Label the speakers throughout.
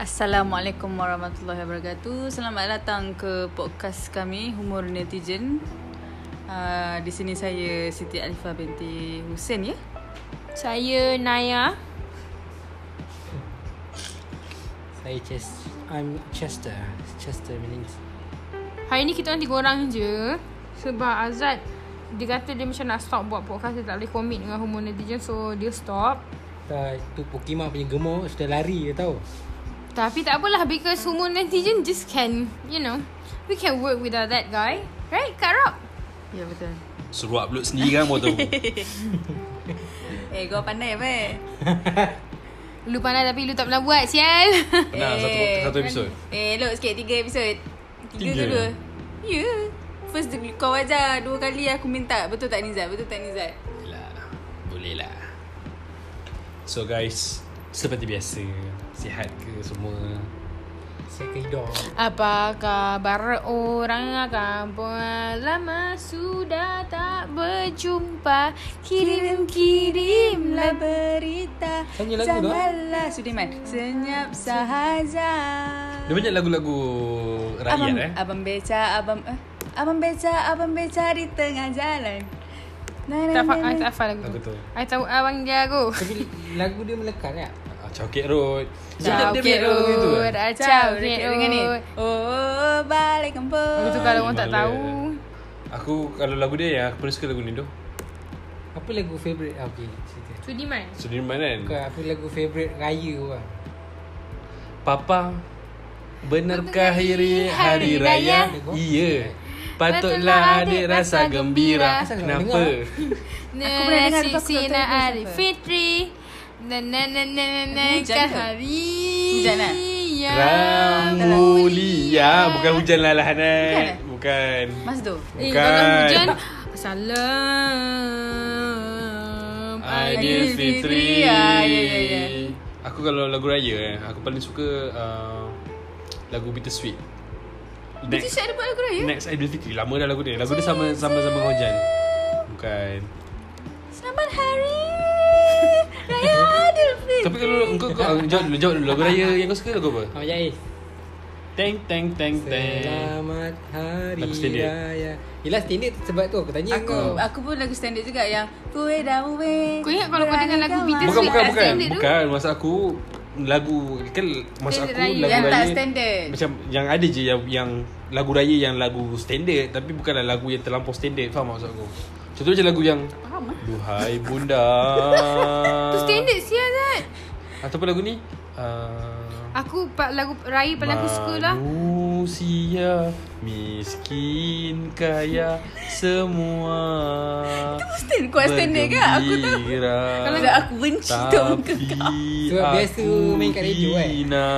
Speaker 1: Assalamualaikum warahmatullahi wabarakatuh. Selamat datang ke podcast kami Humor Netizen. Uh, di sini saya Siti Alifah binti Husin ya.
Speaker 2: Saya Naya.
Speaker 3: Saya Chester. I'm Chester. Chester meaning
Speaker 2: Hari ni kita orang tiga orang je. Sebab Azad dia kata dia macam nak stop buat podcast dia tak boleh komit dengan homo netizen so dia stop.
Speaker 3: tak uh, tu Pokemon punya gemuk sudah lari dia tahu.
Speaker 2: Tapi tak apalah because homo netizen just can, you know, we can work without that guy. Right, Kak Rob?
Speaker 1: Ya betul.
Speaker 4: Suruh upload sendiri kan baru tahu
Speaker 1: Eh, kau pandai apa?
Speaker 2: Lu pandai tapi lu tak pernah buat, sial.
Speaker 4: Pernah satu, satu episod
Speaker 1: Eh, elok sikit tiga episod. Tiga
Speaker 4: Tiga?
Speaker 1: ke dua? Ya. Yeah. First dia- kau ajar dua kali aku minta. Betul tak Nizat? Betul tak Nizat?
Speaker 4: Yelah Boleh lah So guys Seperti biasa Sihat ke semua
Speaker 3: Saya ke hidung.
Speaker 2: Apa kabar orang kampung lama sudah tak berjumpa Kirim-kirimlah
Speaker 1: berita.
Speaker 3: Nyanyi lagu tu, ah?
Speaker 1: Samalah Sudirman. Senyap sahaja.
Speaker 4: Dia banyak lagu-lagu Rakyat
Speaker 1: abang,
Speaker 4: eh
Speaker 1: Abang beca, abang eh, abang beca, abang beca di tengah jalan. Na, na,
Speaker 2: Tak
Speaker 1: na,
Speaker 2: faham, I tak
Speaker 1: na.
Speaker 2: faham lagu
Speaker 4: Lagu
Speaker 2: tu
Speaker 4: tu
Speaker 2: I tahu abang dia aku
Speaker 3: Tapi lagu dia melekat kan? tak?
Speaker 4: Ah, Cokek Road
Speaker 2: Ciao
Speaker 4: Dia- dia
Speaker 2: Kit
Speaker 4: banyak lagu macam tu
Speaker 1: oh,
Speaker 2: Road
Speaker 4: kan?
Speaker 2: ah,
Speaker 1: Ciao,
Speaker 2: Ciao Kit
Speaker 1: dekat dengan ni.
Speaker 2: Road
Speaker 1: Oh, balik kampung.
Speaker 2: Lagu tu kalau orang tak
Speaker 4: Malu.
Speaker 2: tahu
Speaker 4: Aku Kalau lagu dia yang Aku paling suka lagu ni tu
Speaker 3: Apa lagu favourite? Ah, okay, cerita.
Speaker 2: Sudiman
Speaker 4: Sudirman kan
Speaker 3: Bukan, apa lagu favourite raya kan? orang?
Speaker 4: Papa Benarkah hari
Speaker 2: Hari
Speaker 4: hari raya?
Speaker 3: Raya?
Speaker 4: Iya Patutlah adik rasa gembira
Speaker 3: Asal kau
Speaker 4: Kenapa?
Speaker 2: Aku
Speaker 1: pernah dengar tu, aku tak
Speaker 2: si
Speaker 1: tahu
Speaker 2: Sina
Speaker 1: lagu siapa.
Speaker 2: Arif Fitri Na na na na na na Ya.
Speaker 1: Lagu hujan
Speaker 2: kan
Speaker 1: ke?
Speaker 2: hari
Speaker 1: Hujan, ah?
Speaker 2: yang
Speaker 4: Ramulia Ah, Bukan hujan lah lah
Speaker 1: Bukan eh?
Speaker 4: Hanat Bukan
Speaker 1: Mas Do.
Speaker 2: Eh
Speaker 4: Bukan.
Speaker 2: kalau hujan Salam
Speaker 4: Ah,
Speaker 1: Aidilfitri.
Speaker 4: Aidilfitri
Speaker 1: Ah, ya, ya, ya.
Speaker 4: Aku kalau lagu raya eh Aku paling suka uh, Lagu Bittersweet
Speaker 1: Itu Syed ada buat lagu raya?
Speaker 4: Next Aidilfitri Lama dah lagu dia Lagu dia sama sama sama dengan hujan Bukan
Speaker 1: Selamat hari Raya Adil Fitri.
Speaker 4: Tapi kalau kau, kau jawab dulu, jawab dulu Lagu raya yang kau suka lagu apa?
Speaker 3: Ahmad Jais.
Speaker 4: Teng teng teng teng
Speaker 3: Selamat Hari
Speaker 4: Lagu standard.
Speaker 3: Raya. Yelah standard sebab tu aku tanya Hmm.
Speaker 1: Aku
Speaker 3: kau.
Speaker 1: aku pun lagu standard juga yang Kue dah uwe.
Speaker 2: Kau ingat kalau kau dengar lagu Beatles
Speaker 4: Bukan
Speaker 2: Bittersweet
Speaker 4: bukan
Speaker 2: tak
Speaker 4: bukan
Speaker 2: standard tu?
Speaker 4: Bukan Masa aku Lagu Kan masa
Speaker 2: Standard
Speaker 4: aku
Speaker 2: raya.
Speaker 4: lagu
Speaker 1: Yang tak
Speaker 4: raya
Speaker 1: standard.
Speaker 4: Macam yang ada je yang, yang Lagu raya yang lagu standard Tapi bukanlah lagu yang terlampau standard Faham maksud aku Contoh macam lagu yang
Speaker 1: Faham ah?
Speaker 4: Duhai bunda
Speaker 2: Tu standard sial kan
Speaker 4: Ataupun lagu ni uh,
Speaker 2: Aku pa- lagu raya paling aku suka lah
Speaker 4: Manusia Miskin Kaya Semua
Speaker 1: Stand kuat standard ke? Aku tahu.
Speaker 4: Bergembira.
Speaker 1: Kalau tak, aku benci tengok muka kau.
Speaker 3: Sebab biasa main kat radio, kan?
Speaker 4: Hina.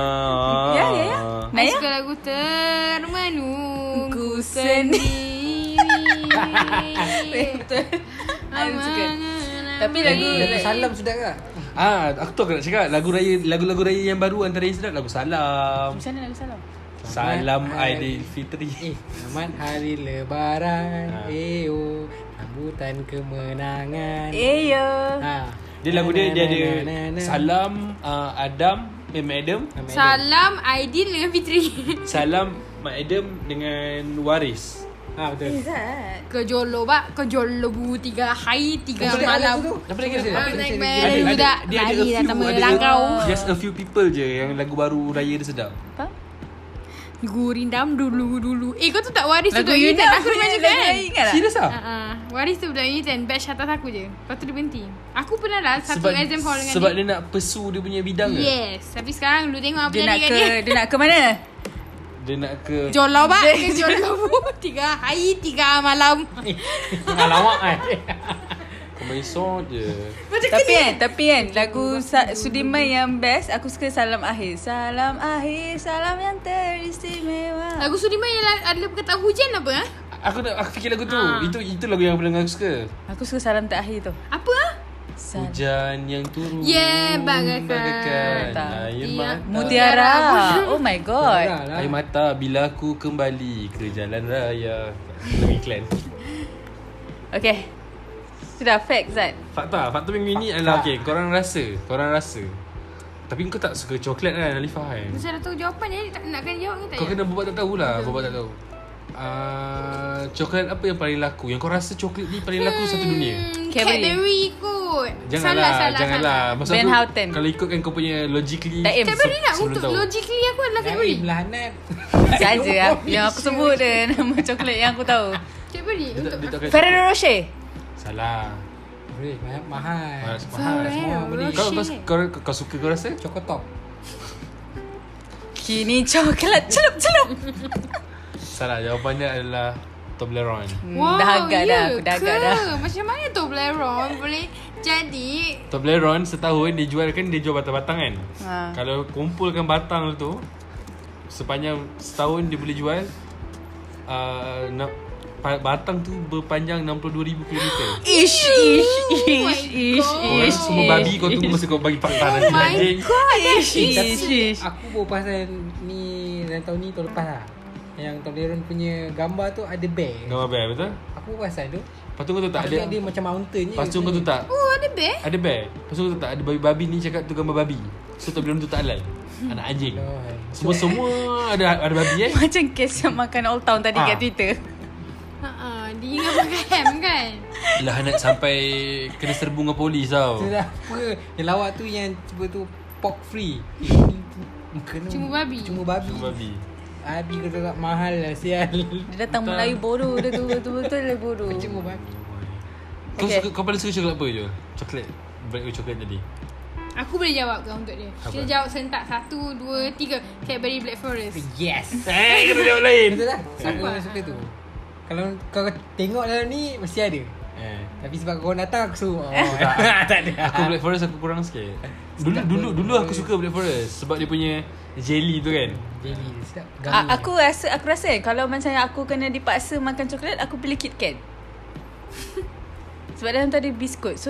Speaker 1: Ya, ya, ya.
Speaker 2: Saya
Speaker 1: Naya?
Speaker 2: suka lagu termenungku
Speaker 1: Ku
Speaker 2: sendiri.
Speaker 1: Betul. Aku suka. Tapi lagu
Speaker 3: Lagu salam sudah ke?
Speaker 4: Ah, aku tahu aku nak cakap lagu raya lagu-lagu raya yang baru antara yang sedap lagu Salam.
Speaker 1: Macam mana lagu salam?
Speaker 4: Salam
Speaker 3: Selamat
Speaker 4: Aidilfitri.
Speaker 3: Eh, selamat hari lebaran.
Speaker 4: Ha.
Speaker 3: Eh, oh, rambutan kemenangan.
Speaker 1: Eyo.
Speaker 3: Ha.
Speaker 4: Dia lagu dia dia ada
Speaker 3: Na, na, na, na.
Speaker 4: Salam ah, Adam Mem Adam.
Speaker 3: Nama dia.
Speaker 2: Salam Aidil dengan Fitri.
Speaker 4: Salam Mak Adam dengan Waris.
Speaker 3: Ha betul.
Speaker 1: Zat.
Speaker 2: Kejolo bak, kejolo bu tiga hari tiga
Speaker 3: Apa dia-
Speaker 2: malam.
Speaker 3: apa tu? Apa dia kira?
Speaker 2: Abang
Speaker 3: Apa
Speaker 2: naik
Speaker 3: dia-
Speaker 2: merah
Speaker 3: ada- ada-
Speaker 2: budak.
Speaker 4: dia ada
Speaker 2: Lari
Speaker 4: a few,
Speaker 2: datang
Speaker 4: ada
Speaker 2: melangkau.
Speaker 4: Just a few people je yang lagu baru raya dia sedap.
Speaker 1: Apa?
Speaker 2: Gurindam dulu-dulu. Eh kau tu tak waris tu
Speaker 1: Lagu
Speaker 2: budak
Speaker 1: Yuna
Speaker 2: Unitan
Speaker 1: aku
Speaker 2: aku
Speaker 1: punya
Speaker 2: macam
Speaker 1: lagu
Speaker 2: tu kan?
Speaker 1: raya ingat tak?
Speaker 4: Serius ah?
Speaker 2: Uh-uh. Waris tu budak Unitan batch atas aku je. Lepas tu dia berhenti. Aku pernah lah satu
Speaker 4: sebab,
Speaker 2: exam hall dengan
Speaker 4: sebab
Speaker 2: dia.
Speaker 4: dia. nak pursue dia punya bidang ke?
Speaker 2: Yes. Tapi sekarang lu tengok apa
Speaker 1: Dia
Speaker 2: jadi
Speaker 1: nak
Speaker 2: dengan
Speaker 1: ke
Speaker 2: dia.
Speaker 1: dia nak ke mana?
Speaker 4: Dia nak ke
Speaker 2: Jolau bak ke jolau bu Tiga hari Tiga malam
Speaker 3: Tengah lawak kan.
Speaker 4: Komesor je
Speaker 2: Macam
Speaker 1: Tapi kan, tapi kan lagu Sa- Sudirman yang best aku suka Salam Akhir. Salam Akhir, salam yang teristimewa.
Speaker 2: Lagu Sudiman yang la- adalah perkataan hujan apa ha?
Speaker 4: Aku nak aku fikir lagu tu.
Speaker 2: Ah.
Speaker 4: Itu itu lagu yang pernah aku suka.
Speaker 1: Aku suka salam terakhir tu.
Speaker 2: Apa ha?
Speaker 1: Salam.
Speaker 4: Hujan yang turun.
Speaker 2: Yeah, Ya, bagaikan
Speaker 1: mata.
Speaker 4: air
Speaker 2: Dia-
Speaker 4: mata.
Speaker 1: Mutiara. Oh my god.
Speaker 3: Mutiara lah.
Speaker 4: Air mata bila aku kembali ke jalan raya. Lagu iklan.
Speaker 1: Okay. Sudah fact Zat.
Speaker 4: Fakta, fakta minggu ini adalah okay, korang rasa, korang rasa Tapi kau tak suka coklat kan Alifah kan
Speaker 2: Mesti ada tahu jawapan Jadi tak nak kena jawab ke tak
Speaker 4: Kau
Speaker 2: ya?
Speaker 4: kena buat tak tahulah Buat tak tahu uh, Coklat apa yang paling laku Yang kau rasa coklat ni paling laku satu dunia
Speaker 2: Hmm,
Speaker 1: Cadbury.
Speaker 2: Cadbury kot
Speaker 4: Janganlah
Speaker 2: salah,
Speaker 4: Janganlah
Speaker 2: salah.
Speaker 4: Masa
Speaker 1: Ben
Speaker 4: aku,
Speaker 1: Houten.
Speaker 4: Kalau ikutkan kau punya logically
Speaker 1: Tak aim.
Speaker 2: Cadbury
Speaker 4: se-
Speaker 2: eh, nak
Speaker 4: sebelum
Speaker 2: untuk
Speaker 4: tahu.
Speaker 2: Logically aku adalah Cadbury
Speaker 3: Gaib lahanat
Speaker 1: Saja lah Yang aku sebut dia Nama coklat yang aku tahu
Speaker 2: Cadbury
Speaker 4: Dia tak,
Speaker 2: untuk
Speaker 4: dia tak kata-
Speaker 1: Ferrero Rocher
Speaker 4: Salah
Speaker 3: Weh, mahal Mahal
Speaker 4: Mahal mahal
Speaker 2: eh,
Speaker 4: semua beli. Kau, kau, kau, kau suka kau rasa
Speaker 3: Cokotop
Speaker 1: Kini coklat celup-celup
Speaker 4: Salah jawapannya adalah Toblerone
Speaker 1: Hmm, Dah agak dah Aku dah agak
Speaker 2: ya ke?
Speaker 1: dah
Speaker 2: Macam mana tu Blaron boleh jadi
Speaker 4: Toblerone setahun dia jual kan dia jual batang-batang kan
Speaker 1: ha.
Speaker 4: Kalau kumpulkan batang tu Sepanjang setahun dia boleh jual uh, na- pa- Batang tu berpanjang 62,000 km
Speaker 1: Ish Ish
Speaker 2: my
Speaker 1: Ish Ish
Speaker 2: God.
Speaker 4: Kau
Speaker 1: Ish
Speaker 4: semua babi kau tunggu masa kau bagi fakta nanti
Speaker 2: my
Speaker 4: anjing
Speaker 1: Ish Ish Ish
Speaker 3: Aku baru pasal ni Dan tahun ni tahun lepas lah Yang Toblerone punya gambar tu ada bear
Speaker 4: Gambar bear betul?
Speaker 3: Aku baru pasal tu
Speaker 4: Lepas tu kau tahu tak
Speaker 3: Aku
Speaker 4: ada
Speaker 3: ingat dia macam mountain je
Speaker 4: Lepas tu kau tahu tak
Speaker 2: Oh ada bear
Speaker 4: Ada bear Lepas tu kau tahu tak ada babi-babi ni cakap tu gambar babi So Toblerone tu tak halal Anak anjing
Speaker 3: Lord.
Speaker 4: Semua-semua ada ada babi eh
Speaker 1: Macam kes yang makan Old Town tadi
Speaker 4: Ah.
Speaker 1: kat Twitter
Speaker 2: Ha ah, dia ingat pakai ham kan
Speaker 4: Lah nak sampai kena serbu dengan polis tau.
Speaker 3: Sudah apa Yang lawak tu yang cuba tu Pork free Eh, ni tu- kena-
Speaker 2: Cuma babi.
Speaker 3: Cuma babi
Speaker 4: Cuma babi.
Speaker 3: Babi kau tahu tak mahal lah sial
Speaker 1: Dia datang Melayu bodoh Dia tu betul-betul dia bodoh
Speaker 3: Cuma babi
Speaker 4: Kau
Speaker 1: Okay.
Speaker 4: suka kau paling suka coklat apa je? Coklat. Balik kau coklat tadi.
Speaker 2: Aku boleh jawab ke untuk dia Dia
Speaker 4: Apa?
Speaker 2: jawab sentak Satu, dua, tiga Cadbury Black Forest
Speaker 3: Yes
Speaker 4: Eh, kena jawab lain.
Speaker 3: Betul lah Aku suka tu Kalau kau tengok dalam ni Mesti ada
Speaker 4: Eh.
Speaker 3: Tapi sebab kau datang Aku suruh oh,
Speaker 4: tak ada. Aku Black Forest aku kurang sikit. Dulu dulu dulu aku suka Black Forest sebab dia punya jelly tu kan.
Speaker 3: Jelly dia sedap
Speaker 1: Ah, aku rasa aku rasa kan, kalau macam aku kena dipaksa makan coklat aku pilih Kit Kat. Sebab dalam tu ada biskut. So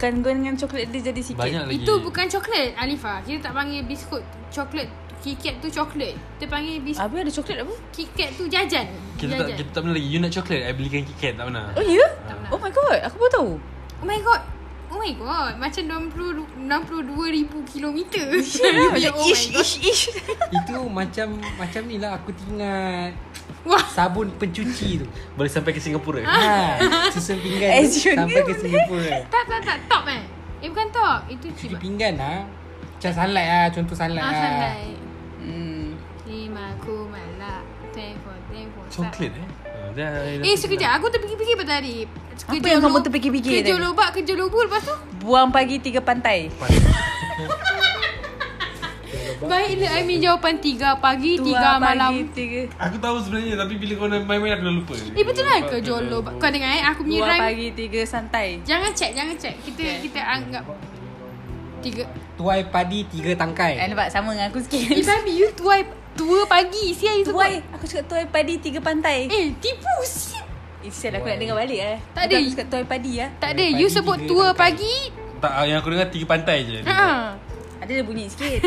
Speaker 1: kandungan dengan coklat dia jadi sikit.
Speaker 4: Banyak lagi.
Speaker 2: Itu bukan coklat Alifa Kita tak panggil biskut Coklat Kit Kat tu coklat Kita panggil biskut
Speaker 1: Habis ada coklat apa?
Speaker 2: Kit Kat tu jajan
Speaker 4: kita tak
Speaker 2: Jajan.
Speaker 4: kita tak pernah lagi. You nak coklat, I belikan Kit Kat tak pernah.
Speaker 1: Oh ya? Yeah? Oh my god, aku baru tahu.
Speaker 2: Oh my god Oh my god Macam 60, 62 ribu kilometer Oh
Speaker 1: Yeah,
Speaker 2: Dia punya,
Speaker 1: macam ish, ish, ish.
Speaker 3: Itu macam Macam ni lah Aku teringat
Speaker 2: Wah
Speaker 3: Sabun pencuci tu
Speaker 4: Boleh sampai ke Singapura.
Speaker 3: Ha Susun pinggan
Speaker 1: Ah. Eh,
Speaker 3: tu
Speaker 1: junior
Speaker 3: Sampai ke Singapura
Speaker 2: Tak tak tak Top eh Eh bukan top Itu
Speaker 3: Cuci
Speaker 2: cip
Speaker 3: pinggan lah Macam sunlight lah Contoh sunlight
Speaker 1: uh,
Speaker 2: Ah
Speaker 3: lah
Speaker 2: santai
Speaker 1: Hmm.
Speaker 2: Lima ku malak Tengok tengok
Speaker 4: Coklat eh. Ah, dah, dah-
Speaker 2: Eh sekejap Aku terfikir-fikir pasal tadi
Speaker 1: Apa yang kamu terfikir-fikir
Speaker 2: Kerja
Speaker 1: tadi?
Speaker 2: lobak Kerja lobu Lepas tu
Speaker 1: Buang pagi tiga pantai.
Speaker 2: Baiklah lah. I mean jawapan Tiga pagi
Speaker 1: Tuang
Speaker 2: Tiga
Speaker 1: pagi,
Speaker 2: malam
Speaker 1: Tiga.
Speaker 4: Aku tahu sebenarnya tapi bila kau nak main-main aku dah lupa.
Speaker 2: Eh betul lah ke jual lobak Kau dengar eh Aku punya
Speaker 1: Buang
Speaker 2: rhyme
Speaker 1: pagi tiga santai.
Speaker 2: Jangan check Jangan check Kita kita anggap Tiga
Speaker 3: Tuai padi tiga tangkai
Speaker 1: Eh, nampak sama dengan aku
Speaker 2: Eh
Speaker 1: sikit.
Speaker 2: babi you tua Tua pagi Sial you
Speaker 1: Tuai,
Speaker 2: sebut
Speaker 1: aku cakap tuai padi tiga pantai.
Speaker 2: Eh tipu Sial
Speaker 1: Eh, sial aku nak dengar balik eh.
Speaker 2: Tak
Speaker 1: Bukan
Speaker 2: ada.
Speaker 1: Aku cakap tuai padi ah.
Speaker 2: Tak ada
Speaker 3: Tuai
Speaker 2: You
Speaker 3: pagi,
Speaker 2: sebut
Speaker 3: tiga
Speaker 2: tua
Speaker 3: tangkai.
Speaker 2: pagi
Speaker 4: Tak yang aku dengar tiga pantai je.
Speaker 2: Haa
Speaker 1: Ada dia bunyi sikit.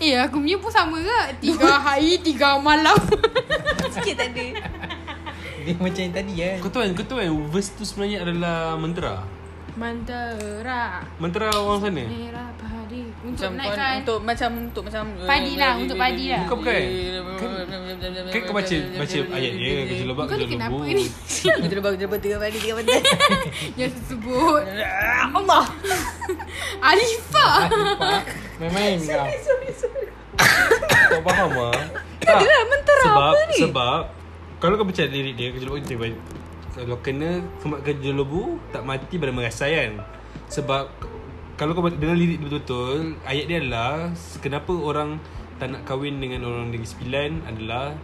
Speaker 2: Eh aku punya pun sama ke Tiga hari Tiga malam
Speaker 1: sikit tak ada.
Speaker 3: Dia macam yang tadi eh
Speaker 4: Kau tahu kan, kau tahu kan, verse tu sebenarnya adalah mentera.
Speaker 2: Mantera
Speaker 4: Mentera orang sana.
Speaker 2: Merah padi Untuk
Speaker 1: Macam kau,
Speaker 2: naikkan
Speaker 1: untuk macam untuk macam eh,
Speaker 2: Padi lah, untuk padi lah.
Speaker 4: Bukan, bukan. Kan kau baca baca ayat dia kerja lobak
Speaker 2: Kau
Speaker 4: kerja
Speaker 2: ni kenapa
Speaker 4: lubuk.
Speaker 2: ni
Speaker 1: Kita lebar kita lebar tiga padi tiga padi.
Speaker 2: Yang sebut
Speaker 1: Allah.
Speaker 2: Alifa
Speaker 3: Main-main kau
Speaker 4: Kau faham ah? Tak.
Speaker 1: adalah mentera
Speaker 4: sebab,
Speaker 1: apa ni?
Speaker 4: Sebab kalau kau baca lirik dia kerja lobak kerja lubuk. Kalau kena kemat kerja lubuk tak mati pada merasai kan. Sebab kalau kau dengar lirik dia betul-betul ayat dia adalah kenapa orang tak nak kahwin dengan orang negeri sembilan adalah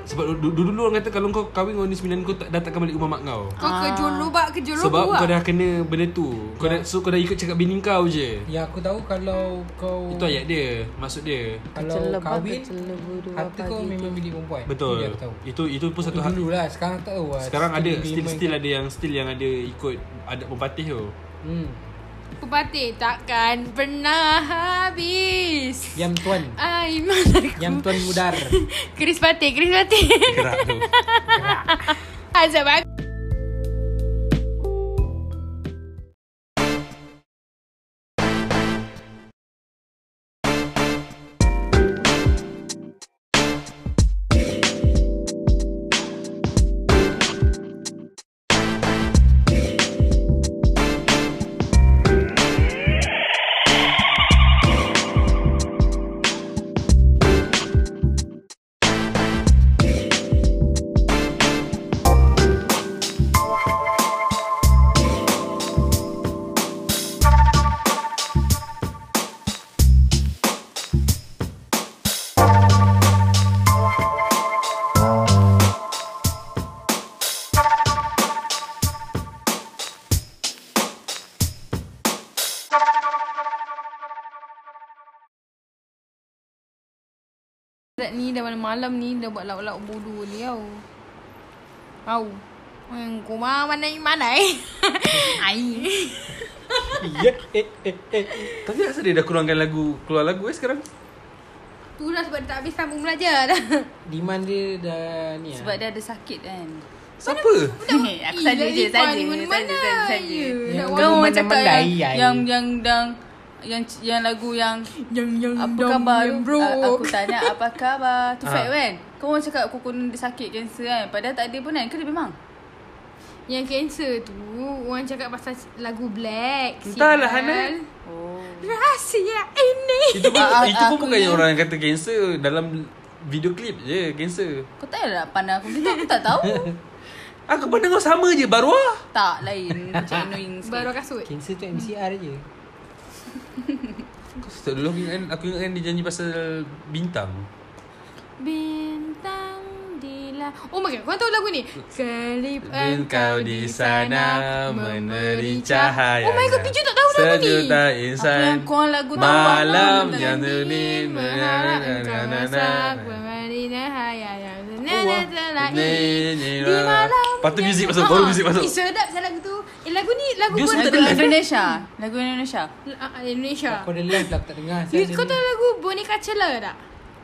Speaker 4: sebab du- du- dulu orang kata kalau kau kahwin dengan orang negeri sembilan kau tak datangkan balik rumah mak kau.
Speaker 2: Kau kerja lubak Kerja lubuk
Speaker 4: Sebab kau
Speaker 2: lah
Speaker 4: dah kena benda tu kau dah, So kau dah ikut cakap bini kau je
Speaker 3: Yang Ya, aku tahu kalau kau
Speaker 4: Itu ayat dia Maksud dia
Speaker 3: Kalau kahwin Harta kau memang milik perempuan Itu
Speaker 4: Betul
Speaker 3: yang aku tahu
Speaker 4: Itu itu pun
Speaker 3: Itu
Speaker 4: satu hak
Speaker 3: dulu lah Sekarang tak tahu lah
Speaker 4: Sekarang ada Still
Speaker 3: agreement
Speaker 4: still
Speaker 3: kan.
Speaker 4: ada yang Still yang ada ikut Adat pempatih tu
Speaker 3: hmm.
Speaker 2: Pepatih takkan Pernah habis
Speaker 3: Yang tuan
Speaker 2: Ai mana
Speaker 3: Yang tuan mudar
Speaker 2: Keris patih Keris patih
Speaker 4: Gerak tu
Speaker 2: Azab aku budak ni dah malam-malam ni dah buat lauk-lauk bodoh ni tau. Au. Hmm, kau mana mana eh. Ai.
Speaker 3: Ya, eh, eh, eh.
Speaker 4: Tapi asal dia dah kurangkan lagu Keluar lagu eh sekarang
Speaker 2: Tu lah sebab dia tak habis sambung belajar dah.
Speaker 3: Demand dia dah ni
Speaker 1: Sebab
Speaker 3: lah.
Speaker 1: dia ada sakit kan
Speaker 4: Siapa?
Speaker 1: Aku saja je
Speaker 2: Lagi
Speaker 1: Saja
Speaker 2: fun ni
Speaker 1: Saja
Speaker 2: mana-mana.
Speaker 1: Saja
Speaker 2: Ya,
Speaker 3: Yang
Speaker 1: Kau orang
Speaker 3: mana-mana
Speaker 1: cakap yang
Speaker 3: layan.
Speaker 1: Yang Yang yang yang yang lagu yang
Speaker 2: Yang yang
Speaker 1: apa
Speaker 2: dong,
Speaker 1: khabar
Speaker 2: yang
Speaker 1: bro aku tanya apa khabar tu
Speaker 4: Ah.
Speaker 1: fact kan kau orang cakap aku kena dia sakit kanser kan padahal tak ada pun kan kena memang
Speaker 2: Yang cancer tu Orang cakap pasal lagu black
Speaker 4: Entahlah,
Speaker 2: sial.
Speaker 4: Hana.
Speaker 1: oh
Speaker 2: Rahsia ini
Speaker 4: Itu pun,
Speaker 1: Ah, ah,
Speaker 4: itu pun
Speaker 1: aku
Speaker 4: bukan
Speaker 1: ni.
Speaker 4: yang orang kata cancer Dalam video klip je Cancer
Speaker 1: kau tak payah nak pandang aku macam tu aku tak tahu
Speaker 4: Aku pandang Ah, kau sama je Baru ah
Speaker 1: tak lain macam annoying sikit
Speaker 2: Baru kasut
Speaker 3: Cancer tu MCR je.
Speaker 4: Kau start dulu aku ingatkan, aku ingatkan dia janji pasal bintang
Speaker 2: Bintang di la Oh my god Korang tahu lagu ni Kelip
Speaker 4: Dan kau Hmm. di sana Meneri cahaya
Speaker 2: Oh my god Pichu tak tahu lagu ni
Speaker 4: Sejuta insan
Speaker 1: Apa yang korang lagu tahu,
Speaker 4: Malam
Speaker 1: aku
Speaker 4: yang
Speaker 2: Ini
Speaker 4: dunia
Speaker 2: Mengharap engkau masak Bermari nahaya Yang
Speaker 4: Allah.
Speaker 2: tenaga terlai
Speaker 4: Ni- ni-
Speaker 2: Di malam
Speaker 4: Lepas tu
Speaker 2: yang-
Speaker 4: muzik masuk, baru
Speaker 2: Ah,
Speaker 4: muzik masuk.
Speaker 2: Eh sedap saya lagu tu Eh lagu ni Lagu
Speaker 4: Dia
Speaker 2: pun
Speaker 4: suka
Speaker 1: lagu
Speaker 4: tak ada lagu.
Speaker 1: Indonesia lagu Indonesia
Speaker 2: Ah, ah, Indonesia
Speaker 3: Kau ada live lah aku tak dengar.
Speaker 2: You, kau tahu lagu Boneka Cela tak?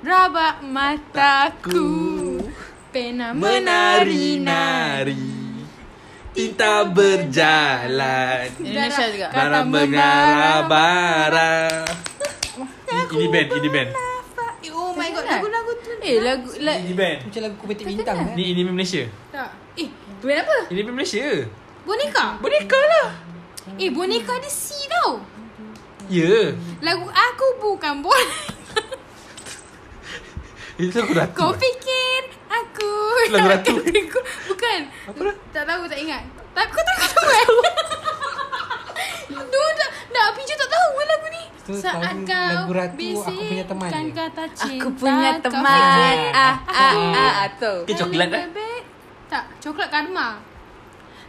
Speaker 2: Rabak mataku Pena menari-nari
Speaker 4: Menari-nari Tinta berjalan
Speaker 1: Indonesia juga
Speaker 2: Kata
Speaker 4: Barang
Speaker 2: mengara-bara.
Speaker 4: mengara-bara Ini band, ini band
Speaker 2: Eh, Oh my god,
Speaker 1: Kenal?
Speaker 2: lagu-lagu tu
Speaker 1: eh lagu la-
Speaker 4: Ini band
Speaker 3: Macam lagu Kupetik Bintang kan?
Speaker 4: Ni ini band Malaysia
Speaker 2: tak. Eh, band apa?
Speaker 4: Ini band Malaysia
Speaker 2: Boneka?
Speaker 4: Boneka lah
Speaker 2: Eh, boneka ada C tau
Speaker 4: Ya
Speaker 2: Lagu aku bukan boneka
Speaker 4: Itu lagu ratu
Speaker 2: Kau fikir aku
Speaker 4: Lagu Ratu.
Speaker 2: Aku, bukan.
Speaker 4: Apa dah?
Speaker 2: Tak tahu, tak ingat. Tapi kau tahu kau tahu kan? Duh, tak, tak, Piju tak tahu pun lagu ni.
Speaker 3: Tu lagu- lagu Ratu, Aku Punya Teman
Speaker 2: Kan
Speaker 3: je.
Speaker 2: kata cinta.
Speaker 1: aku punya
Speaker 2: kau
Speaker 1: teman
Speaker 2: fikir
Speaker 1: ah ah ah ah
Speaker 4: Ke
Speaker 1: tu
Speaker 4: coklat
Speaker 2: paling
Speaker 4: eh?
Speaker 2: bebek. Tak, coklat karma.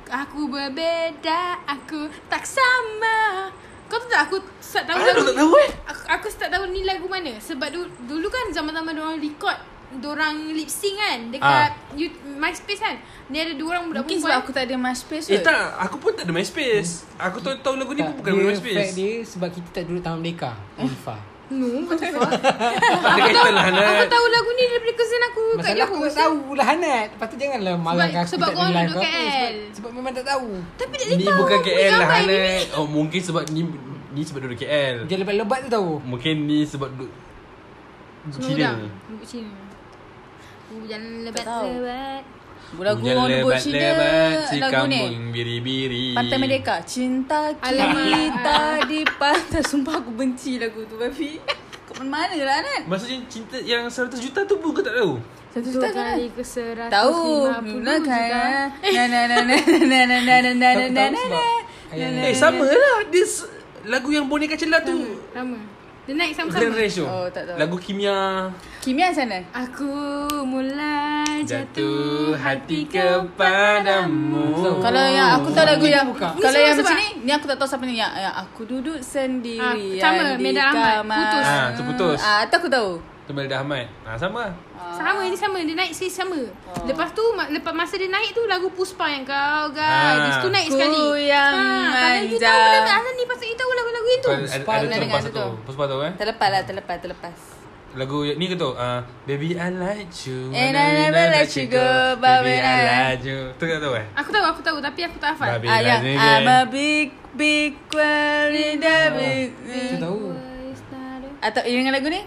Speaker 2: Aku berbeda, aku tak sama. Kau tahu tak aku start tahu
Speaker 4: Alah,
Speaker 2: lagu
Speaker 4: tak
Speaker 2: ni.
Speaker 4: tahu, eh?
Speaker 2: Aku, aku start tahu ni lagu mana. Sebab dulu, dulu kan zaman-zaman orang record Diorang lip sync kan Dekat
Speaker 4: Ah.
Speaker 2: you, MySpace kan Ni ada dua orang budak
Speaker 1: mungkin sebab
Speaker 2: perempuan
Speaker 1: aku tak ada MySpace
Speaker 4: Eh
Speaker 1: kot.
Speaker 4: tak, aku pun tak ada MySpace Aku tahu tahu lagu ni pun
Speaker 3: dia,
Speaker 4: bukan dari
Speaker 3: fact
Speaker 4: MySpace
Speaker 3: dia sebab kita tak duduk Taman
Speaker 2: Eh.
Speaker 3: Merdeka. Alifah.
Speaker 2: No what the fuck
Speaker 4: Tak ada kaitan lah
Speaker 2: Aku
Speaker 4: Hanat
Speaker 2: tahu lagu ni daripada cousin aku kat
Speaker 3: Masalah aku
Speaker 2: Johor
Speaker 3: tak tahu lah Hanat. Lepas tu janganlah marah
Speaker 2: Sebab-
Speaker 3: aku
Speaker 2: sebab
Speaker 3: tak ada
Speaker 2: korang
Speaker 3: live
Speaker 2: duduk
Speaker 3: apa.
Speaker 2: KL.
Speaker 3: Sebab, sebab memang tak tahu.
Speaker 2: Tapi tak
Speaker 4: Ni
Speaker 2: tahu
Speaker 4: bukan
Speaker 2: aku
Speaker 4: KL lah
Speaker 2: gambar ni.
Speaker 4: Hanat Oh mungkin sebab ni Ni sebab duduk KL
Speaker 3: Dia lebat-lebat tu tahu.
Speaker 4: Mungkin ni sebab duduk
Speaker 2: Cina.
Speaker 4: Cina
Speaker 2: Rambut Cina. Hujan
Speaker 1: tahu.
Speaker 2: lebat-lebat.
Speaker 1: lagu
Speaker 4: Hujan
Speaker 1: orang lebat Cina
Speaker 4: lebat, si
Speaker 1: lagu ni
Speaker 4: kambing biri-biri
Speaker 1: Pantai Merdeka Cinta kita
Speaker 2: Alamak.
Speaker 1: di pantai Sumpah aku benci lagu tu Babi Kau mana-mana lah Anan
Speaker 4: Maksudnya cinta yang 100 juta tu pun kau tak tahu
Speaker 1: Satu juta
Speaker 2: Dua
Speaker 1: kan
Speaker 2: kali ke seratus
Speaker 1: Tahu
Speaker 2: lima puluh
Speaker 1: Luna
Speaker 2: juta.
Speaker 1: kan Na na na na na na na na na na
Speaker 3: Tahu-
Speaker 1: na
Speaker 3: tahu
Speaker 1: na na
Speaker 3: sebab-
Speaker 1: na
Speaker 4: Eh sama
Speaker 1: ya.
Speaker 4: lah Dia s- lagu yang boneka celah tu
Speaker 2: Sama. Dia naik
Speaker 4: Grand
Speaker 2: sama-sama.
Speaker 4: Ratio
Speaker 1: Oh, tak tahu.
Speaker 4: Lagu kimia
Speaker 1: Kimia sana
Speaker 2: Aku mula
Speaker 4: Jatuh
Speaker 2: jatuh
Speaker 4: hati kepadamu
Speaker 3: Oh.
Speaker 1: Kalau yang aku tahu lagu yang
Speaker 3: buka.
Speaker 2: Ni
Speaker 1: Kalau
Speaker 2: sama
Speaker 1: yang
Speaker 2: sebab-
Speaker 1: macam ni Ni aku tak tahu siapa ni Yang, yang aku duduk sendiri
Speaker 2: Ah, sama, Meda Ahmad. Putus.
Speaker 4: Ah, tu putus.
Speaker 1: Ah, tu aku tahu
Speaker 4: Tu Melda Ahmad ha, Sama lah
Speaker 2: Sama ni sama Dia naik sekali sama
Speaker 1: Oh.
Speaker 2: Lepas tu ma- Lepas masa dia naik tu Lagu Puspa yang kau guys
Speaker 4: Ah.
Speaker 2: Dia tu naik
Speaker 1: Ku
Speaker 2: sekali
Speaker 1: yang
Speaker 2: kalau you
Speaker 1: manja.
Speaker 2: tahu lagu Alan ni Pasal you tahu lagu-lagu itu
Speaker 4: Ada, ada,
Speaker 1: Pernah
Speaker 4: ada tu
Speaker 1: dengar
Speaker 4: lepas
Speaker 1: tu
Speaker 4: tu
Speaker 1: tu.
Speaker 4: Puspa tu eh
Speaker 1: Terlepas lah terlepas terlepas
Speaker 4: Lagu yang- ni ke tu uh, Baby I like you
Speaker 1: And I never let you go, eh. but when
Speaker 4: Baby
Speaker 1: I-
Speaker 4: I like you Tu tak tahu eh
Speaker 2: Aku tahu aku tahu Tapi aku tak hafal
Speaker 4: Babi.
Speaker 1: Ah,
Speaker 4: Bila
Speaker 1: yang
Speaker 4: ni
Speaker 1: I'm a
Speaker 4: kan?
Speaker 1: big big worry the big
Speaker 3: Tu tahu.
Speaker 1: Atau you dengan lagu ni?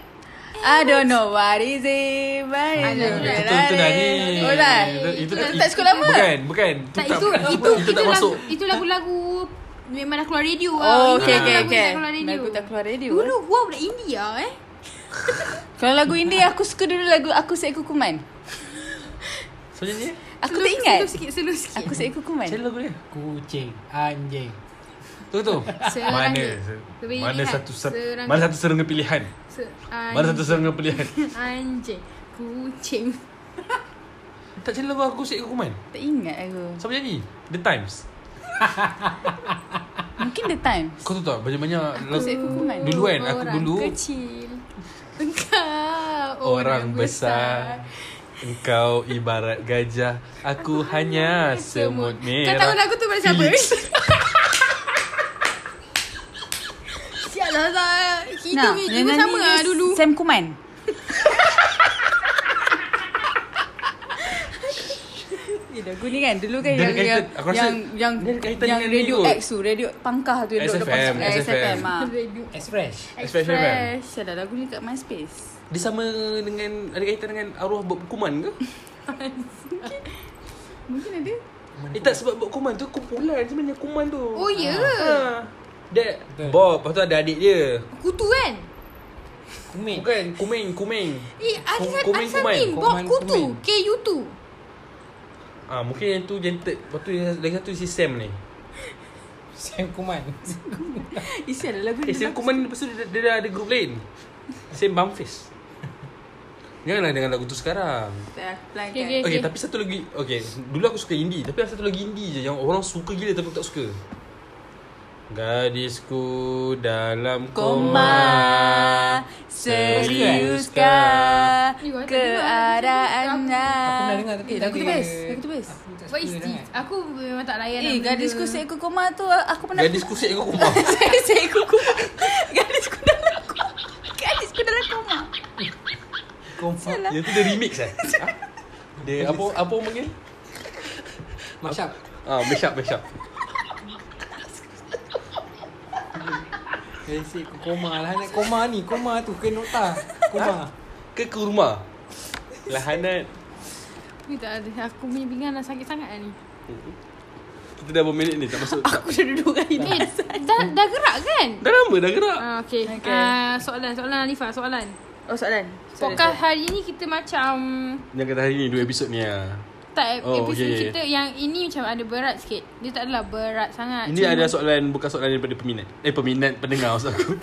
Speaker 1: I don't know what is it but I
Speaker 2: Alah,
Speaker 1: don't
Speaker 4: Ah, Itu
Speaker 1: know
Speaker 4: tu tu dah ni
Speaker 1: Oh dah
Speaker 4: Itu- Itu
Speaker 1: Itu tak cukup lama?
Speaker 4: Bukan bukan Tu
Speaker 2: Tak, itu,
Speaker 4: tak-
Speaker 2: itu, itu,
Speaker 4: Itu tak masuk
Speaker 2: Lagu, itu lagu-lagu memang dah keluar radio
Speaker 1: Oh,
Speaker 2: Ah,
Speaker 1: okay,
Speaker 2: Itu
Speaker 4: Ah.
Speaker 2: lagu-
Speaker 1: okay,
Speaker 2: lagu
Speaker 1: okay.
Speaker 2: tak keluar radio.
Speaker 1: Lagu tak keluar radio.
Speaker 2: Dulu gua budak India eh.
Speaker 1: Kalau lagu India aku suka dulu lagu Aku Seekor Kuman.
Speaker 4: So macam ni
Speaker 1: Aku
Speaker 2: Slow-
Speaker 1: tak ingat.
Speaker 2: Slow sikit, slow sikit.
Speaker 1: Aku Seekor Kuman.
Speaker 4: Macam mana lagu dia
Speaker 3: Kucing, anjing.
Speaker 4: Tu tu
Speaker 2: Serangga.
Speaker 4: Mana
Speaker 2: Lebih
Speaker 4: Mana
Speaker 2: pilihan.
Speaker 4: satu ser-
Speaker 2: Serangga.
Speaker 4: Mana satu serangga pilihan
Speaker 2: Se-
Speaker 4: Mana satu
Speaker 2: anjing,
Speaker 4: serangga pilihan
Speaker 2: Anjing, kucing.
Speaker 4: Tak macam lagu aku Syed Kukuman
Speaker 1: Tak ingat aku.
Speaker 4: Siapa nyanyi The Times
Speaker 1: Mungkin The Times.
Speaker 4: Kau tahu tak banyak-banyak
Speaker 1: Aku Seekor Kuman.
Speaker 4: Dulu kan aku
Speaker 2: Orang
Speaker 4: dulu
Speaker 2: kecil. Engkau
Speaker 4: orang besar Engkau ibarat gajah Aku hanya semut merah
Speaker 2: Kau tahu lagu tu pada siapa?
Speaker 4: Felix.
Speaker 2: Siap lah Zat. Kita punya jiwa sama lah dulu.
Speaker 1: Sam Kuman Eh, lagu ni kan dulu kan
Speaker 4: Dia
Speaker 1: yang
Speaker 4: ada
Speaker 1: yang,
Speaker 4: kaitan- aku rasa
Speaker 1: yang yang
Speaker 4: dia ada kaitan
Speaker 1: yang
Speaker 4: dengan
Speaker 1: radio
Speaker 4: ni kot.
Speaker 1: X tu radio pangkah tu yang duduk
Speaker 4: SFM,
Speaker 1: depan
Speaker 4: SFM.
Speaker 1: SFM ah.
Speaker 2: Radio
Speaker 3: Express
Speaker 4: Express FM.
Speaker 2: Express.
Speaker 1: Sial lah lagu ni kat MySpace.
Speaker 4: Dia sama dengan Ada kaitan dengan arwah Bob Kuman ke?
Speaker 1: Mungkin ada.
Speaker 4: Eh tak sebab Bob Kuman tu kumpulan sebenarnya Kuman tu
Speaker 2: Oh ya.
Speaker 4: ha. Dia Bob Lepas tu ada adik dia
Speaker 2: Kutu kan?
Speaker 3: Kumit
Speaker 4: Bukan Kumeng Kumeng
Speaker 2: Eh, Azizan,
Speaker 4: Kumin,
Speaker 2: Azizan
Speaker 4: kumin.
Speaker 2: bin. Bob
Speaker 3: Kuman,
Speaker 2: Kutu.
Speaker 3: kumin.
Speaker 2: KU tu.
Speaker 4: Ah Mungkin yang tu yang third Lepas tu yang- lagi satu si Sam ni
Speaker 3: Sam Kuman
Speaker 1: Isi ada lah, lagu
Speaker 4: Eh
Speaker 1: ni.
Speaker 4: Sam
Speaker 1: bagus.
Speaker 4: Kuman ni lepas tu dia, dia dah ada grup lain Sam Bumface Janganlah dengan lagu tu sekarang
Speaker 1: Tak, pelan kan.
Speaker 2: Okay, okay.
Speaker 4: Okay, okay tapi satu lagi Okay Dulu aku suka indie Tapi ada satu lagi indie je Yang orang suka gila Tapi aku tak suka Gadisku dalam
Speaker 1: Koma
Speaker 4: koma
Speaker 1: Seriuskah
Speaker 2: You want to do
Speaker 1: Keadaan
Speaker 3: Aku pernah dengar tapi
Speaker 1: Eh
Speaker 3: tak
Speaker 1: lagu tu
Speaker 3: ada-
Speaker 1: best Lagu tu best
Speaker 3: Aku tak
Speaker 2: What is
Speaker 3: suka
Speaker 2: this?
Speaker 3: sangat.
Speaker 2: Aku memang tak layan
Speaker 1: Eh
Speaker 2: nak
Speaker 1: gadisku
Speaker 2: benda.
Speaker 1: seekor koma tu Aku pernah
Speaker 4: Gadisku sik kau koma
Speaker 1: Seekor koma Gadisku dalam koma Gadisku dalam koma
Speaker 3: Confirm
Speaker 1: Salah
Speaker 4: Yang tu dia remix eh ha? Dia apa apa orang panggil
Speaker 3: Mashup
Speaker 4: Ah mash up mash up
Speaker 3: Basic koma lah Nak koma ni Koma tu ke nota Koma
Speaker 4: Ke ke rumah Lahanat
Speaker 2: Ni tak ada. Aku punya pinggan dah sakit sangat lah ni.
Speaker 4: Kita dah berapa minit ni tak masuk tak.
Speaker 1: Aku dah duduk kat ini
Speaker 2: Eh, dah, dah gerak kan?
Speaker 4: Dah lama dah gerak
Speaker 2: Ah, okay.
Speaker 1: Okay.
Speaker 2: okay. Ah, soalan, soalan Alifah, soalan.
Speaker 1: Oh soalan
Speaker 2: Podcast hari ni kita macam
Speaker 4: Yang kata hari ni dua episod ni ah.
Speaker 2: tak oh,
Speaker 4: Oh,
Speaker 2: episod
Speaker 4: okay.
Speaker 2: okay. kita yang ini macam ada berat sikit. Dia tak adalah berat sangat.
Speaker 4: Ini ada soalan bukan soalan daripada peminat. Eh peminat pendengar maksud aku.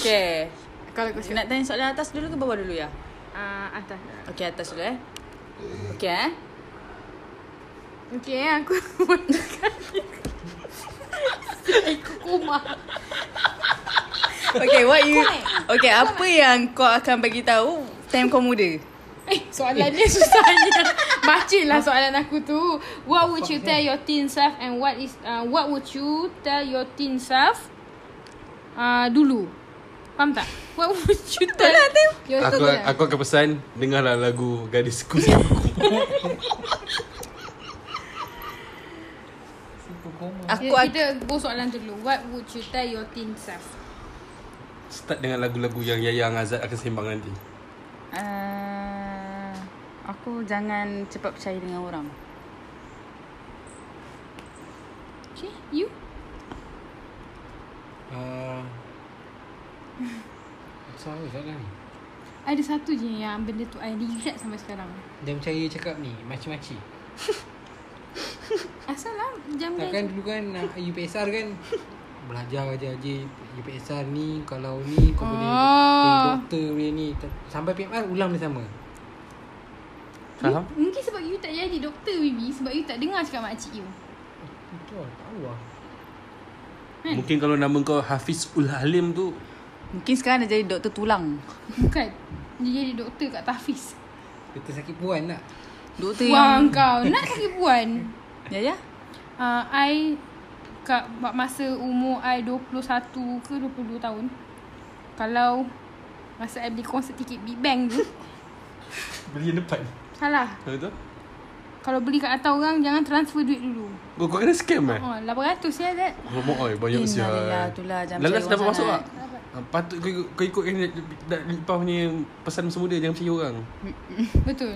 Speaker 1: Okay
Speaker 2: kalau kau nak
Speaker 1: Nak tanya soalan atas dulu ke bawah dulu ya?
Speaker 2: ah, atas.
Speaker 1: Okay atas dulu eh Okay eh
Speaker 2: Okey, aku Aku koma.
Speaker 1: Okay what you Okay apa yang kau akan bagi tahu Time kau muda
Speaker 2: Eh, soalan dia susahnya. Bacalah soalan aku tu. What would you tell your teen self and what is uh, what would you tell your teen self uh, dulu? Faham tak? What would you tell your teen
Speaker 4: aku
Speaker 2: self?
Speaker 4: aku akan pesan dengarlah lagu gadisku. Aku
Speaker 3: Siapa koma
Speaker 1: Aku
Speaker 2: Ya, Kita-
Speaker 1: akan
Speaker 2: kita go soalan tu dulu. What would you tell your teen self?
Speaker 4: Start dengan lagu-lagu yang Yayang Azad akan sembang nanti.
Speaker 1: Uh, aku jangan cepat percaya dengan orang.
Speaker 2: Okay, you?
Speaker 3: Ah. Soalan apa soalan ni
Speaker 2: Ada satu je yang benda tu I regret sampai sekarang.
Speaker 3: Jangan percaya cakap ni Macam-macam
Speaker 2: Asal lah jam
Speaker 3: Takkan dulu kan nak UPSR kan Belajar aja-aja UPSR ni Kalau ni kau boleh Jadi
Speaker 2: Oh.
Speaker 3: doktor boleh ni Ta- Sampai PMR ulang dia sama
Speaker 4: Faham?
Speaker 2: Mungkin sebab you tak jadi doktor baby Sebab you tak dengar cakap makcik you
Speaker 3: Betul tahu lah
Speaker 4: Mungkin kalau nama kau Hafiz Ul Halim tu
Speaker 1: Mungkin sekarang dia jadi doktor tulang.
Speaker 2: Bukan Dia jadi doktor kat Tafiz
Speaker 3: Kita sakit puan tak
Speaker 1: Doktor
Speaker 2: Wah
Speaker 1: yang
Speaker 2: kau Nak sakit puan
Speaker 1: Ya ya.
Speaker 2: uh, I Kat bak- masa umur I 21 ke 22 tahun Kalau Masa I beli konsert tiket Big Bang tu
Speaker 4: beli yang depan.
Speaker 2: Salah
Speaker 4: Tahu tu?
Speaker 2: Kalau beli kat atas orang Jangan transfer duit dulu
Speaker 4: Kau kau kena scam eh?
Speaker 2: Oh 800 ya Zat
Speaker 4: Ngomong oi banyak sial.
Speaker 1: Innalillah, lah, itulah, jangan
Speaker 4: Lalas
Speaker 1: percaya
Speaker 4: dapat
Speaker 1: orang
Speaker 4: masuk
Speaker 1: sangat.
Speaker 4: tak? Ah, Patut kau ikut, kau ikut yang dak lipah punya pesan masa muda jangan percaya orang.
Speaker 2: Betul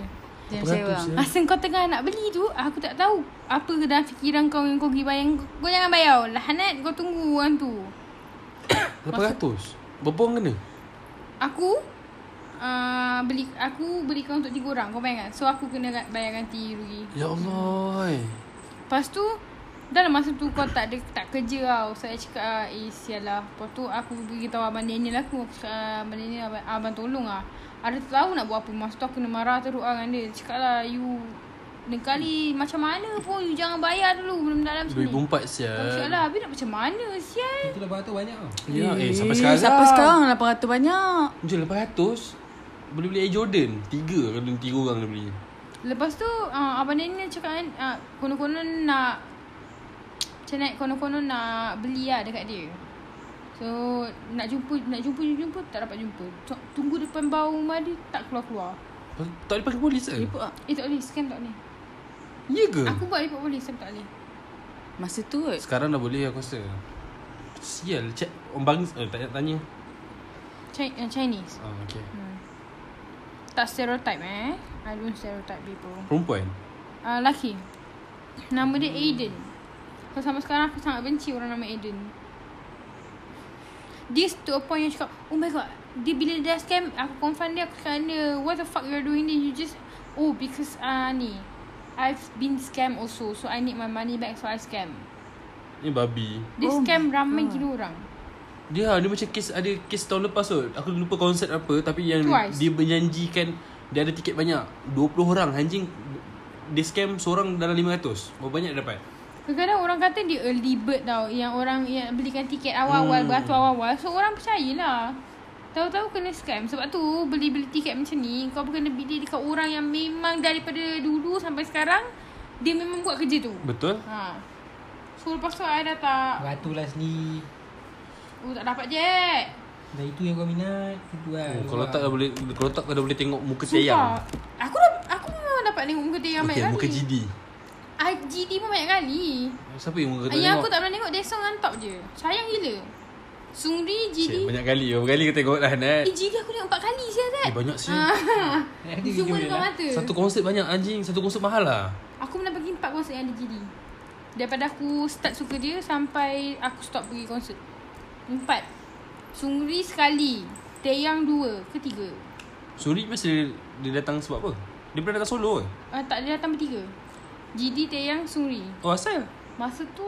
Speaker 1: Jangan percaya orang.
Speaker 4: Peratus,
Speaker 2: Masa kau tengah nak beli tu Aku tak tahu Apa dalam fikiran kau Yang kau pergi bayang Kau jangan bayar Lahanat kau tunggu orang tu
Speaker 4: Berapa ratus? Berbohong kena?
Speaker 2: Aku uh, beli Aku beli kau untuk tiga orang Kau bayangkan So aku kena ga- bayar ganti rugi
Speaker 4: Ya Allah. eh.
Speaker 2: Lepas tu Dalam masa tu kau tak ada tak kerja tau Saya cakap ah, Eh sial lah Lepas tu aku pergi tahu abang Daniel aku Aku cakap ah, abang Daniel abang, abang tolong lah Ada tak tahu nak buat apa Masa tu aku kena marah teruk lah dengan dia Dia Cakap lah you Lain kali macam mana pun You jangan bayar dulu Benda-benda dalam sini
Speaker 4: 2004
Speaker 2: Aku cakap
Speaker 4: sial.
Speaker 2: lah Habis nak macam mana sial
Speaker 3: Itu lebar tu banyak tau
Speaker 1: Eh, lah,
Speaker 4: Ya, eh sampai sekarang.
Speaker 1: Sampai sekarang 800 banyak.
Speaker 4: Je 800. Boleh beli Air Jordan Tiga kalau tiga orang dia beli
Speaker 2: Lepas tu uh, Abang Daniel cakap kan uh, Konon-konon nak Macam nak Konon-konon nak beli lah dekat dia So Nak jumpa Nak jumpa jumpa Tak dapat jumpa so, Tunggu depan bawah rumah dia Tak keluar-keluar
Speaker 4: Lepas tu, Tak boleh pakai polis ke?
Speaker 1: Report tak?
Speaker 2: Eh tak boleh Scam tak boleh
Speaker 4: Ya ke?
Speaker 2: Aku buat report boleh Scam tak boleh
Speaker 1: Masa tu kot
Speaker 4: Sekarang dah boleh aku rasa Sial Cek Orang bangsa eh, Tak nak tanya
Speaker 2: Chi- uh, Chinese
Speaker 4: ah, okay.
Speaker 2: hmm. Tak stereotype eh I don't stereotype people
Speaker 4: Perempuan
Speaker 2: uh, Lelaki Nama dia Aiden So sampai sekarang aku sangat benci orang nama Aiden Dia to a point yang cakap Oh my god Dia bila dia dah scam Aku confront dia Aku cakap dengan dia What the fuck you're doing this You just Oh because uh, ni I've been scam also So I need my money back So I scam
Speaker 4: Ni babi
Speaker 2: Dia
Speaker 1: Oh
Speaker 2: oh
Speaker 1: my
Speaker 2: scam ramai
Speaker 1: God.
Speaker 2: gila orang
Speaker 4: Dia ada macam kes Ada kes tahun lepas tu Aku lupa konsert apa Tapi yang
Speaker 2: Twice.
Speaker 4: Dia menjanjikan Dia ada tiket banyak 20 orang Anjing Dia scam seorang dalam 500 Berapa banyak dia dapat?
Speaker 2: Kadang-kadang orang kata dia early bird tau Yang orang yang belikan tiket awal-awal hmm.
Speaker 4: Hmm.
Speaker 2: Beratur awal-awal So orang percayalah Tahu-tahu kena scam Sebab tu beli-beli tiket macam ni Kau kena beli dekat orang yang memang Daripada dulu sampai sekarang Dia memang buat kerja tu
Speaker 4: Betul?
Speaker 2: ha. So lepas tu I dah tak
Speaker 3: Batu lah sendiri
Speaker 2: Oh tak dapat je
Speaker 3: Dah itu yang kau minat Itu lah
Speaker 4: Oh, kalau tak dah boleh Kalau tak kau dah boleh tengok muka
Speaker 2: Sumpah
Speaker 4: Teyang
Speaker 2: Aku dah Aku memang dapat tengok muka dia yang
Speaker 4: Okay,
Speaker 2: banyak
Speaker 4: muka
Speaker 2: kali
Speaker 4: GD
Speaker 2: I GD pun banyak kali
Speaker 4: Siapa yang muka kau
Speaker 2: Yang
Speaker 4: tengok?
Speaker 2: aku tak pernah tengok Desong dengan Top je Sayang gila Sungri,
Speaker 4: Cik,
Speaker 2: GD
Speaker 4: banyak kali Berapa kali kau tengok lah Nat
Speaker 2: Eh GD aku tengok 4 kali je Zat
Speaker 4: Eh banyak sih
Speaker 2: Ah,
Speaker 4: Eh,
Speaker 3: Nanti
Speaker 2: Semua
Speaker 3: video
Speaker 2: dengan
Speaker 3: lah.
Speaker 2: mata
Speaker 4: Satu konsert banyak anjing Satu konsert mahal lah
Speaker 2: Aku pernah pergi 4 konsert yang ada GD Daripada aku start suka dia Sampai aku stop pergi konsert 4 Sungri sekali Taeyang 2 Ketiga
Speaker 4: Suri mesti dia, dia datang sebab apa? Dia pernah datang solo ke?
Speaker 2: uh, Tak dia datang bertiga GD, Taeyang, Sungri
Speaker 4: Oh asal?
Speaker 2: Masa tu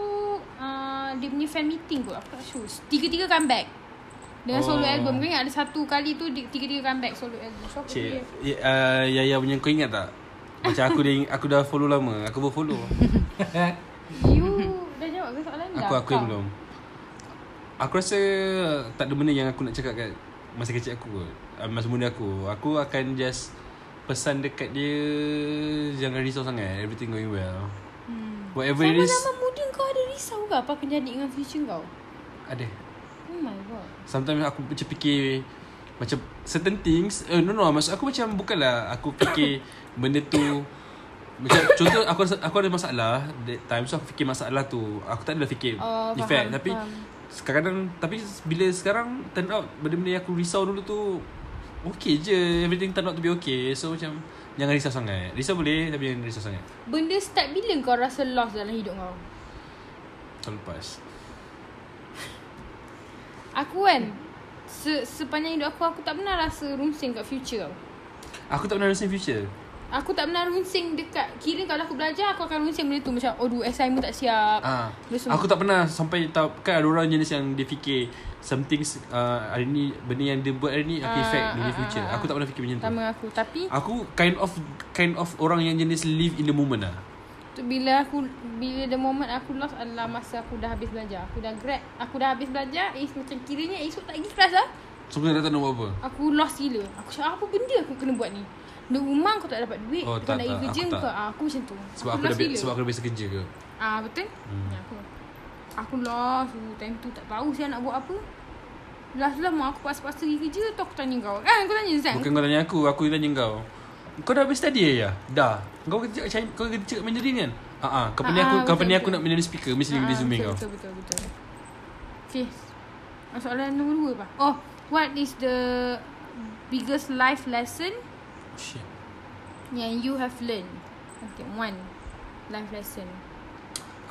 Speaker 2: uh, Dia punya fan meeting kot Aku tak sure Tiga-tiga comeback Dengan oh. solo
Speaker 4: Oh.
Speaker 2: album Kau ingat ada satu kali tu dia- Tiga-tiga comeback solo album So aku Cik.
Speaker 4: Cik, ya, uh, Yaya punya kau ingat tak? Macam aku dia, aku dah follow lama Aku baru follow
Speaker 2: You dah jawab ke soalan dah?
Speaker 4: Aku aku yang belum Aku rasa tak ada benda yang aku nak cakap kat Masa kecil aku kot Ah, Masa muda aku Aku akan just pesan dekat dia Jangan risau sangat Everything going well
Speaker 2: Hmm.
Speaker 4: Whatever it is
Speaker 2: Sama-sama muda kau ada risau ke apa akan jadi dengan future kau?
Speaker 4: Ada
Speaker 2: Oh my god.
Speaker 4: Sometimes aku macam fikir Macam certain things uh, No no Maksud aku macam Bukanlah aku fikir Benda tu Macam contoh Aku rasa, aku ada masalah That time So aku fikir masalah tu Aku tak adalah fikir
Speaker 2: Oh,
Speaker 4: Effect
Speaker 2: faham,
Speaker 4: Tapi
Speaker 2: faham.
Speaker 4: Sekarang Tapi bila sekarang Turn out Benda-benda yang aku risau dulu tu Okay je Everything turn out to be okay So macam Jangan risau sangat Risau boleh Tapi jangan risau sangat
Speaker 2: Benda start bila kau rasa lost dalam hidup kau?
Speaker 4: Tahun lepas
Speaker 2: Aku kan se- sepanjang hidup aku aku tak pernah rasa runsing kat future kau.
Speaker 4: Aku tak pernah rasa future
Speaker 2: Aku tak pernah runsing dekat Kira kalau aku belajar Aku akan runsing benda tu Macam Oh dulu assignment tak siap
Speaker 4: Ah,
Speaker 2: Dia semua.
Speaker 4: aku tak pernah sampai tahu kan ada orang jenis yang dia fikir something uh, hari ni benda yang dia buat hari ni akan
Speaker 2: Ah,
Speaker 4: effect
Speaker 2: ah,
Speaker 4: dia uh, future.
Speaker 2: ah,
Speaker 4: aku tak pernah fikir macam tu.
Speaker 2: Sama aku Tapi
Speaker 4: Aku kind of kind of orang yang jenis live in the moment lah.
Speaker 2: tu Bila aku Bila the moment aku lost Adalah masa aku dah habis belajar Aku dah grad Aku dah habis belajar Is macam kiranya Esok tak pergi kelas lah
Speaker 4: Semua dah tak nak buat apa.
Speaker 2: Aku lost gila Aku cakap apa benda aku kena buat ni Duduk rumah kau tak dapat duit
Speaker 4: Oh,
Speaker 2: oh, Kau
Speaker 4: tak,
Speaker 2: nak
Speaker 4: tak.
Speaker 2: pergi kerja
Speaker 4: Aku
Speaker 2: aku,
Speaker 4: tak.
Speaker 2: kau, ah, aku macam tu
Speaker 4: Sebab aku, dah
Speaker 2: lost
Speaker 4: be- sebab aku dah biasa kerja ke.
Speaker 2: Ah Betul hmm. ya, aku. aku lost oh, Time tu tak tahu saya nak buat apa Last lah mak aku paksa-paksa pergi kerja tu aku tanya kau Kan aku tanya Zan
Speaker 4: Bukan kau tanya aku, aku tanya kau. Kau dah habis study ya? Dah. Kau kerja kat China, kau kerja kat Mandarin kan? Ah ah, company
Speaker 2: Ah,
Speaker 4: aku
Speaker 2: ah,
Speaker 4: company
Speaker 2: betul, betul.
Speaker 4: aku
Speaker 2: Ah,
Speaker 4: nak Mandarin speaker mesti dia
Speaker 2: betul,
Speaker 4: zooming kau.
Speaker 2: betul, betul, betul Okay Ah, Soalan nombor dua apa? Oh What is the biggest life lesson
Speaker 4: Shit.
Speaker 2: yang you have learned? Okay, one life lesson.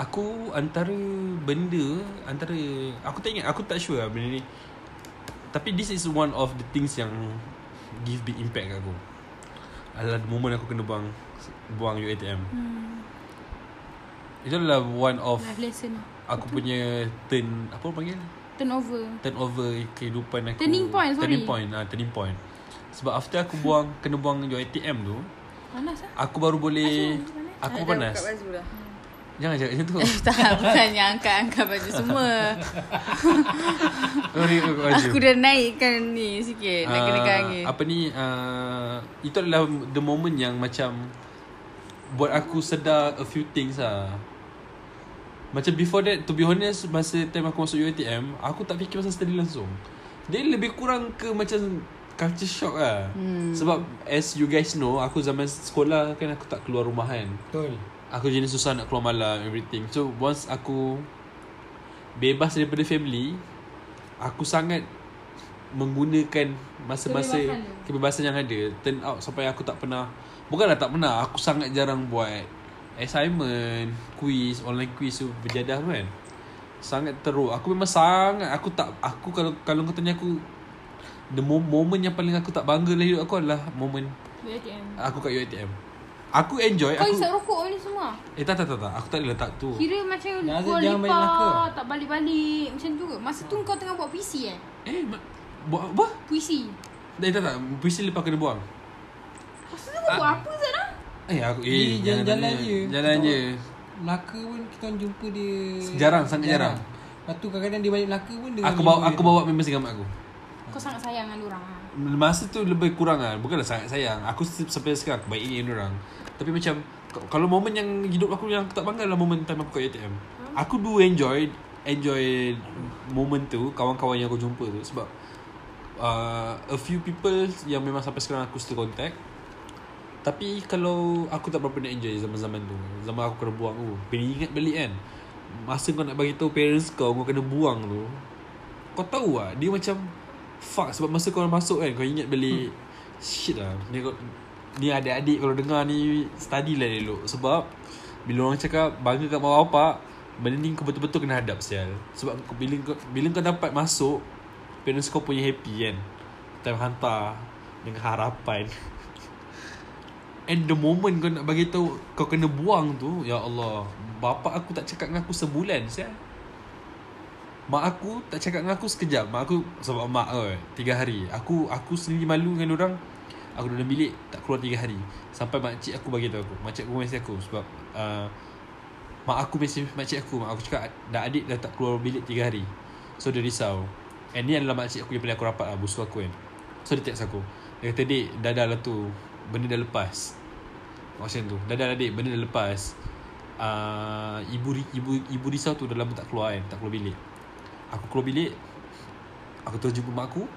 Speaker 4: Aku antara benda Antara Aku tak ingat Aku tak sure lah benda ni Tapi this is one of the things yang Give big impact kat aku Adalah the moment aku kena buang Buang UATM hmm. Itu adalah one of
Speaker 2: Life lesson.
Speaker 4: Aku punya turn Apa orang panggil?
Speaker 2: Turnover.
Speaker 4: Turnover kehidupan aku
Speaker 2: Turning point, sorry.
Speaker 4: Turning point ah, Turning point Sebab after aku buang Kena buang UATM tu
Speaker 2: Panas eh? lah.
Speaker 4: Aku baru boleh Aku panas
Speaker 1: Dah buka baju lah. dah
Speaker 4: Jangan cakap macam tu
Speaker 1: Tak bukannya angkat-angkat baju semua
Speaker 4: Oh, boleh kau baju
Speaker 1: Aku dah naikkan ni sikit Nak kenakan
Speaker 4: Ah,
Speaker 1: angin
Speaker 4: Apa ni uh, Itu adalah The moment yang macam Buat aku sedar A few things lah Macam before that To be honest Masa time aku masuk UITM Aku tak fikir pasal study langsung Dia lebih kurang ke macam Culture shock lah hmm. Sebab As you guys know Aku zaman sekolah Kan aku tak keluar rumah kan
Speaker 3: Betul
Speaker 4: Aku jenis susah nak keluar malam Everything So once aku Bebas daripada family Aku sangat Menggunakan Masa-masa
Speaker 2: Kebebasan tu.
Speaker 4: kebebasan, yang ada Turn out sampai aku tak pernah Bukanlah tak pernah Aku sangat jarang buat Assignment Quiz Online quiz tu Berjadah tu kan Sangat teruk Aku memang sangat Aku tak Aku kalau Kalau kau tanya aku The mo- moment yang paling aku tak bangga dalam hidup aku adalah Moment
Speaker 2: UiTM.
Speaker 4: Aku kat UiTM Aku enjoy
Speaker 2: Kau
Speaker 4: aku,
Speaker 2: isap rokok ni semua.
Speaker 4: Eh tak tak tak, tak. Aku tak boleh letak tu
Speaker 2: Kira macam
Speaker 3: Nazir
Speaker 2: kau
Speaker 3: jangan balik
Speaker 2: lipat,
Speaker 3: Melaka.
Speaker 2: tak balik-balik. Macam tu ke? Masa tu kau tengah buat puisi eh?
Speaker 4: Eh ma- Buat apa?
Speaker 2: Puisi.
Speaker 4: Eh tak tak Puisi lepas kena buang
Speaker 2: Masa tu kau
Speaker 4: Ah.
Speaker 2: buat apa ah? Zana?
Speaker 4: Eh aku
Speaker 3: Dia
Speaker 4: Eh jangan
Speaker 3: jalan-jalan
Speaker 4: tanya.
Speaker 3: je.
Speaker 4: Jalan
Speaker 3: Tak.
Speaker 4: je
Speaker 3: Melaka pun kita orang jumpa dia
Speaker 4: Jarang, sangat jarang.
Speaker 3: Lepas tu kadang-kadang dia balik Melaka pun dia
Speaker 4: Aku
Speaker 3: ambil
Speaker 4: bawa
Speaker 3: duit.
Speaker 4: aku bawa member segamat aku
Speaker 2: Kau sangat sayang dengan orang. ah.
Speaker 4: Masa tu lebih kurang lah Bukanlah sangat sayang Aku se- sampai sekarang Aku baik ingin orang Tapi macam k- Kalau momen yang hidup aku Yang aku tak bangga lah Momen time aku kat UTM Aku do enjoy Enjoy Moment tu Kawan-kawan yang aku jumpa tu Sebab uh, A few people Yang memang sampai sekarang Aku still contact Tapi kalau Aku tak berapa nak enjoy Zaman-zaman tu Zaman aku kena buang Oh, tu Beringat balik kan Masa kau nak bagi tahu Parents kau Kau kena buang tu Kau tahu lah Dia macam Fuck Sebab masa kau masuk kan Kau ingat balik Shit lah Ni, kau- ni adik-adik Kalau dengar ni Study lah elok Sebab Bila orang cakap Bangga kat mak bapak Benda ni kau betul-betul kena hadap sial Sebab kau- bila kau, bila kau dapat masuk Parents kau punya happy kan Time hantar Dengan harapan And the moment kau nak bagi tahu kau kena buang tu, ya Allah. Bapa aku tak cakap dengan aku sebulan saya. Mak aku tak cakap dengan aku sekejap. Mak aku sebab mak oi, tiga hari. Aku aku sendiri malu dengan orang. Aku dalam bilik tak keluar tiga hari. Sampai mak cik aku bagi tahu aku. Mak cik aku mesej aku sebab uh, mak aku mesej mak cik aku. Mak aku cakap dah adik dah tak keluar bilik tiga hari. So dia risau. And ni adalah mak cik aku yang paling aku rapat lah, busu aku kan. So dia text aku. Dia kata, "Dik, dah dah lah tu. Benda dah lepas." Macam tu Dah dah adik Benda dah lepas uh, ibu, ri- ibu ibu risau tu Dah lama tak keluar kan Tak keluar bilik Aku keluar bilik Aku terus jumpa mak aku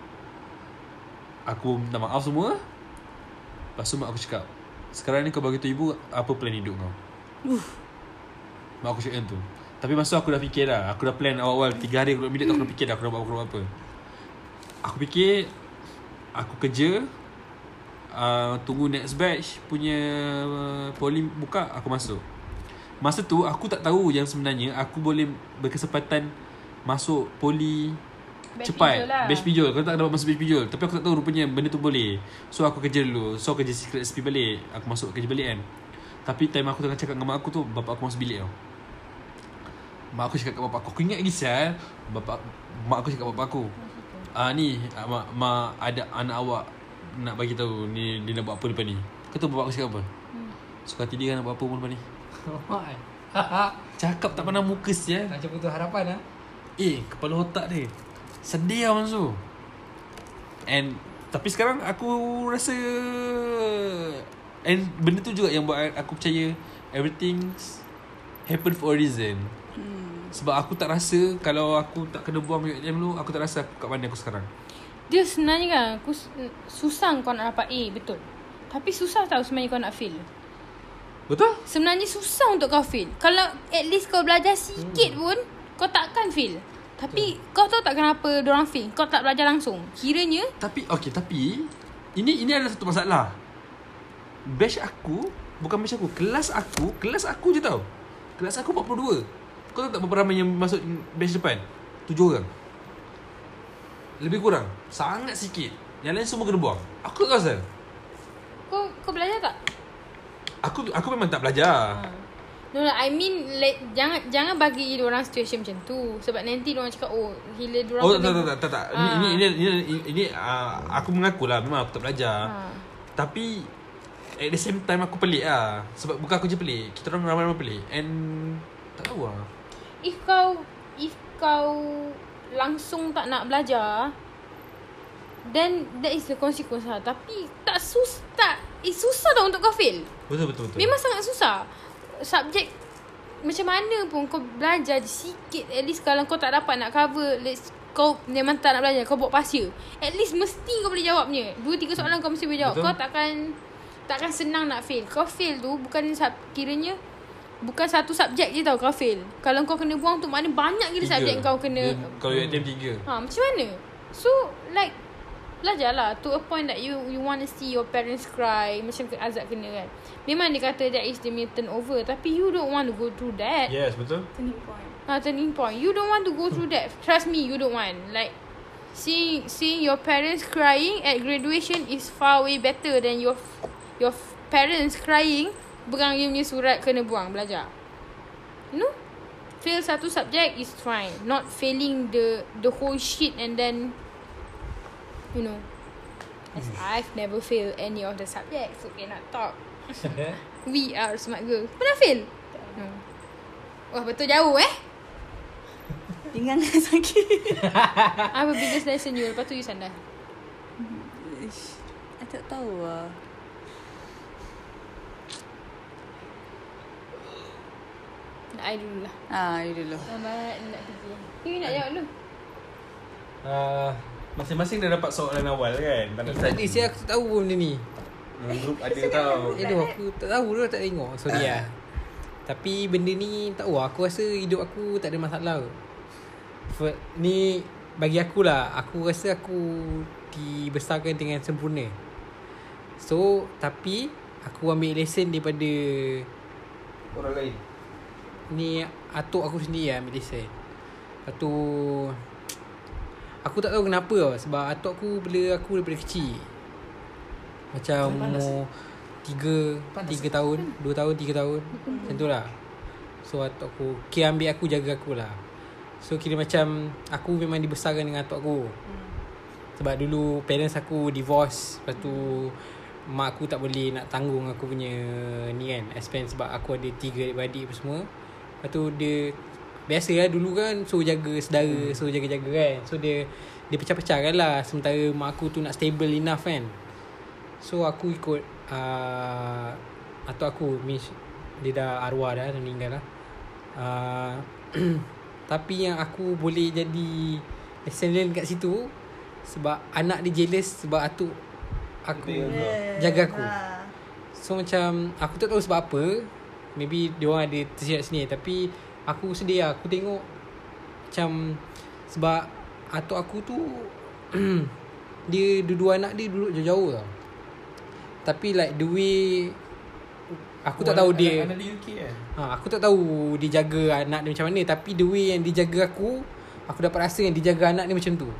Speaker 4: Aku minta maaf semua Lepas tu mak aku cakap Sekarang ni kau bagi tu ibu Apa plan hidup kau Mak aku cakap macam tu Tapi masa tu aku dah fikir dah Aku dah plan awal-awal 3 hari aku duduk bilik tak aku dah fikir dah Aku nak buat apa, aku nak buat apa Aku fikir Aku kerja uh, Tunggu next batch Punya uh, Poli buka Aku masuk Masa tu aku tak tahu yang sebenarnya Aku boleh berkesempatan Masuk poli
Speaker 2: Batch
Speaker 4: Cepat
Speaker 2: pijol lah.
Speaker 4: Batch pijol Kau tak dapat masuk batch pijol Tapi aku tak tahu rupanya Benda tu boleh So aku kerja dulu So aku kerja secret SP balik Aku masuk kerja balik kan Tapi time aku tengah cakap dengan mak aku tu Bapak aku masuk bilik tau Mak aku cakap kat bapak aku Aku ingat lagi sial Bapak Mak aku cakap kat bapak aku Ah ni ah, mak, mak ada anak awak Nak bagi tahu ni Dia nak buat apa depan ni Kau tahu bapak aku cakap apa?
Speaker 2: Hmm.
Speaker 4: Suka hati dia nak buat apa pun depan ni
Speaker 3: Mak eh. Haha.
Speaker 4: Cakap tak pandang muka sial
Speaker 3: Macam putus harapan ah.
Speaker 4: Eh kepala otak dia Sedih lah masa tu And Tapi sekarang aku rasa And benda tu juga yang buat aku percaya Everything Happen for a reason Sebab aku tak rasa Kalau aku tak kena buang UITM dulu Aku tak rasa aku kat mana aku sekarang
Speaker 2: Dia sebenarnya kan, aku s- susah kau nak dapat A, betul. Tapi susah tau sebenarnya kau nak fail.
Speaker 4: Betul?
Speaker 2: Sebenarnya susah untuk kau fail. Kalau at least kau belajar
Speaker 4: Hmm.
Speaker 2: sikit pun, kau takkan fail. Tapi kau tahu tak kenapa orang fail? Kau tak belajar langsung. Kiranya
Speaker 4: Tapi okay tapi ini ini ada satu masalah. Batch aku bukan batch aku, kelas aku, kelas aku je tau. Kelas aku 42. Kau tahu tak berapa ramai yang masuk batch depan? 7 orang. Lebih kurang. Sangat sikit. Yang lain semua kena buang. Aku tak rasa.
Speaker 2: kau kau belajar tak?
Speaker 4: Aku aku memang tak belajar.
Speaker 2: Ah, No, no, I mean like, jangan jangan bagi orang situation macam tu sebab nanti orang cakap oh gila orang
Speaker 4: Oh tak tak tak tak tak. Ini
Speaker 2: Ah.
Speaker 4: ini ini, ini, ini, ini uh, aku mengakulah memang aku tak belajar.
Speaker 2: Ah. Ha.
Speaker 4: Tapi At the same time aku pelik lah Sebab bukan aku je pelik Kita orang ramai-ramai pelik And Tak tahu lah
Speaker 2: If kau If kau langsung tak nak belajar then that is the consequence lah. Tapi tak sus tak eh, susah tau untuk kau fail.
Speaker 5: Betul betul betul.
Speaker 2: Memang sangat susah. Subjek macam mana pun kau belajar je sikit at least kalau kau tak dapat nak cover let's kau memang tak nak belajar kau buat pasir. At least mesti kau boleh jawabnya. Dua tiga soalan kau mesti boleh jawab.
Speaker 5: Betul.
Speaker 2: Betul. Kau takkan takkan senang nak fail. Kau fail tu bukan sub, kiranya bukan satu subjek je tau kau fail. Kalau kau kena buang tu makna banyak gila
Speaker 5: Tiga.
Speaker 2: subjek kau kena
Speaker 5: Dia- Kalau UATM tiga
Speaker 2: Ha, macam mana? So, like, belajarlah to a point that you you want to see your parents cry. Macam ke- Azad kena kan. Memang dia kata that is the main turnover. Tapi you don't want to go through that. Yeah.
Speaker 5: Yes betul
Speaker 6: Turning point.
Speaker 2: Ha, turning point. You don't want to go through that. Trust me, you don't want. Like, seeing seeing your parents crying at graduation is far way better than your your parents crying pegang you punya surat kena buang belajar. No? Fail satu subject is fine. Not failing the the whole shit and then you know. As I've never failed any of the subjects, so cannot talk. We are smart girl. Pernah fail? No. Wah, betul jauh eh.
Speaker 1: Pinggang sakit.
Speaker 2: Apa biggest lesson you? Lepas tu you sandal.
Speaker 1: Ish, I tak tahu lah.
Speaker 2: Nak I dulu lah.
Speaker 1: Ah, you dulu.
Speaker 2: Lambat nak fikir. You
Speaker 3: Eh.
Speaker 2: nak jawab dulu.
Speaker 5: Ah, Masing-masing dah dapat soalan awal kan Tak nak
Speaker 3: Tadi saya eh, aku tak tahu pun benda ni
Speaker 5: Dalam Grup ada tau
Speaker 3: Eh tu aku tak tahu lah tak tengok Sorry lah Tapi benda ni tak tahu lah. Aku rasa hidup aku tak ada masalah kot. Fir- Ni bagi aku lah Aku rasa aku dibesarkan dengan sempurna So tapi Aku ambil lesson daripada
Speaker 5: Orang lain
Speaker 3: Ni atuk aku sendiri lah ambil lesson Lepas tu Aku tak tahu kenapa tau Sebab atuk aku bela aku daripada kecil Macam umur Tiga Tiga tahun Dua tahun Tiga tahun Macam tu lah So atuk aku Kira ambil aku jaga aku lah So kira macam Aku memang dibesarkan dengan atuk aku Sebab dulu Parents aku divorce Lepas tu Mak aku tak boleh nak tanggung aku punya Ni kan Expense sebab aku ada tiga adik-adik apa semua Lepas tu dia Biasa lah dulu kan Suruh jaga sedara Suruh jaga-jaga kan So dia Dia pecah-pecah kan lah Sementara mak aku tu nak stable enough kan So aku ikut uh, Atuk aku Mish Dia dah arwah dah Dah meninggal lah uh, Tapi yang aku boleh jadi Lesson learn kat situ Sebab anak dia jealous Sebab atuk Aku Jaga aku
Speaker 6: Ah.
Speaker 3: So macam Aku tak tahu sebab apa Maybe diorang ada tersirat sini Tapi Aku sedih lah Aku tengok Macam Sebab Atuk aku tu Dia dua-dua anak dia duduk jauh-jauh tau Tapi like the way Aku tak tahu dia
Speaker 5: Anak di UK kan
Speaker 3: ha, Aku tak tahu Dia jaga anak dia macam mana Tapi the way yang dia jaga aku Aku dapat rasa yang dia jaga anak dia macam tu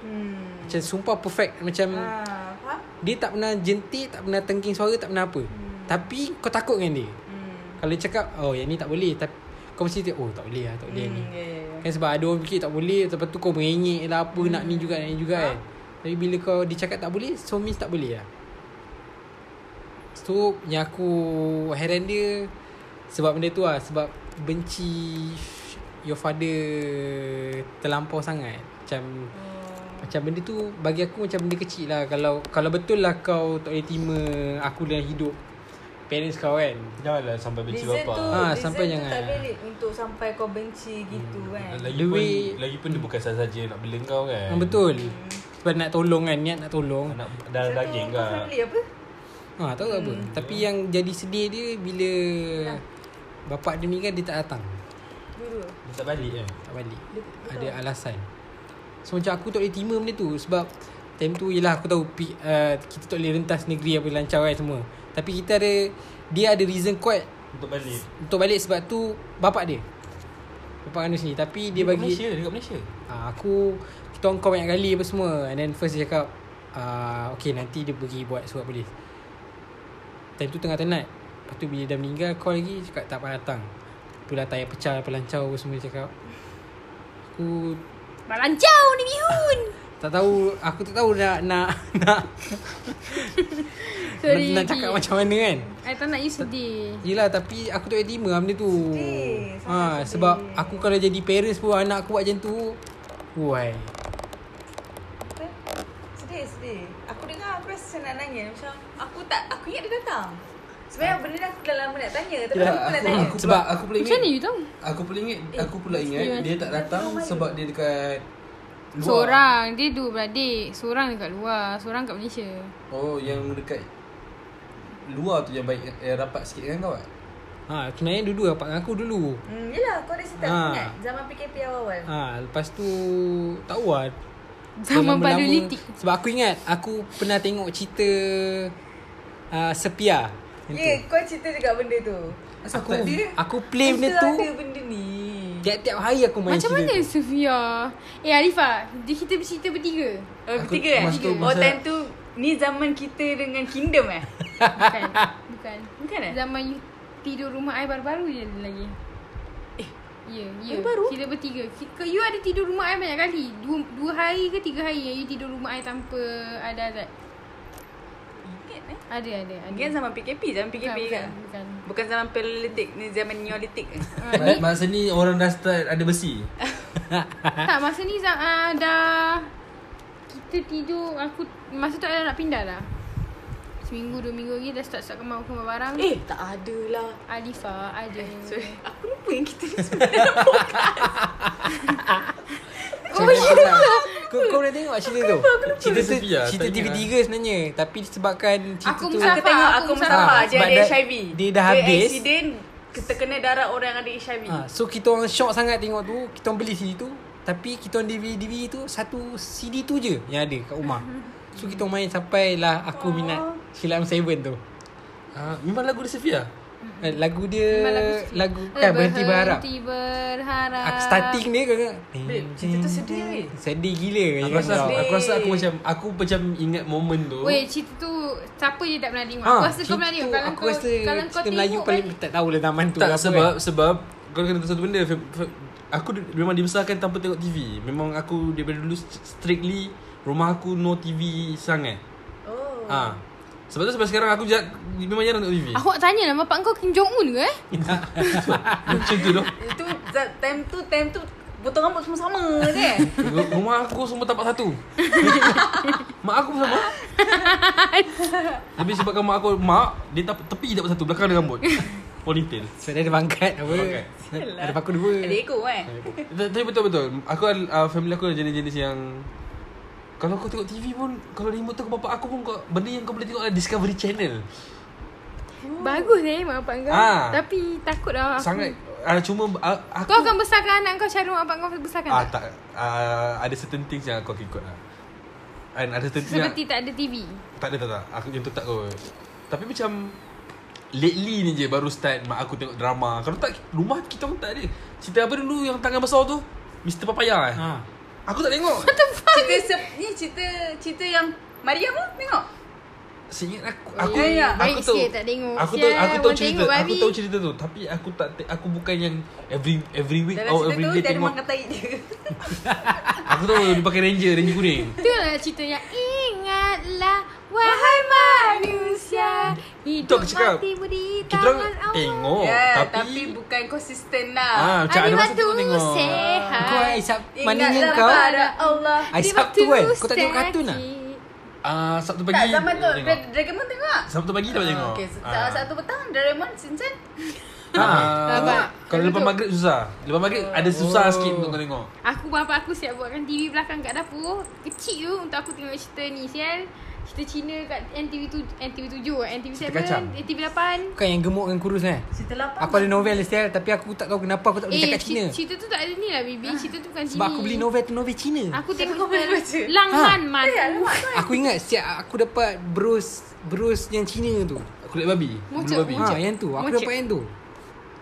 Speaker 6: Hmm.
Speaker 3: Macam sumpah perfect Macam
Speaker 6: Ah, faham?
Speaker 3: dia tak pernah jentik Tak pernah tengking suara Tak pernah apa hmm. Tapi kau takut dengan dia
Speaker 6: Hmm.
Speaker 3: Kalau dia cakap Oh yang ni tak boleh Tapi kau mesti tengok Oh tak boleh lah Tak boleh hmm. ni
Speaker 6: Hmm, ya, ya, ya.
Speaker 3: Kan sebab ada orang fikir tak boleh Lepas tu kau merengek lah Apa hmm. nak ni juga Nak ni juga kan Tapi bila kau dicakap tak boleh So means tak boleh lah So yang aku Heran dia Sebab benda tu lah Sebab benci Your father Terlampau sangat Macam macam benda tu bagi aku macam benda kecil lah Kalau kalau betul lah kau tak boleh terima aku dalam hidup Parents kau kan
Speaker 5: Janganlah sampai benci
Speaker 6: Reason
Speaker 5: bapak
Speaker 6: tu,
Speaker 3: Ah,
Speaker 6: ha,
Speaker 3: sampai
Speaker 6: sampai tu
Speaker 3: jangan.
Speaker 6: tak valid untuk sampai kau benci gitu
Speaker 4: Hmm,
Speaker 6: kan.
Speaker 5: Lagi
Speaker 3: The
Speaker 5: pun
Speaker 3: way-
Speaker 5: Lagi pun dia bukan sahaja Nak bela kau kan
Speaker 4: Hmm.
Speaker 3: Yang Ah, betul Sebab nak tolong kan Niat nak tolong
Speaker 5: Nak dah
Speaker 6: Satu
Speaker 5: daging
Speaker 6: kau
Speaker 5: kak
Speaker 6: family apa?
Speaker 3: ha, Tahu hmm. Ya. apa Tapi yang jadi sedih dia Bila Bapak dia ni kan dia tak datang
Speaker 6: Guru.
Speaker 5: Dia tak balik kan
Speaker 3: Tak balik Ada alasan So macam aku tak boleh terima benda tu Sebab Time tu yelah aku tahu pi- uh, Kita tak boleh rentas negeri Apa lancar kan semua Tapi kita ada Dia ada reason kuat
Speaker 5: Untuk balik
Speaker 3: Untuk balik sebab tu Bapak dia Bapak kandung sini Tapi dia, dia bagi
Speaker 5: Malaysia Dia kat Malaysia
Speaker 3: uh, aku kita orang call banyak kali apa semua and then first dia cakap uh, okay nanti dia pergi buat surat polis time tu tengah tenat lepas tu bila dah meninggal call lagi cakap tak payah datang tu lah tayar pecah pelancau apa semua dia cakap aku
Speaker 2: Balancau ni bihun.
Speaker 3: tak tahu aku tak tahu nak nak nak, nak,
Speaker 2: Sorry.
Speaker 3: nak cakap macam mana kan
Speaker 2: I tak nak you sedih.
Speaker 3: Yelah tapi aku tak boleh terima benda tu
Speaker 6: Sedih, sangat
Speaker 3: ha,
Speaker 6: sedih.
Speaker 3: Sebab aku kalau jadi parents pun anak aku buat macam tu Why?
Speaker 1: Apa? Sedih sedih Aku dengar aku rasa nak nangis Macam aku tak Aku ingat dia datang Sebenarnya benda ni aku dah lama nak tanya Tapi aku
Speaker 4: Ya,
Speaker 1: nak
Speaker 4: aku,
Speaker 1: tanya
Speaker 4: aku pula,
Speaker 3: Sebab-
Speaker 4: aku pula
Speaker 2: Macam
Speaker 4: ingat
Speaker 2: mana you tahu?
Speaker 4: Aku pula ingat
Speaker 2: Eh,
Speaker 4: Aku pula ingat
Speaker 2: serious.
Speaker 4: Dia tak datang
Speaker 1: Dia
Speaker 4: Sebab dia dekat luar.
Speaker 2: Seorang. Dia dua beradik. Seorang dekat luar. Seorang kat Malaysia.
Speaker 4: Oh yang dekat Luar tu yang baik eh, Rapat sikit dengan kau kan
Speaker 3: Ha, Kinaya dulu rapat dengan aku dulu.
Speaker 1: hmm, Yelah kau ada cerita aku
Speaker 3: Ah.
Speaker 1: ingat Zaman PKP awal-awal
Speaker 3: Ha, lepas tu tak buat.
Speaker 2: Zaman
Speaker 3: Lama-lama-
Speaker 2: Paleolitik.
Speaker 3: Sebab aku ingat aku pernah tengok cerita uh, Sepia.
Speaker 1: Ya
Speaker 3: Yang
Speaker 2: Eh.
Speaker 1: yeah,
Speaker 3: tu.
Speaker 1: kau cerita juga benda tu
Speaker 4: Asal
Speaker 3: Aku
Speaker 4: tak ada?
Speaker 3: aku play benda
Speaker 1: Asal
Speaker 3: tu.
Speaker 1: ada benda ni
Speaker 3: Tiap-tiap hari aku main
Speaker 2: Macam
Speaker 3: cerita
Speaker 2: mana
Speaker 3: tu.
Speaker 2: Sofia? Eh Arifah, dia kita bercerita bertiga.
Speaker 1: Oh,
Speaker 4: Aku-
Speaker 1: bertiga eh?
Speaker 4: masa tu-
Speaker 1: oh,
Speaker 4: masa-
Speaker 1: time tu ni zaman kita dengan kingdom eh?
Speaker 2: Bukan. Bukan.
Speaker 1: Bukan eh?
Speaker 2: Zaman you tidur rumah I baru-baru je lagi. Ya,
Speaker 1: Eh,
Speaker 2: ya.
Speaker 1: baru?
Speaker 2: Kita bertiga. Ki- ke- You ada tidur rumah I banyak kali. Dua, dua hari ke tiga hari yang you tidur rumah I tanpa ada ada.
Speaker 1: Ingat eh?
Speaker 2: Ada, ada. ada.
Speaker 1: Ingat zaman PKP, zaman PKP
Speaker 2: bukan,
Speaker 1: kan?
Speaker 2: bukan.
Speaker 1: Bukan zaman paleolitik, ni zaman neolitik. eh?
Speaker 2: Ah,
Speaker 4: Ma-
Speaker 2: ni, Eh.
Speaker 4: Masa ni orang dah start ada besi
Speaker 2: tak, masa ni za- ah, dah kita tidur aku masa tu I dah nak pindah dah. Seminggu, dua minggu lagi dah start start kemas kemas barang.
Speaker 1: eh, tak ada lah.
Speaker 2: Alifa ada.
Speaker 1: Sorry, aku lupa yang kita ni
Speaker 3: Oh, ya.
Speaker 2: lah.
Speaker 3: Kau, kau pernah tengok cerita tu? Cerita tu
Speaker 4: Sepia,
Speaker 3: cerita
Speaker 4: tak ingat.
Speaker 3: TV3 sebenarnya. Tapi disebabkan cerita
Speaker 2: Aku
Speaker 3: tu
Speaker 2: Musafar,
Speaker 1: Aku tengok
Speaker 2: aku
Speaker 1: aku musafar Dia
Speaker 3: musafar. Ah, Sebab
Speaker 1: ada
Speaker 3: dah-
Speaker 1: HIV
Speaker 3: dia dah habis.
Speaker 1: Dia accident Kita kena darah orang yang ada HIV
Speaker 3: ha, so kita orang shock sangat tengok tu. Kita orang beli CD tu. Tapi kita orang DVD, DVD tu satu CD tu je yang ada kat rumah. So kita orang main sampailah aku minat Silam Seven tu.
Speaker 4: ha, Memang lagu dia Sofia
Speaker 3: Eh, Lagu dia
Speaker 2: Memang lagu
Speaker 1: eh,
Speaker 3: lagu,
Speaker 2: sedih.
Speaker 3: kan berhenti berharap.
Speaker 2: Berhenti ya. berharap.
Speaker 3: Aku starting dia kagak.
Speaker 1: Babe, cerita tu sedih weh.
Speaker 3: Sedih gila.
Speaker 4: Aku
Speaker 3: kan
Speaker 4: rasa
Speaker 3: kau.
Speaker 4: aku, aku rasa aku macam Aku macam ingat momen tu
Speaker 2: Weh, cerita tu siapa je tak pernah tengok.
Speaker 3: Ha,
Speaker 2: aku rasa kau
Speaker 3: cerita
Speaker 2: pernah tengok.
Speaker 3: tu
Speaker 2: Kalau
Speaker 3: aku
Speaker 2: kau
Speaker 3: rasa
Speaker 2: kalau kau
Speaker 3: cerita Melayu
Speaker 2: tengok
Speaker 3: paling
Speaker 2: kan.
Speaker 3: tak tahu lah zaman tu
Speaker 4: Tak
Speaker 3: apa
Speaker 4: sebab
Speaker 3: kan.
Speaker 4: Sebab Kau kena tahu satu benda Feb- Feb- Aku di- memang dibesarkan tanpa tengok TV Memang aku daripada dulu st- Strictly Rumah aku no TV sangat
Speaker 1: Oh
Speaker 4: ha. Sebab tu sampai sekarang aku jar- Memang jarang tengok TV
Speaker 2: Awak tanya lah bapak kau Kim Jong Un ke eh?
Speaker 4: Macam tu tu
Speaker 1: Itu za- time tu Time tu Potong rambut semua sama je
Speaker 4: Ru- Rumah aku semua tapak satu Mak aku pun sama Tapi sebabkan mak aku Mak Dia tapak, tepi tapak satu Belakang ada rambut Ponytail
Speaker 3: Sebab dia ada bangkat apa.
Speaker 4: Bangkat.
Speaker 3: Ada paku dua.
Speaker 1: Ada ekor kan
Speaker 4: Ta- Tapi betul-betul Aku ad- uh, Family aku ada jenis-jenis yang Kalau kau tengok TV pun Kalau remote tu ke bapak aku pun kau, Benda yang kau boleh tengok adalah Discovery Channel
Speaker 3: Oh.
Speaker 2: Bagus eh mak bapak kau.
Speaker 4: Ah.
Speaker 2: Tapi takut lah aku.
Speaker 4: Sangat uh, Cuma uh, aku
Speaker 2: Kau akan besarkan anak kau cara mak bapak kau besarkan
Speaker 4: Ah
Speaker 2: tak?
Speaker 4: tak uh, Ada certain things yang aku akan ikut lah And
Speaker 3: ya.
Speaker 4: ada certain things yang-
Speaker 2: Seperti tak ada TV.
Speaker 4: Tak ada tak tak Aku yang tu tak kot Tapi macam Lately ni je baru start Mak aku tengok drama Kalau tak rumah kita pun tak ada Cerita apa dulu yang tangan besar tu Mr. Papaya eh
Speaker 3: Ha.
Speaker 4: ha. Aku tak tengok
Speaker 1: Cerita se- Ni cerita Cerita yang Maria pun tengok
Speaker 4: Seingat aku Aku,
Speaker 1: Eh, ya.
Speaker 4: aku
Speaker 2: Baik sikit tak tengok.
Speaker 4: Aku tahu,
Speaker 2: Sial,
Speaker 4: aku tahu
Speaker 2: orang
Speaker 4: cerita
Speaker 2: tengok,
Speaker 4: Aku
Speaker 2: babi.
Speaker 4: tahu cerita tu Tapi aku tak te- Aku bukan yang Every every week
Speaker 1: Dalam
Speaker 4: Or
Speaker 1: cerita
Speaker 4: every
Speaker 1: tu Dia ada
Speaker 4: day Oh, tengok
Speaker 1: makan tahi dia
Speaker 4: Aku tahu dia pakai ranger Ranger kuning
Speaker 2: Itulah lah cerita yang ingatlah wahai manusia
Speaker 4: Itu
Speaker 2: hidup
Speaker 4: aku cakap
Speaker 2: mati budi
Speaker 4: Kita
Speaker 2: tangan
Speaker 4: orang
Speaker 2: Allah.
Speaker 4: tengok
Speaker 1: Ya,
Speaker 4: Oh, Tapi,
Speaker 1: Tapi bukan konsisten lah
Speaker 4: Ah, macam ada
Speaker 2: Hari
Speaker 4: masa tu
Speaker 2: waktu
Speaker 4: aku tengok
Speaker 2: sehat.
Speaker 3: Kau
Speaker 4: Ah,
Speaker 3: isap mananya
Speaker 1: Ingatlah
Speaker 3: kau.
Speaker 1: pada Allah
Speaker 3: Hari
Speaker 2: Di
Speaker 3: Sabtu
Speaker 2: waktu
Speaker 3: kan. Kau tak tengok kartun lah.
Speaker 2: sakit.
Speaker 4: Ah, Sabtu pagi
Speaker 1: Tak zaman tu
Speaker 4: tengok.
Speaker 1: Dra- Dragon Ball tengok
Speaker 4: Sabtu pagi tak tengok
Speaker 1: Okay, so-
Speaker 4: Ah.
Speaker 1: satu petang Doraemon, Shinchan
Speaker 4: Ha.
Speaker 2: Nampak?
Speaker 4: Kalau lepas maghrib susah. Lepas maghrib ada susah oh. sikit untuk kau tengok.
Speaker 2: Aku bapa aku siap buatkan TV belakang kat dapur Kecil tu untuk aku tengok cerita ni Sial Cerita Cina kat NTV tu NTV 7 NTV 7
Speaker 4: Cerita kacang.
Speaker 2: NTV 8
Speaker 3: Bukan yang gemuk dengan kurus kan.
Speaker 1: Cerita lapang
Speaker 3: Aku ada novel setiap tapi aku tak tahu kenapa aku tak boleh
Speaker 2: Eh
Speaker 3: cakap Oh, Cina. Ah.
Speaker 2: cerita, cerita tu tak ada ni lah baby Cerita tu bukan
Speaker 3: Sebab
Speaker 2: sini.
Speaker 3: aku beli novel tu novel Cina.
Speaker 2: Aku kan- tengok
Speaker 1: Kau boleh baca?
Speaker 2: Lang
Speaker 3: Ha.
Speaker 2: Man Man Uff.
Speaker 3: Aku ingat setiap aku dapat bros bros yang Cina tu.
Speaker 4: Kulit babi. Bulu
Speaker 2: Mucuk.
Speaker 4: babi.
Speaker 3: Ha, yang tu. Aku
Speaker 2: Mocek.
Speaker 3: dapat yang tu.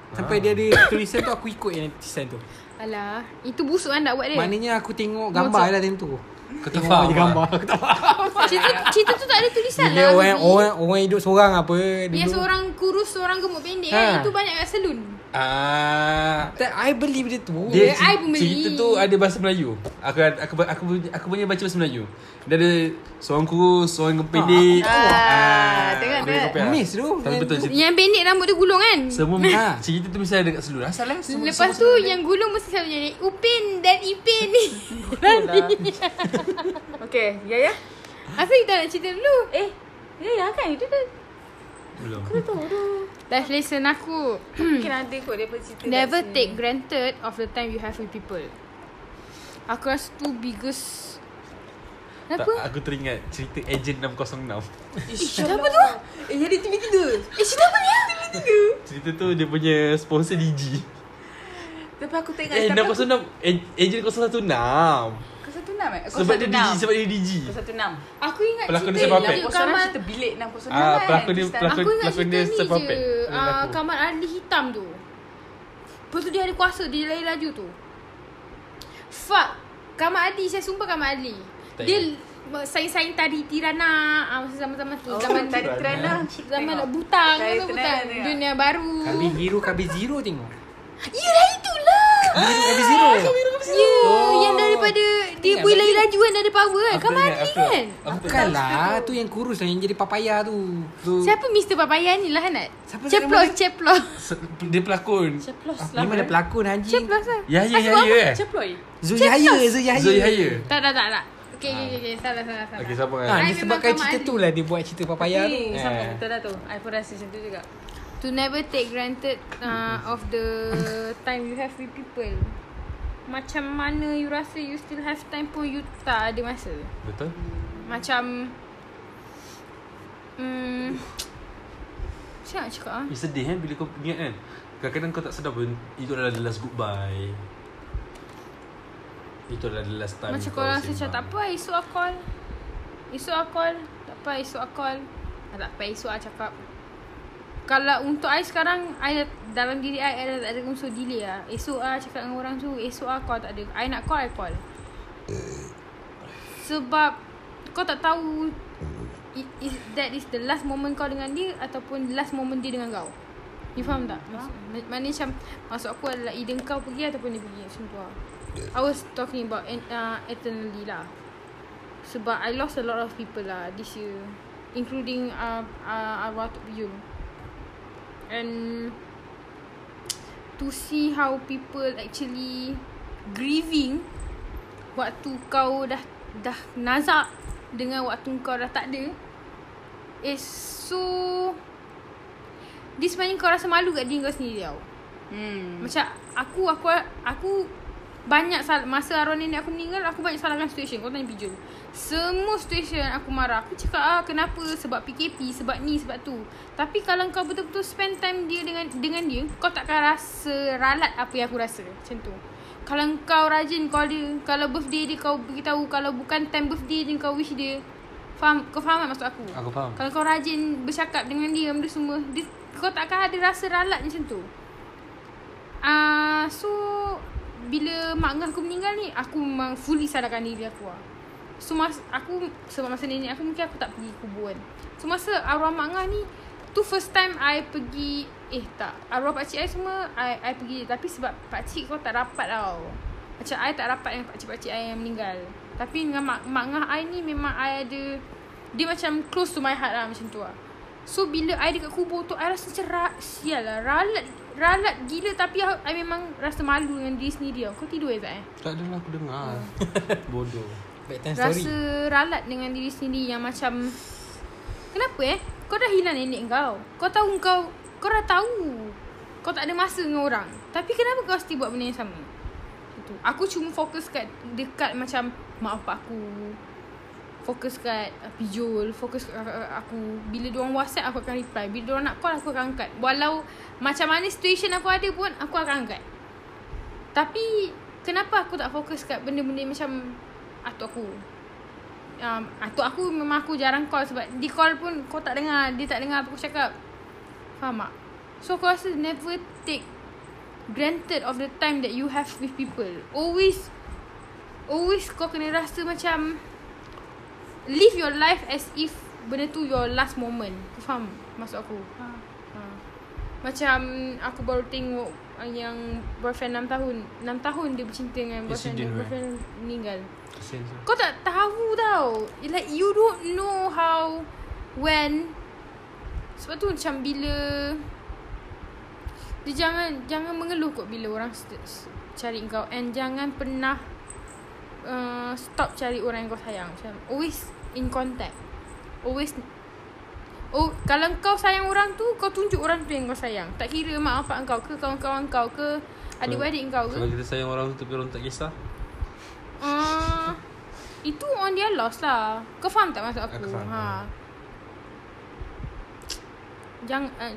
Speaker 3: Sampai dia ada tulisan tu aku ikut yang tulisan tu.
Speaker 2: Alah Itu busuk kan nak buat dia
Speaker 3: Maknanya aku tengok gambar
Speaker 2: Mocek.
Speaker 3: lah time tu.
Speaker 4: Kau tak
Speaker 3: Tengok
Speaker 4: faham.
Speaker 3: je gambar. Aku tak faham.
Speaker 2: cerita, cerita tu tak ada tulisan
Speaker 3: Bila
Speaker 2: lah
Speaker 3: orang,
Speaker 2: baby.
Speaker 3: orang, orang hidup seorang apa.
Speaker 2: Yang
Speaker 3: dulu.
Speaker 2: seorang kurus Seorang gemuk pendek kan
Speaker 3: Ha.
Speaker 2: Itu banyak kat salon
Speaker 3: Ah, tak I beli benda tu. Ya.
Speaker 2: Dia- I pun beli.
Speaker 4: Cerita tu ada bahasa Melayu. Aku aku aku aku punya baca bahasa Melayu. Dia ada seorang kurus, seorang pendek.
Speaker 1: Ah, tengok,
Speaker 4: boleh
Speaker 1: tengok.
Speaker 4: kopi lah.
Speaker 3: Miss tu.
Speaker 4: Tapi betul cerita.
Speaker 2: Yang pendek rambut dia gulung kan?
Speaker 4: Semua
Speaker 3: Ah.
Speaker 4: cerita tu mesti ada kat seluruh. Asal lah semua.
Speaker 2: Lepas tu yang gulung mesti selalu jadi Upin dan Ipin ni.
Speaker 6: Okay, ya ya.
Speaker 2: Asal kita nak cerita dulu?
Speaker 6: Eh, ya ya kan itu dah.
Speaker 4: Belum.
Speaker 2: Life lesson aku.
Speaker 6: Mungkin ada kot dia pun cerita.
Speaker 2: Never
Speaker 6: kat sini.
Speaker 2: take granted of the time you have with people. Aku rasa tu biggest
Speaker 4: Tak,
Speaker 2: apa?
Speaker 4: aku teringat cerita Agent 606.
Speaker 6: Ish, apa tu? Eh,
Speaker 1: ya,
Speaker 6: jadi tiba-tiba.
Speaker 2: Eh, cerita apa ni?
Speaker 4: Cerita tu dia punya sponsor DG.
Speaker 6: Tapi aku tengok
Speaker 4: Eh,
Speaker 6: tapi aku-
Speaker 4: 606. Ag- Agent 016.
Speaker 1: Kau satu enam eh? Kau
Speaker 4: Sebab
Speaker 1: satu
Speaker 4: dia DG,
Speaker 1: enam.
Speaker 4: sebab dia DG.
Speaker 1: Kau satu enam.
Speaker 2: Aku ingat
Speaker 4: Pelakon dia
Speaker 2: cerita
Speaker 6: Eh,
Speaker 4: siapa, Pep?
Speaker 2: je
Speaker 1: Kau seorang
Speaker 2: Kamal.
Speaker 1: cerita bilik 606
Speaker 4: Ah,
Speaker 1: kan?
Speaker 4: pelakon dia-
Speaker 1: Tristan.
Speaker 4: pelakon-
Speaker 2: Aku ingat cerita
Speaker 4: dia
Speaker 2: ni
Speaker 4: siapa,
Speaker 2: je.
Speaker 4: Pep? Dia
Speaker 2: Ah,
Speaker 4: berlakon.
Speaker 2: Kamal Ali hitam tu. Lepas tu dia ada kuasa, dia lari laju tu. Fuck. Kamal Ali, saya sumpah Kamal Ali.
Speaker 4: Tak
Speaker 2: Dia saing-saing tadi Tirana ah, masa zaman-zaman
Speaker 6: Oh,
Speaker 2: tu. zaman
Speaker 6: tadi Trana.
Speaker 4: eh.
Speaker 2: zaman
Speaker 6: Tengok.
Speaker 2: butang,
Speaker 6: Tadi
Speaker 2: masa butang.
Speaker 6: Trana tengok.
Speaker 2: Dunia baru.
Speaker 3: Kabi hero, kabi zero tengok.
Speaker 2: Yelah itulah.
Speaker 3: Hero, kabi zero.
Speaker 2: Ya,
Speaker 3: Oh.
Speaker 2: yang daripada dia boleh lari laju kan, dia ada power kan. Kamal
Speaker 4: ingat,
Speaker 2: Ali
Speaker 4: aku-
Speaker 2: kan.
Speaker 3: Bukanlah tu yang kurus lah yang jadi papaya tu. Tu
Speaker 2: Siapa Mr. Papaya ni lah Hanat?
Speaker 3: Siapa tu
Speaker 2: Ceplos,
Speaker 3: nama
Speaker 2: ceplos.
Speaker 4: Se- Dia pelakon.
Speaker 6: Ceplos
Speaker 3: Ni mana Ah, pelakon anjing.
Speaker 2: Ceplos lah.
Speaker 4: Yahya Yahya eh.
Speaker 6: lah. Ceploi.
Speaker 3: Zulhaya, Zulhaya.
Speaker 4: Zoe Yahya.
Speaker 2: Tak, tak, tak, tak. Okey, okey, okey. Salah, salah, salah.
Speaker 4: Okey, siapa kan?
Speaker 2: I
Speaker 3: Ah, ni
Speaker 2: memang
Speaker 3: sebabkan
Speaker 2: Kamal
Speaker 3: cerita
Speaker 2: Ali.
Speaker 3: tu lah dia buat cerita papaya tu.
Speaker 6: Tapi sama
Speaker 4: Eh.
Speaker 6: kita dah tu. I pun rasa macam tu juga.
Speaker 2: To never take granted uh, of the time you have with people. Macam mana you rasa you still have time pun you tak ada masa.
Speaker 4: Betul?
Speaker 2: Macam... Hmm, macam nak cakap ah?
Speaker 4: Eh, sedih kan bila kau ingat kan. Kadang-kadang kau tak sedar pun itu adalah the last goodbye. Itu adalah the last time
Speaker 2: Macam kau rasa macam tak apa esok aku call. Esok aku call. Tak apa esok aku call. Ah, tak apa esok aku cakap. Kalau untuk I sekarang I dah- dalam diri I, I dah tak ada unsur delay lah Esok lah cakap dengan orang tu Esok lah call tak ada I nak call I call Sebab Kau tak tahu i- is, That is the last moment kau dengan dia Ataupun last moment dia dengan kau You faham tak? Maksud, maknanya macam Maksud aku adalah either kau pergi Ataupun dia pergi Macam tu lah I was talking about en- uh, eternally lah Sebab I lost a lot of people lah This year Including uh, uh, Arwah Tok Biyun And To see how people actually Grieving Waktu kau dah Dah nazak Dengan waktu kau dah tak ada It's so Dia sebenarnya kau rasa malu kat diri kau sendiri tau
Speaker 1: Hmm.
Speaker 2: macam aku aku aku banyak sal- masa Aron nenek aku meninggal aku banyak salahkan situation kau tanya Pijul semua situation aku marah aku cakap ah kenapa sebab PKP sebab ni sebab tu tapi kalau kau betul-betul spend time dia dengan dengan dia kau takkan rasa ralat apa yang aku rasa macam tu kalau kau rajin call dia kalau birthday dia kau beritahu kalau bukan time birthday dia kau wish dia faham kau faham kan maksud aku
Speaker 4: Aku faham.
Speaker 2: kalau kau rajin bercakap dengan dia benda semua dia, kau takkan ada rasa ralat macam tu Ah, uh, so bila mak ngah aku meninggal ni aku memang fully sadarkan diri aku lah. So mas, aku sebab masa nenek aku mungkin aku tak pergi kuburan. So masa arwah mak ngah ni tu first time I pergi eh tak arwah pak cik I semua I I pergi tapi sebab pak cik kau tak rapat tau. Macam I tak rapat dengan pak cik pak cik I yang meninggal. Tapi dengan mak mak ngah I ni memang I ada dia macam close to my heart lah macam tu lah. So bila I dekat kubur tu I rasa macam ra- Sial lah Ralat Ralat gila Tapi I, I memang Rasa malu dengan diri sendiri tau Kau tidur eh Zat eh
Speaker 4: Tak adalah aku dengar. Bodoh.
Speaker 3: Ah, Back time story.
Speaker 2: Rasa ralat dengan diri sendiri Yang macam Kenapa eh Kau dah hilang nenek kau Kau tahu kau Kau dah tahu Kau tak ada masa dengan orang Tapi kenapa kau still buat benda yang sama Itu. Aku cuma fokus kat Dekat macam Mak bapak aku Fokus kat uh, Pijol Fokus kat kakak-kakak aku Bila diorang whatsapp Aku akan reply Bila diorang nak call Aku akan angkat Walau Macam mana situation aku ada pun Aku akan angkat Tapi Kenapa aku tak fokus kat Benda-benda macam Atuk aku um, Atuk aku memang aku jarang call Sebab dia call pun Kau tak dengar Dia tak dengar apa aku cakap Faham tak? So aku rasa Never take Granted of the time That you have with people Always Always kau kena rasa macam Live your life as if Benda tu your last moment Kau faham Maksud aku ha. Ha. Macam aku baru tengok uh, yang boyfriend 6 tahun 6 tahun dia bercinta dengan boyfriend
Speaker 5: Accident,
Speaker 2: dia
Speaker 5: eh?
Speaker 2: boyfriend meninggal
Speaker 5: Kesian tu.
Speaker 2: Kau tak tahu tau Like you don't know how When Sebab tu macam bila Dia jangan Jangan mengeluh kot bila orang st- s- Cari kau And jangan pernah uh, Stop cari orang yang kau sayang Macam always in contact Always Oh, kalau kau sayang orang tu, kau tunjuk orang tu yang kau sayang. Tak kira mak bapak kau ke, kawan-kawan kau ke, adik-adik kau ke.
Speaker 4: Kalau kita sayang orang tu Tapi orang tak kisah
Speaker 2: Uh, itu on their loss lah. Kau faham tak maksud aku?
Speaker 5: Aku faham,
Speaker 2: ha. Jangan uh,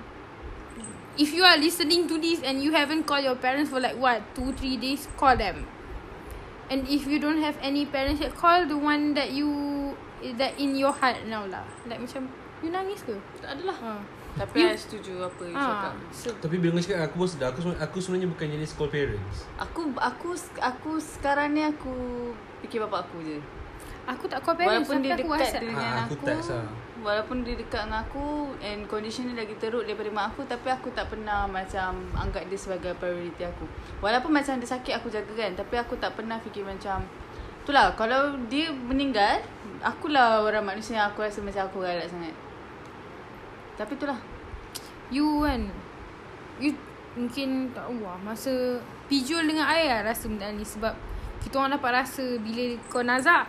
Speaker 2: If you are listening to this and you haven't called your parents for like what, 2 3 days, call them. And if you don't have any parents yet, call the one that you that in your heart now lah. Like macam you nangis ke? Tak adalah. Ha.
Speaker 1: Hmm. Tapi
Speaker 2: You-
Speaker 1: I setuju apa you
Speaker 6: Ha.
Speaker 2: Ah.
Speaker 1: cakap. So,
Speaker 5: Tapi bila kau cakap aku pun sedar aku, sebenarnya- aku sebenarnya bukan jenis call parents.
Speaker 1: aku aku aku sekarang ni aku fikir bapak aku je.
Speaker 2: Aku tak call parents
Speaker 1: Walaupun dia
Speaker 2: sampai aku
Speaker 1: dekat
Speaker 2: WhatsApp.
Speaker 1: dengan
Speaker 5: Ah, aku
Speaker 1: aku,
Speaker 5: tak sah.
Speaker 1: Walaupun dia dekat dengan aku And condition dia lagi teruk daripada mak aku Tapi aku tak pernah macam Anggap dia sebagai priority aku Walaupun macam dia sakit aku jaga kan Tapi aku tak pernah fikir macam Itulah kalau dia meninggal Akulah orang manusia yang aku rasa macam aku galak sangat Tapi itulah
Speaker 2: You kan You Mungkin tak tahu lah Masa Pijul dengan I lah Rasa benda ni Sebab Kita orang dapat rasa Bila kau nazak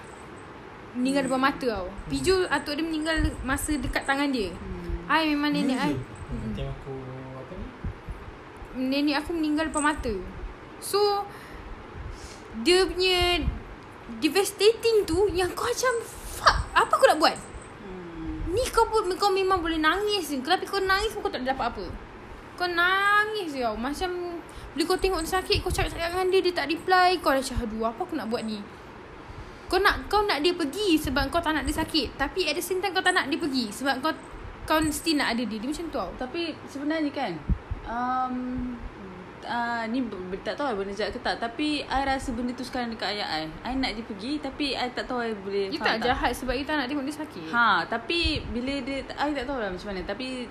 Speaker 2: Meninggal depan mata tau Pijul atuk dia meninggal Masa dekat tangan dia I memang nenek I
Speaker 7: Tim aku apa ni?
Speaker 2: Nenek aku meninggal depan mata So Dia punya Devastating tu Yang kau macam Fuck Apa aku nak buat Ni kau pun kau memang boleh nangis ni. Tapi kau nangis pun kau tak ada dapat apa. Kau nangis tau. Macam bila kau tengok dia sakit, kau cakap-cakap dengan dia, dia tak reply. Kau dah macam, aduh apa aku nak buat ni? Kau nak kau nak dia pergi sebab kau tak nak dia sakit. Tapi at the same time kau tak nak dia pergi sebab kau kau still nak ada dia. Dia macam tu tau.
Speaker 1: Tapi sebenarnya kan um, uh, Ni b- b- tak tahu I boleh jahat ke tak Tapi I rasa benda tu sekarang dekat ayah I I nak dia pergi Tapi I tak tahu I boleh
Speaker 2: You
Speaker 1: faham
Speaker 2: tak jahat sebab you tak nak tengok dia sakit.
Speaker 1: Ha, tapi bila dia I tak tahu lah macam mana. Tapi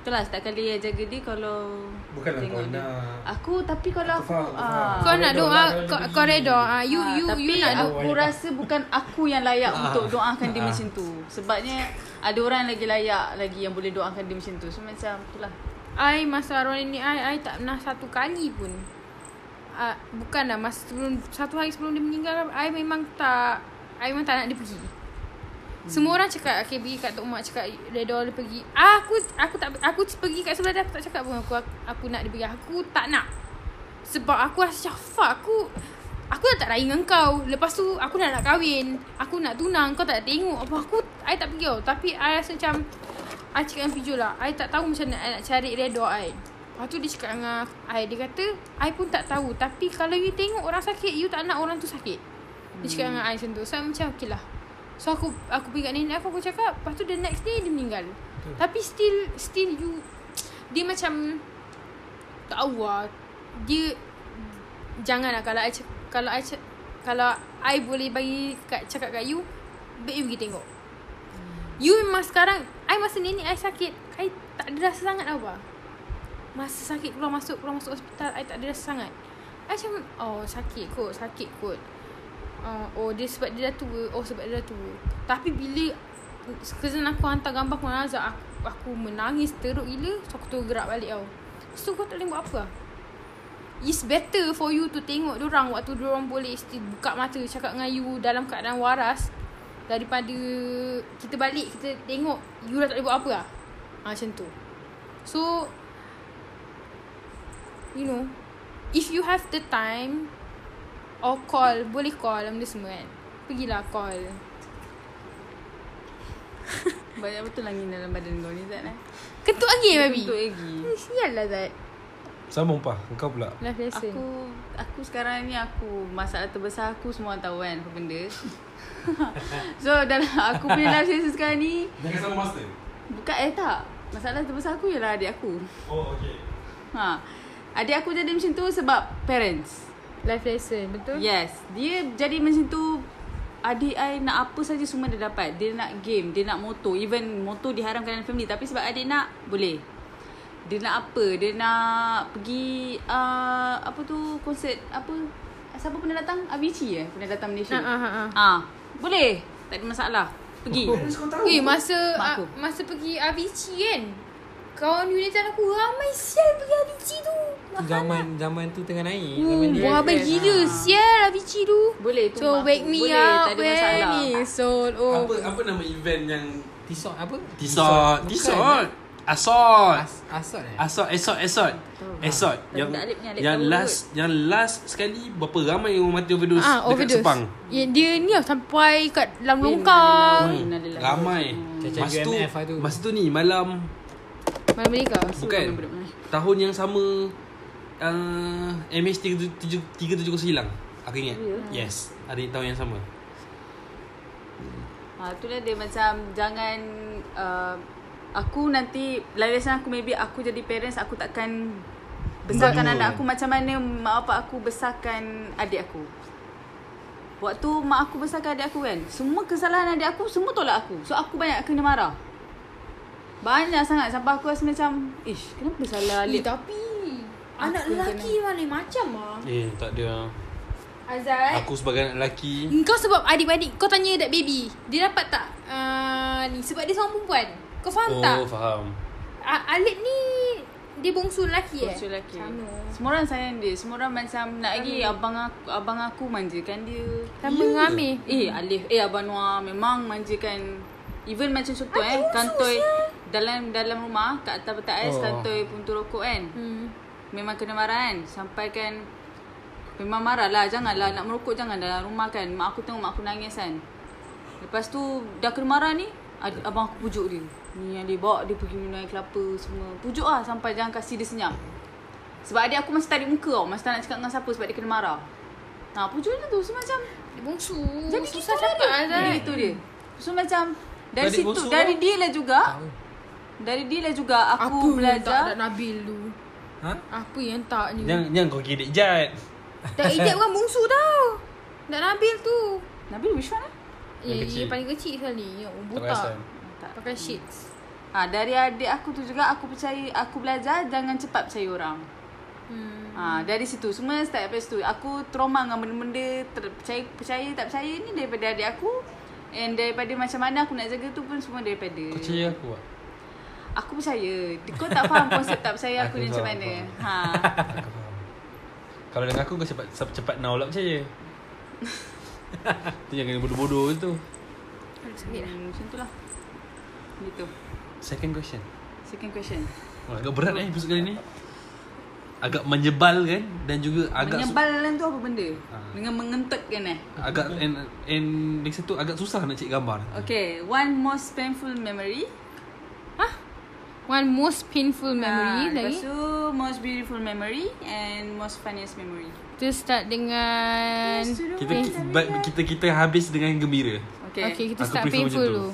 Speaker 1: itulah setiap kali I jaga dia kalau
Speaker 5: Bukanlah
Speaker 1: tengok
Speaker 5: kau
Speaker 1: dia.
Speaker 5: nak.
Speaker 1: Aku tapi kalau
Speaker 5: Aku faham, aku
Speaker 1: ah.
Speaker 5: faham.
Speaker 2: Kau
Speaker 7: Kau
Speaker 2: nak
Speaker 7: redha
Speaker 2: doa,
Speaker 7: lah,
Speaker 2: kau,
Speaker 7: kau
Speaker 2: kau redha. Ah, you
Speaker 1: Ah,
Speaker 2: you
Speaker 1: tapi
Speaker 2: you nak doa.
Speaker 1: aku rasa bukan aku yang layak
Speaker 5: Ah.
Speaker 1: untuk doakan dia macam tu. Sebabnya ada orang lagi layak lagi yang boleh doakan dia macam tu. So macam itulah.
Speaker 2: I masa arwah nenek I I tak pernah satu kali pun uh, Bukanlah masa sebelum Satu hari sebelum dia meninggal I memang tak I memang tak nak dia pergi semua orang cakap Okay pergi kat Tok Mak Cakap Redha dia pergi Aku aku tak Aku pergi kat sebelah dia Aku tak cakap pun Aku aku nak dia pergi Aku tak nak Sebab aku rasa macam Fuck aku Aku dah tak raya dengan kau Lepas tu Aku dah nak kahwin Aku nak tunang Kau tak tengok apa Aku I tak pergi tau Tapi I rasa macam I cakap dengan Pijul lah I tak tahu macam mana I nak cari redha I Lepas tu dia cakap dengan I Dia kata I pun tak tahu Tapi kalau you tengok orang sakit You tak nak orang tu sakit Dia cakap dengan I macam tu So I macam okay lah So aku aku pergi kat nenek aku Aku cakap Lepas tu the next day Dia meninggal Tapi still Still you Dia macam Tak tahu lah Dia Jangan lah Kalau I cak- Kalau I cak- Kalau I boleh bagi kat, Cakap kat you Baik you pergi tengok You memang sekarang I masa nenek I sakit I tak ada rasa sangat apa Masa sakit keluar masuk Keluar masuk hospital I tak ada rasa sangat I macam Oh sakit kot Sakit kot uh, Oh dia sebab dia dah tua Oh sebab dia dah tua Tapi bila Sekesan aku hantar gambar aku dengan Azhar aku, aku menangis teruk gila So aku terus gerak balik tau So kau tak boleh buat apa lah It's better for you to tengok orang Waktu orang boleh still buka mata Cakap dengan you dalam keadaan waras Daripada kita balik Kita tengok you dah tak boleh buat apa lah ha, Macam tu So You know If you have the time Or call Boleh call benda semua kan Pergilah call
Speaker 1: Banyak betul angin dalam badan kau ni Zat eh.
Speaker 2: Kentut lagi babi
Speaker 1: Untuk lagi.
Speaker 2: Eh, Sial lah Zat
Speaker 5: Sambung pah, kau pula.
Speaker 2: Life lesson
Speaker 1: Aku aku sekarang ni aku masalah terbesar aku semua orang tahu kan apa benda. so dalam aku punya life lesson sekarang ni
Speaker 4: Jangan sama master
Speaker 1: bukan eh tak. Masalah terbesar aku ialah adik aku.
Speaker 4: Oh okay
Speaker 1: Ha. Adik aku jadi macam tu sebab parents.
Speaker 2: Life lesson Betul
Speaker 1: Yes Dia jadi macam tu Adik I nak apa saja semua dia dapat Dia nak game Dia nak motor Even motor diharamkan dalam family Tapi sebab adik nak Boleh Dia nak apa Dia nak pergi uh, Apa tu Konsert Apa Siapa pernah datang Avicii eh Pernah datang Malaysia
Speaker 2: Ah, ah, ah,
Speaker 1: ah. Boleh Tak ada masalah Pergi
Speaker 2: Eh masa
Speaker 1: Mak
Speaker 2: ah,
Speaker 1: aku.
Speaker 2: masa pergi Avicii kan. Kawan unitan aku ramai sial pergi Avicii tu. lah.
Speaker 3: Zaman zaman tu tengah naik.
Speaker 2: Oh,
Speaker 3: Zaman dia.
Speaker 2: buah abang
Speaker 1: yes.
Speaker 2: gila
Speaker 1: Ah.
Speaker 2: sial Avicii tu.
Speaker 1: Boleh tu
Speaker 2: So
Speaker 1: mak
Speaker 2: wake oh.
Speaker 1: aku.
Speaker 2: me
Speaker 1: Boleh,
Speaker 2: up
Speaker 1: tak ada
Speaker 2: when
Speaker 1: masalah.
Speaker 2: it's all
Speaker 4: Apa
Speaker 2: over.
Speaker 4: apa nama event yang
Speaker 3: Tisot apa?
Speaker 4: Tisot
Speaker 3: Bukan.
Speaker 4: Tisot Asot
Speaker 3: As, asot eh?
Speaker 4: Asot Esot Esot Esot
Speaker 1: Hmm. Tapi
Speaker 4: Yang
Speaker 1: tak Alip ni, Alip
Speaker 4: yang
Speaker 1: tahu
Speaker 4: last Yang last sekali Berapa ramai yang mati overdose
Speaker 2: Ah,
Speaker 4: Dekat
Speaker 2: overdose.
Speaker 4: Sepang
Speaker 2: Ya, dia ni lah sampai kat dalam longkang.
Speaker 1: Hmm. Innalillahi.
Speaker 4: Hmm.
Speaker 1: Hmm.
Speaker 4: Ramai
Speaker 3: Cacat
Speaker 4: Masa tu
Speaker 3: UMF lah tu.
Speaker 4: Masa tu ni malam
Speaker 2: Malam mereka.
Speaker 4: Bukan Tahun yang sama uh, MH370 hilang Aku ingat
Speaker 1: Ya.
Speaker 4: Yes Hari tahun yang sama
Speaker 1: Ha, itulah dia macam jangan uh, aku nanti larisan aku maybe aku jadi parents aku takkan besarkan
Speaker 4: Betul.
Speaker 1: anak aku macam mana mak bapak aku besarkan adik aku. Waktu mak aku besarkan adik aku kan, semua kesalahan adik aku semua tolak aku. So aku banyak kena marah. Banyak sangat sampai aku rasa macam, ish, kenapa salah
Speaker 2: Eh,
Speaker 1: Alip?
Speaker 2: tapi anak
Speaker 1: Aku
Speaker 2: lelaki mana macam ah.
Speaker 4: Eh tak ada
Speaker 2: Azal.
Speaker 4: Aku sebagai anak lelaki
Speaker 2: Kau sebab adik-adik kau tanya that baby. Dia dapat tak? Uh, ni sebab dia seorang perempuan. Kau faham tak?
Speaker 4: Oh faham
Speaker 2: A- Alip ni dia bongsu lelaki eh?
Speaker 1: Bongsu lelaki.
Speaker 2: Sama.
Speaker 1: Semua orang sayang dia. Semua orang macam nak lagi abang aku, abang aku manjakan dia.
Speaker 2: Sama dengan Amir.
Speaker 1: Eh Alif Eh Abang Noah Memang manjakan Even macam contoh eh Kantoi Dalam dalam rumah Kat atas petak ais
Speaker 3: Oh.
Speaker 1: oh. Kantoi puntur rokok kan
Speaker 2: Hmm.
Speaker 1: Memang kena marah kan Sampai kan Memang marah lah Janganlah nak merokok Jangan dalam rumah kan Mak aku tengok Mak aku nangis kan Lepas tu Dah kena marah ni ad- Abang aku pujuk dia Ni yang dia bawa Dia pergi minum air kelapa Semua Pujuk lah Sampai jangan kasi dia senyap Sebab adik aku masih tarik muka tau Masih tak nak cakap dengan siapa Sebab dia kena marah Nah pujuk dia tu So macam
Speaker 2: Dia bongsu.
Speaker 1: jadi susah
Speaker 2: Susah cakap lah, Azal.
Speaker 1: Jadi itu dia. So macam dari
Speaker 4: Adik
Speaker 1: situ
Speaker 4: bongsu
Speaker 1: dari
Speaker 4: kau?
Speaker 1: dia lah juga. Dari dia lah juga aku
Speaker 2: Apa yang tak
Speaker 1: belajar.
Speaker 2: ada Nabil tu?
Speaker 4: Ha?
Speaker 2: Apa yang tak ni?
Speaker 4: Yang yang kau kira
Speaker 1: Eh.
Speaker 4: jad
Speaker 2: Dah ejek bukan bongsu tau. Dah Nabil tu.
Speaker 1: Nabil which one eh?
Speaker 2: Ya,
Speaker 4: Yang
Speaker 2: dia
Speaker 4: kecil.
Speaker 2: paling kecil sekali. Ya, Yang buta.
Speaker 4: perasan.
Speaker 1: Tak.
Speaker 2: Pakai shades.
Speaker 1: Ha, dari adik aku tu juga aku percaya aku belajar jangan cepat percaya orang.
Speaker 2: Hmm.
Speaker 1: Ha, dari situ semua start dari situ. Aku trauma dengan benda-benda ter- percaya percaya tak percaya ni daripada adik aku and daripada macam mana aku nak jaga tu pun semua daripada
Speaker 4: Percaya aku lah
Speaker 1: Aku percaya. Kau tak faham konsep tak percaya aku
Speaker 4: Aku
Speaker 1: ni macam
Speaker 4: faham,
Speaker 1: mana.
Speaker 4: aku
Speaker 1: Ha.
Speaker 4: Aku faham Kalau dengan aku kau cepat cepat, cepat now lah percaya Tu yang kena bodoh-bodoh tu
Speaker 1: Hmm, macam tu lah. Gitu.
Speaker 4: Second question
Speaker 1: Second question.
Speaker 4: Wah, Agak berat eh episode kali ni Agak menjebal kan Dan juga agak su-
Speaker 1: Menyebalan tu apa benda?
Speaker 4: Ha.
Speaker 1: Dengan mengentek kan eh?
Speaker 4: Agak and, and Next satu agak susah nak cek gambar
Speaker 1: Okay, one most painful memory.
Speaker 2: One most painful
Speaker 1: Ah,
Speaker 2: memory
Speaker 1: Lepas
Speaker 2: lagi.
Speaker 1: tu, most beautiful memory and most funniest memory.
Speaker 2: Kita start dengan
Speaker 4: kita, kita, kita kita habis dengan gembira
Speaker 1: Okay.
Speaker 2: Okay, okay kita
Speaker 4: Aku
Speaker 2: start
Speaker 4: prefer
Speaker 2: painful
Speaker 4: macam tu.
Speaker 2: dulu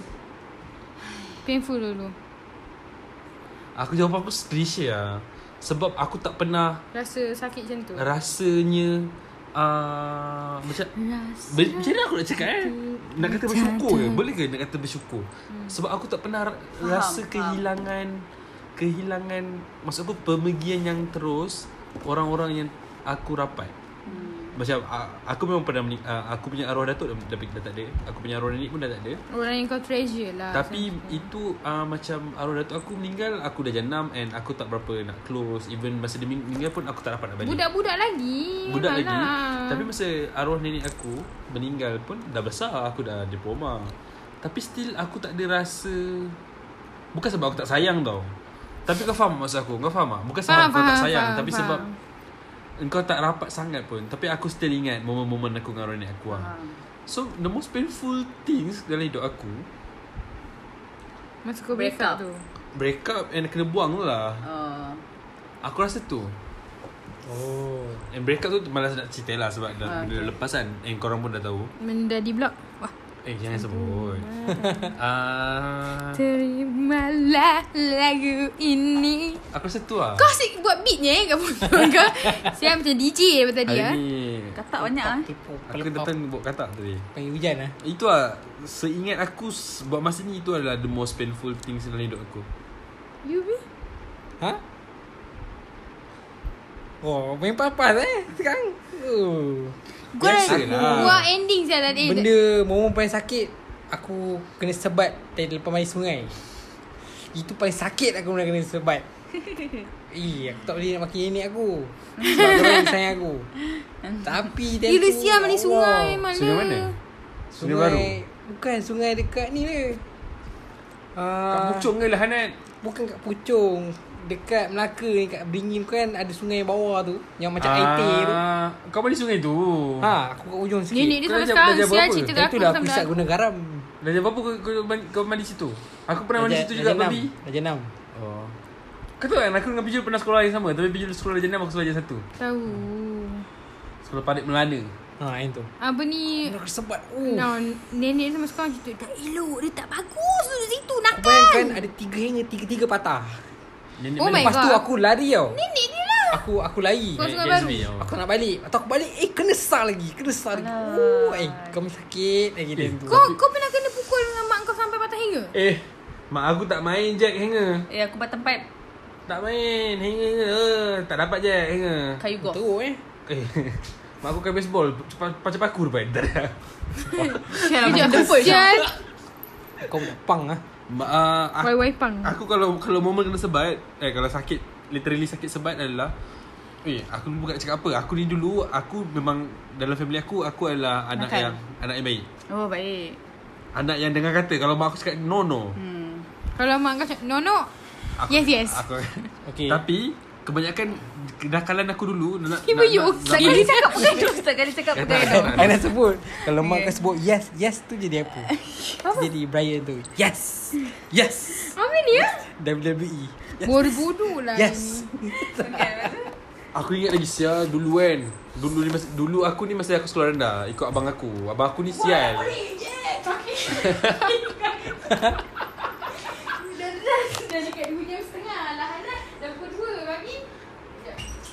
Speaker 2: Painful dulu
Speaker 4: Aku jawab aku Malaysia lah Sebab aku tak pernah
Speaker 2: Rasa sakit macam tu
Speaker 4: Rasanya uh, Macam
Speaker 2: Rasa
Speaker 4: Be- Macam mana aku nak cakap eh Nak kata bersyukur ke Boleh ke nak kata bersyukur Sebab aku tak pernah ra- Rasa
Speaker 1: Hmm. faham.
Speaker 4: kehilangan Kehilangan Maksud aku Pemergian yang terus Orang-orang yang Aku rapat
Speaker 1: Hmm.
Speaker 4: Macam a- Aku memang pernah menik- a- Aku punya arwah datuk dah, dah, dah tak ada Aku punya arwah nenek pun dah tak ada
Speaker 2: Orang yang kau treasure lah
Speaker 1: Ah,
Speaker 4: tapi itu uh, macam arwah datuk aku meninggal Aku dah jenam And aku tak berapa nak close Even masa dia meninggal pun Aku tak dapat nak balik
Speaker 2: Budak-budak lagi lah.
Speaker 4: budak lagi
Speaker 2: Alah.
Speaker 4: tapi masa arwah nenek aku meninggal pun dah besar aku dah diploma tapi still aku tak ada rasa bukan sebab aku tak sayang tau tapi kau faham maksud aku kau faham tak bukan sebab
Speaker 2: Faham,
Speaker 4: kau tak
Speaker 2: faham,
Speaker 4: sayang
Speaker 2: faham,
Speaker 4: tapi
Speaker 2: faham.
Speaker 4: sebab engkau tak rapat sangat pun tapi aku still ingat momen-momen aku dengan arwah nenek aku
Speaker 1: Ah,
Speaker 4: lah. so the most painful things dalam hidup aku
Speaker 2: Masa kau break
Speaker 1: Break
Speaker 2: up
Speaker 1: up.
Speaker 2: tu
Speaker 4: break up and kena buang lah
Speaker 1: Uh,
Speaker 4: aku rasa tu
Speaker 7: Oh
Speaker 4: and break up tu malas nak cerita lah sebab dah,
Speaker 1: Ah,
Speaker 4: benda dah lepas kan and korang pun dah tahu
Speaker 2: Benda di blok Wah
Speaker 4: Eh jangan sebut Ah,
Speaker 2: Terimalah lagu ini
Speaker 4: Aku rasa tu lah
Speaker 2: Kau asyik buat beatnya eh kat mulut kau Siap macam DJ daripada tadi
Speaker 4: Hari
Speaker 2: ya
Speaker 4: ni
Speaker 1: katak banyak eh.
Speaker 4: Aku datang buat kata tadi
Speaker 3: Panggil hujan lah.
Speaker 4: Itu lah Seingat aku s- Buat masa ni Itu adalah the most painful things Dalam hidup aku
Speaker 2: You be
Speaker 3: Ha? Oh, main papas eh sekarang. Oh.
Speaker 2: Kau dah
Speaker 4: lah.
Speaker 5: Biasalah.
Speaker 2: buat ending Eh, saya
Speaker 1: Eh,
Speaker 2: tadi.
Speaker 3: Benda momen paling sakit aku kena sebat dari lepas mandi sungai. Itu paling sakit aku pernah kena sebat. Eh, aku tak boleh nak makin nenek aku. Sebab kau orang sayang aku. Tapi dia
Speaker 2: You Lucia mandi sungai mana?
Speaker 4: Sungai mana?
Speaker 3: Sungai
Speaker 4: Sungai baru?
Speaker 3: Bukan sungai dekat ni dia.
Speaker 4: Kat
Speaker 3: Ah,
Speaker 4: pucung ke lah
Speaker 2: kan?
Speaker 4: Hanat?
Speaker 3: Bukan kat Puchong. Dekat Melaka ni kat Beringin kan ada sungai bawah tu yang macam ah. IT tu.
Speaker 4: Ah, Kau balik sungai tu.
Speaker 3: Ha, aku kat ujung sikit.
Speaker 2: Nenek dia
Speaker 4: Kau
Speaker 2: sampai
Speaker 4: dah
Speaker 2: sekarang
Speaker 4: belajar
Speaker 2: sial
Speaker 4: berapa?
Speaker 2: cerita kat
Speaker 3: Dah
Speaker 2: aku
Speaker 3: tu dah
Speaker 2: pasal
Speaker 3: aku
Speaker 2: benda
Speaker 3: isap
Speaker 2: aku.
Speaker 3: guna garam.
Speaker 4: Dah jam berapa kau, kau, mandi, kau mandi situ? Aku pernah mandi
Speaker 3: Darjah-
Speaker 4: situ juga
Speaker 3: darjah
Speaker 4: babi.
Speaker 3: enam, Darjah enam.
Speaker 4: Oh. Kau tahu kan aku dengan Pijul pernah sekolah yang sama Tapi Pijul sekolah darjah 6 Aku sekolah darjah 1
Speaker 2: Tahu.
Speaker 4: Sekolah parit Melana
Speaker 3: Ha, yang tu.
Speaker 2: Apa ni?
Speaker 3: Aku sebat. Oh.
Speaker 2: No, nenek sama sekarang cerita tak elok. Dia tak bagus duduk situ.
Speaker 4: kan
Speaker 3: Kau
Speaker 2: Nakal.
Speaker 3: bayangkan ada tiga hingga tiga-tiga patah.
Speaker 4: Nenek
Speaker 2: Oh my
Speaker 4: Melana.
Speaker 3: Lepas tu
Speaker 2: God.
Speaker 3: aku lari tau.
Speaker 2: Nenek dia lah.
Speaker 3: Aku aku lari.
Speaker 2: Kau
Speaker 4: Nenek
Speaker 2: sungai
Speaker 4: Gatsby
Speaker 2: baru.
Speaker 4: tau.
Speaker 3: Aku nak balik. Atau aku balik, eh kena sar lagi. Kena sar lagi. Oh, eh kau ni sakit Eh, lagi dia tu.
Speaker 2: Kau kau pernah kena pukul dengan mak kau sampai patah hingga?
Speaker 4: Eh Mak aku tak main jack hanger
Speaker 1: Eh aku batang pipe
Speaker 4: Tak main hanger eh, Tak dapat jack hanger
Speaker 1: Kayu golf
Speaker 3: Teruk eh.
Speaker 4: Eh Mak aku kan baseball Cepat- Pacar paku rupai Tak ada
Speaker 1: Sial macam dempul
Speaker 2: Sial.
Speaker 3: Kau budak pang ah.
Speaker 4: Ma- ah, ah,
Speaker 2: Wai-wai pang.
Speaker 4: Aku kalau kalau momen kena sebat Eh kalau sakit Literally sakit sebat adalah Eh aku ni bukan nak cakap apa Aku ni dulu Aku memang Dalam family aku Aku adalah anak
Speaker 1: Nakal.
Speaker 4: yang Anak yang baik
Speaker 1: Oh baik
Speaker 4: Anak yang dengar kata Kalau mak aku cakap no no
Speaker 1: Hmm
Speaker 2: Kalau mak kau cakap, no, no.
Speaker 4: aku,
Speaker 2: Yes, yes. Eh.
Speaker 4: aku,
Speaker 3: Okey.
Speaker 4: Tapi Kebanyakan Kenakalan aku dulu nak,
Speaker 2: Ibu you
Speaker 1: Ustaz kali cakap bergaduh Ustaz kali cakap
Speaker 4: Tak, tak,
Speaker 1: bergaduh
Speaker 3: I nak sebut Kalau mak kau sebut yes Yes tu jadi apa Jadi Brian tu Yes Yes
Speaker 2: Apa ni ya?
Speaker 3: WWE Yes
Speaker 2: Bodoh-bodoh lah
Speaker 3: Yes
Speaker 4: Aku ingat lagi sial dulu kan. Dulu ni masa, dulu aku ni masa aku sekolah rendah ikut abang aku. Abang aku ni sial.
Speaker 2: Dah dah dah dekat 2 jam setengah lah Hana Dah pukul 2 pagi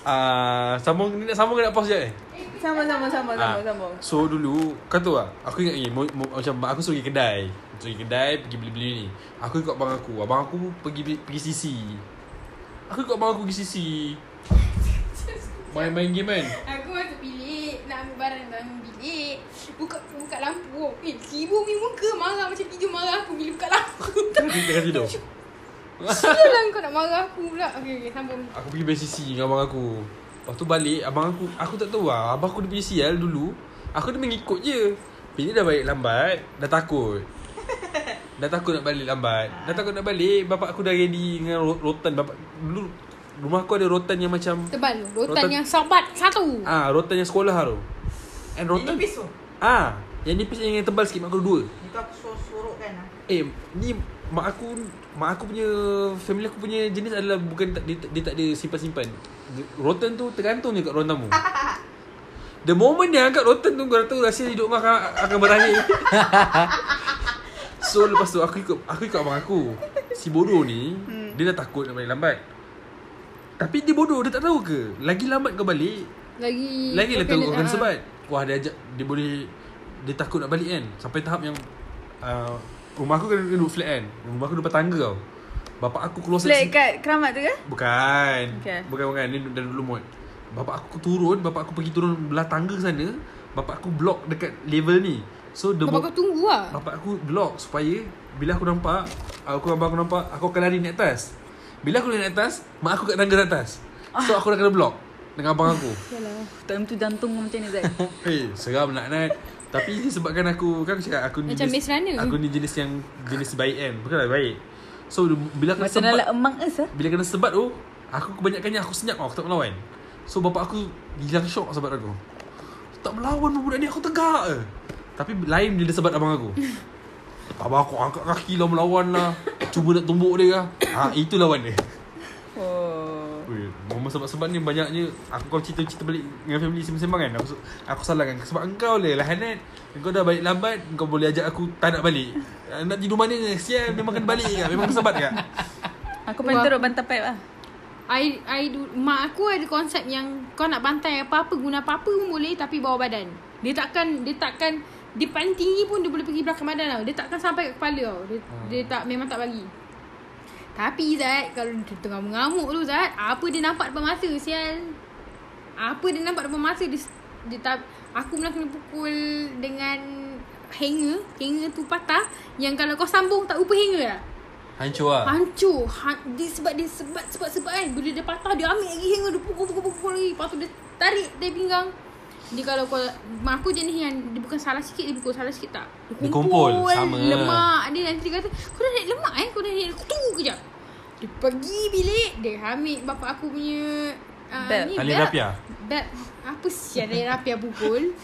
Speaker 4: Ah, sambung ni nak sambung ke nak pause je. eh?
Speaker 1: Sama sama sama sama
Speaker 4: Ah,
Speaker 1: sama
Speaker 4: So dulu kau tahu tak? Aku ingat lagi mo, mo, macam mak aku suruh pergi kedai. Suruh pergi kedai pergi beli-beli ni. Aku ikut abang aku. Abang aku pergi beli- pergi CC. Aku ikut abang aku pergi CC. Main-main game kan?
Speaker 2: Aku masuk bilik Nak ambil barang dalam bilik Buka buka lampu Eh ibu punya muka marah macam tidur marah aku Bila buka lampu
Speaker 4: Dia tengah tidur.
Speaker 2: Sila lah kau nak marah aku pula Okay, okay sambung
Speaker 4: Aku pergi BCC dengan abang aku Lepas tu balik Abang aku Aku tak tahu lah Abang aku dia punya sial dulu Aku dia mengikut je Bila dah balik lambat Dah takut Dah takut nak balik lambat Dah takut nak balik Bapak aku dah ready Dengan ro- rotan Bapak Dulu Rumah aku ada rotan yang macam
Speaker 2: Tebal tu Rotan,
Speaker 4: Rotan-
Speaker 2: yang sabat Satu
Speaker 4: Ah, rotan yang sekolah tu And rotan
Speaker 6: Ini pisau
Speaker 4: Ah, yang nipis yang yang tebal sikit Mak aku ada dua
Speaker 6: Itu aku suruh sorokkan lah
Speaker 4: Eh, ni mak aku mak aku punya family aku punya jenis adalah bukan tak- dia, tak- dia tak ada simpan-simpan. Dia- Rotan tu tergantung je kat ruang tamu. The moment dia angkat rotan tu kau dah tahu rahsia hidup kau akan, akan berakhir. so lepas tu aku ikut aku ikut abang aku. Si bodoh ni hmm. dia dah takut nak balik lambat. Tapi dia bodoh dia tak tahu ke lagi lambat kau balik
Speaker 2: Lagi
Speaker 4: lagi lah
Speaker 2: kau
Speaker 4: teruk akan
Speaker 2: ah.
Speaker 4: sebat Wah dia ajak Dia boleh Dia takut nak balik kan Sampai tahap yang uh, Rumah aku kan duduk flat kan Rumah aku depan tangga tau Bapak aku keluar
Speaker 1: Flat
Speaker 4: sini-
Speaker 1: kat keramat tu ke?
Speaker 4: Bukan
Speaker 1: Okay.
Speaker 4: Bukan bukan Ni dah dulu mod Bapak aku turun Bapak aku pergi turun Belah tangga sana Bapak aku block dekat level ni So the
Speaker 2: Bapak
Speaker 4: mo-
Speaker 2: kau tunggu lah
Speaker 4: Bapak aku block supaya bila aku nampak, aku abang aku nampak, aku akan lari naik atas. Bila aku lari naik atas, mak aku kat tangga atas. So aku dah kena block dengan abang aku.
Speaker 1: Time tu jantung macam ni Zai
Speaker 4: Eh, seram nak naik. Tapi ni sebabkan aku kan aku cakap aku ni
Speaker 2: Macam Maze Runner.
Speaker 4: Aku ni jenis yang jenis baik kan. Bukanlah baik. So bila kena
Speaker 1: Macam
Speaker 4: sebat
Speaker 1: dalam emang es lah
Speaker 4: bila kena sebat tu, aku kebanyakannya aku senyap tau, aku tak melawan. So bapak aku hilang syok sebat aku. Tak melawan pun budak ni aku tegak je. Tapi lain bila sebat abang aku. Abang aku angkat kaki lah melawan lah. Cuba nak tumbuk dia lah. Ha, itu lawan dia.
Speaker 1: Oh
Speaker 4: Weh, momen sebab-sebab ni banyaknya Aku kalau cerita-cerita balik dengan family sembang-sembang kan Aku, aku salahkan Sebab engkau lah lah Hanat Engkau dah balik lambat Engkau boleh ajak aku tak nak balik Ah, Nak tidur mana Sial memang kena balik kan Memang kesebat kan
Speaker 1: Aku paling
Speaker 2: Wah.
Speaker 1: teruk bantal pipe lah
Speaker 2: I, I do, mak aku ada konsep yang kau nak bantai apa-apa guna apa-apa pun boleh tapi bawah badan. Dia takkan dia takkan dia paling tinggi pun dia boleh pergi belakang badan tau. Dia takkan sampai kat kepala tau. Dia, hmm. dia tak memang tak bagi. Tapi Zat kalau dia tengah mengamuk tu Zat, apa dia nampak depan mata sial. Apa dia nampak depan mata dia, dia tak, aku pernah kena pukul dengan hanger. Hanger tu patah yang kalau kau sambung tak rupa hanger lah.
Speaker 8: Hancur lah
Speaker 2: Hancur. Han, dia sebab dia sebat sebat sebat kan. Bila dia patah dia ambil lagi hanger dia pukul pukul pukul lagi. Lepas tu dia tarik dari pinggang. Dia kalau kau mak aku jenis yang dia bukan salah sikit dia pukul salah sikit tak.
Speaker 8: Dia kumpul, sama.
Speaker 2: Lemak dia nanti dia kata kau dah naik lemak eh kau dah naik tu kejap. Dia pergi bilik dia ambil bapak aku punya ah,
Speaker 1: Belt.
Speaker 2: ni,
Speaker 8: Alin
Speaker 2: belt.
Speaker 8: Rapia?
Speaker 2: Belt. Apa sial Alin Rapia pukul.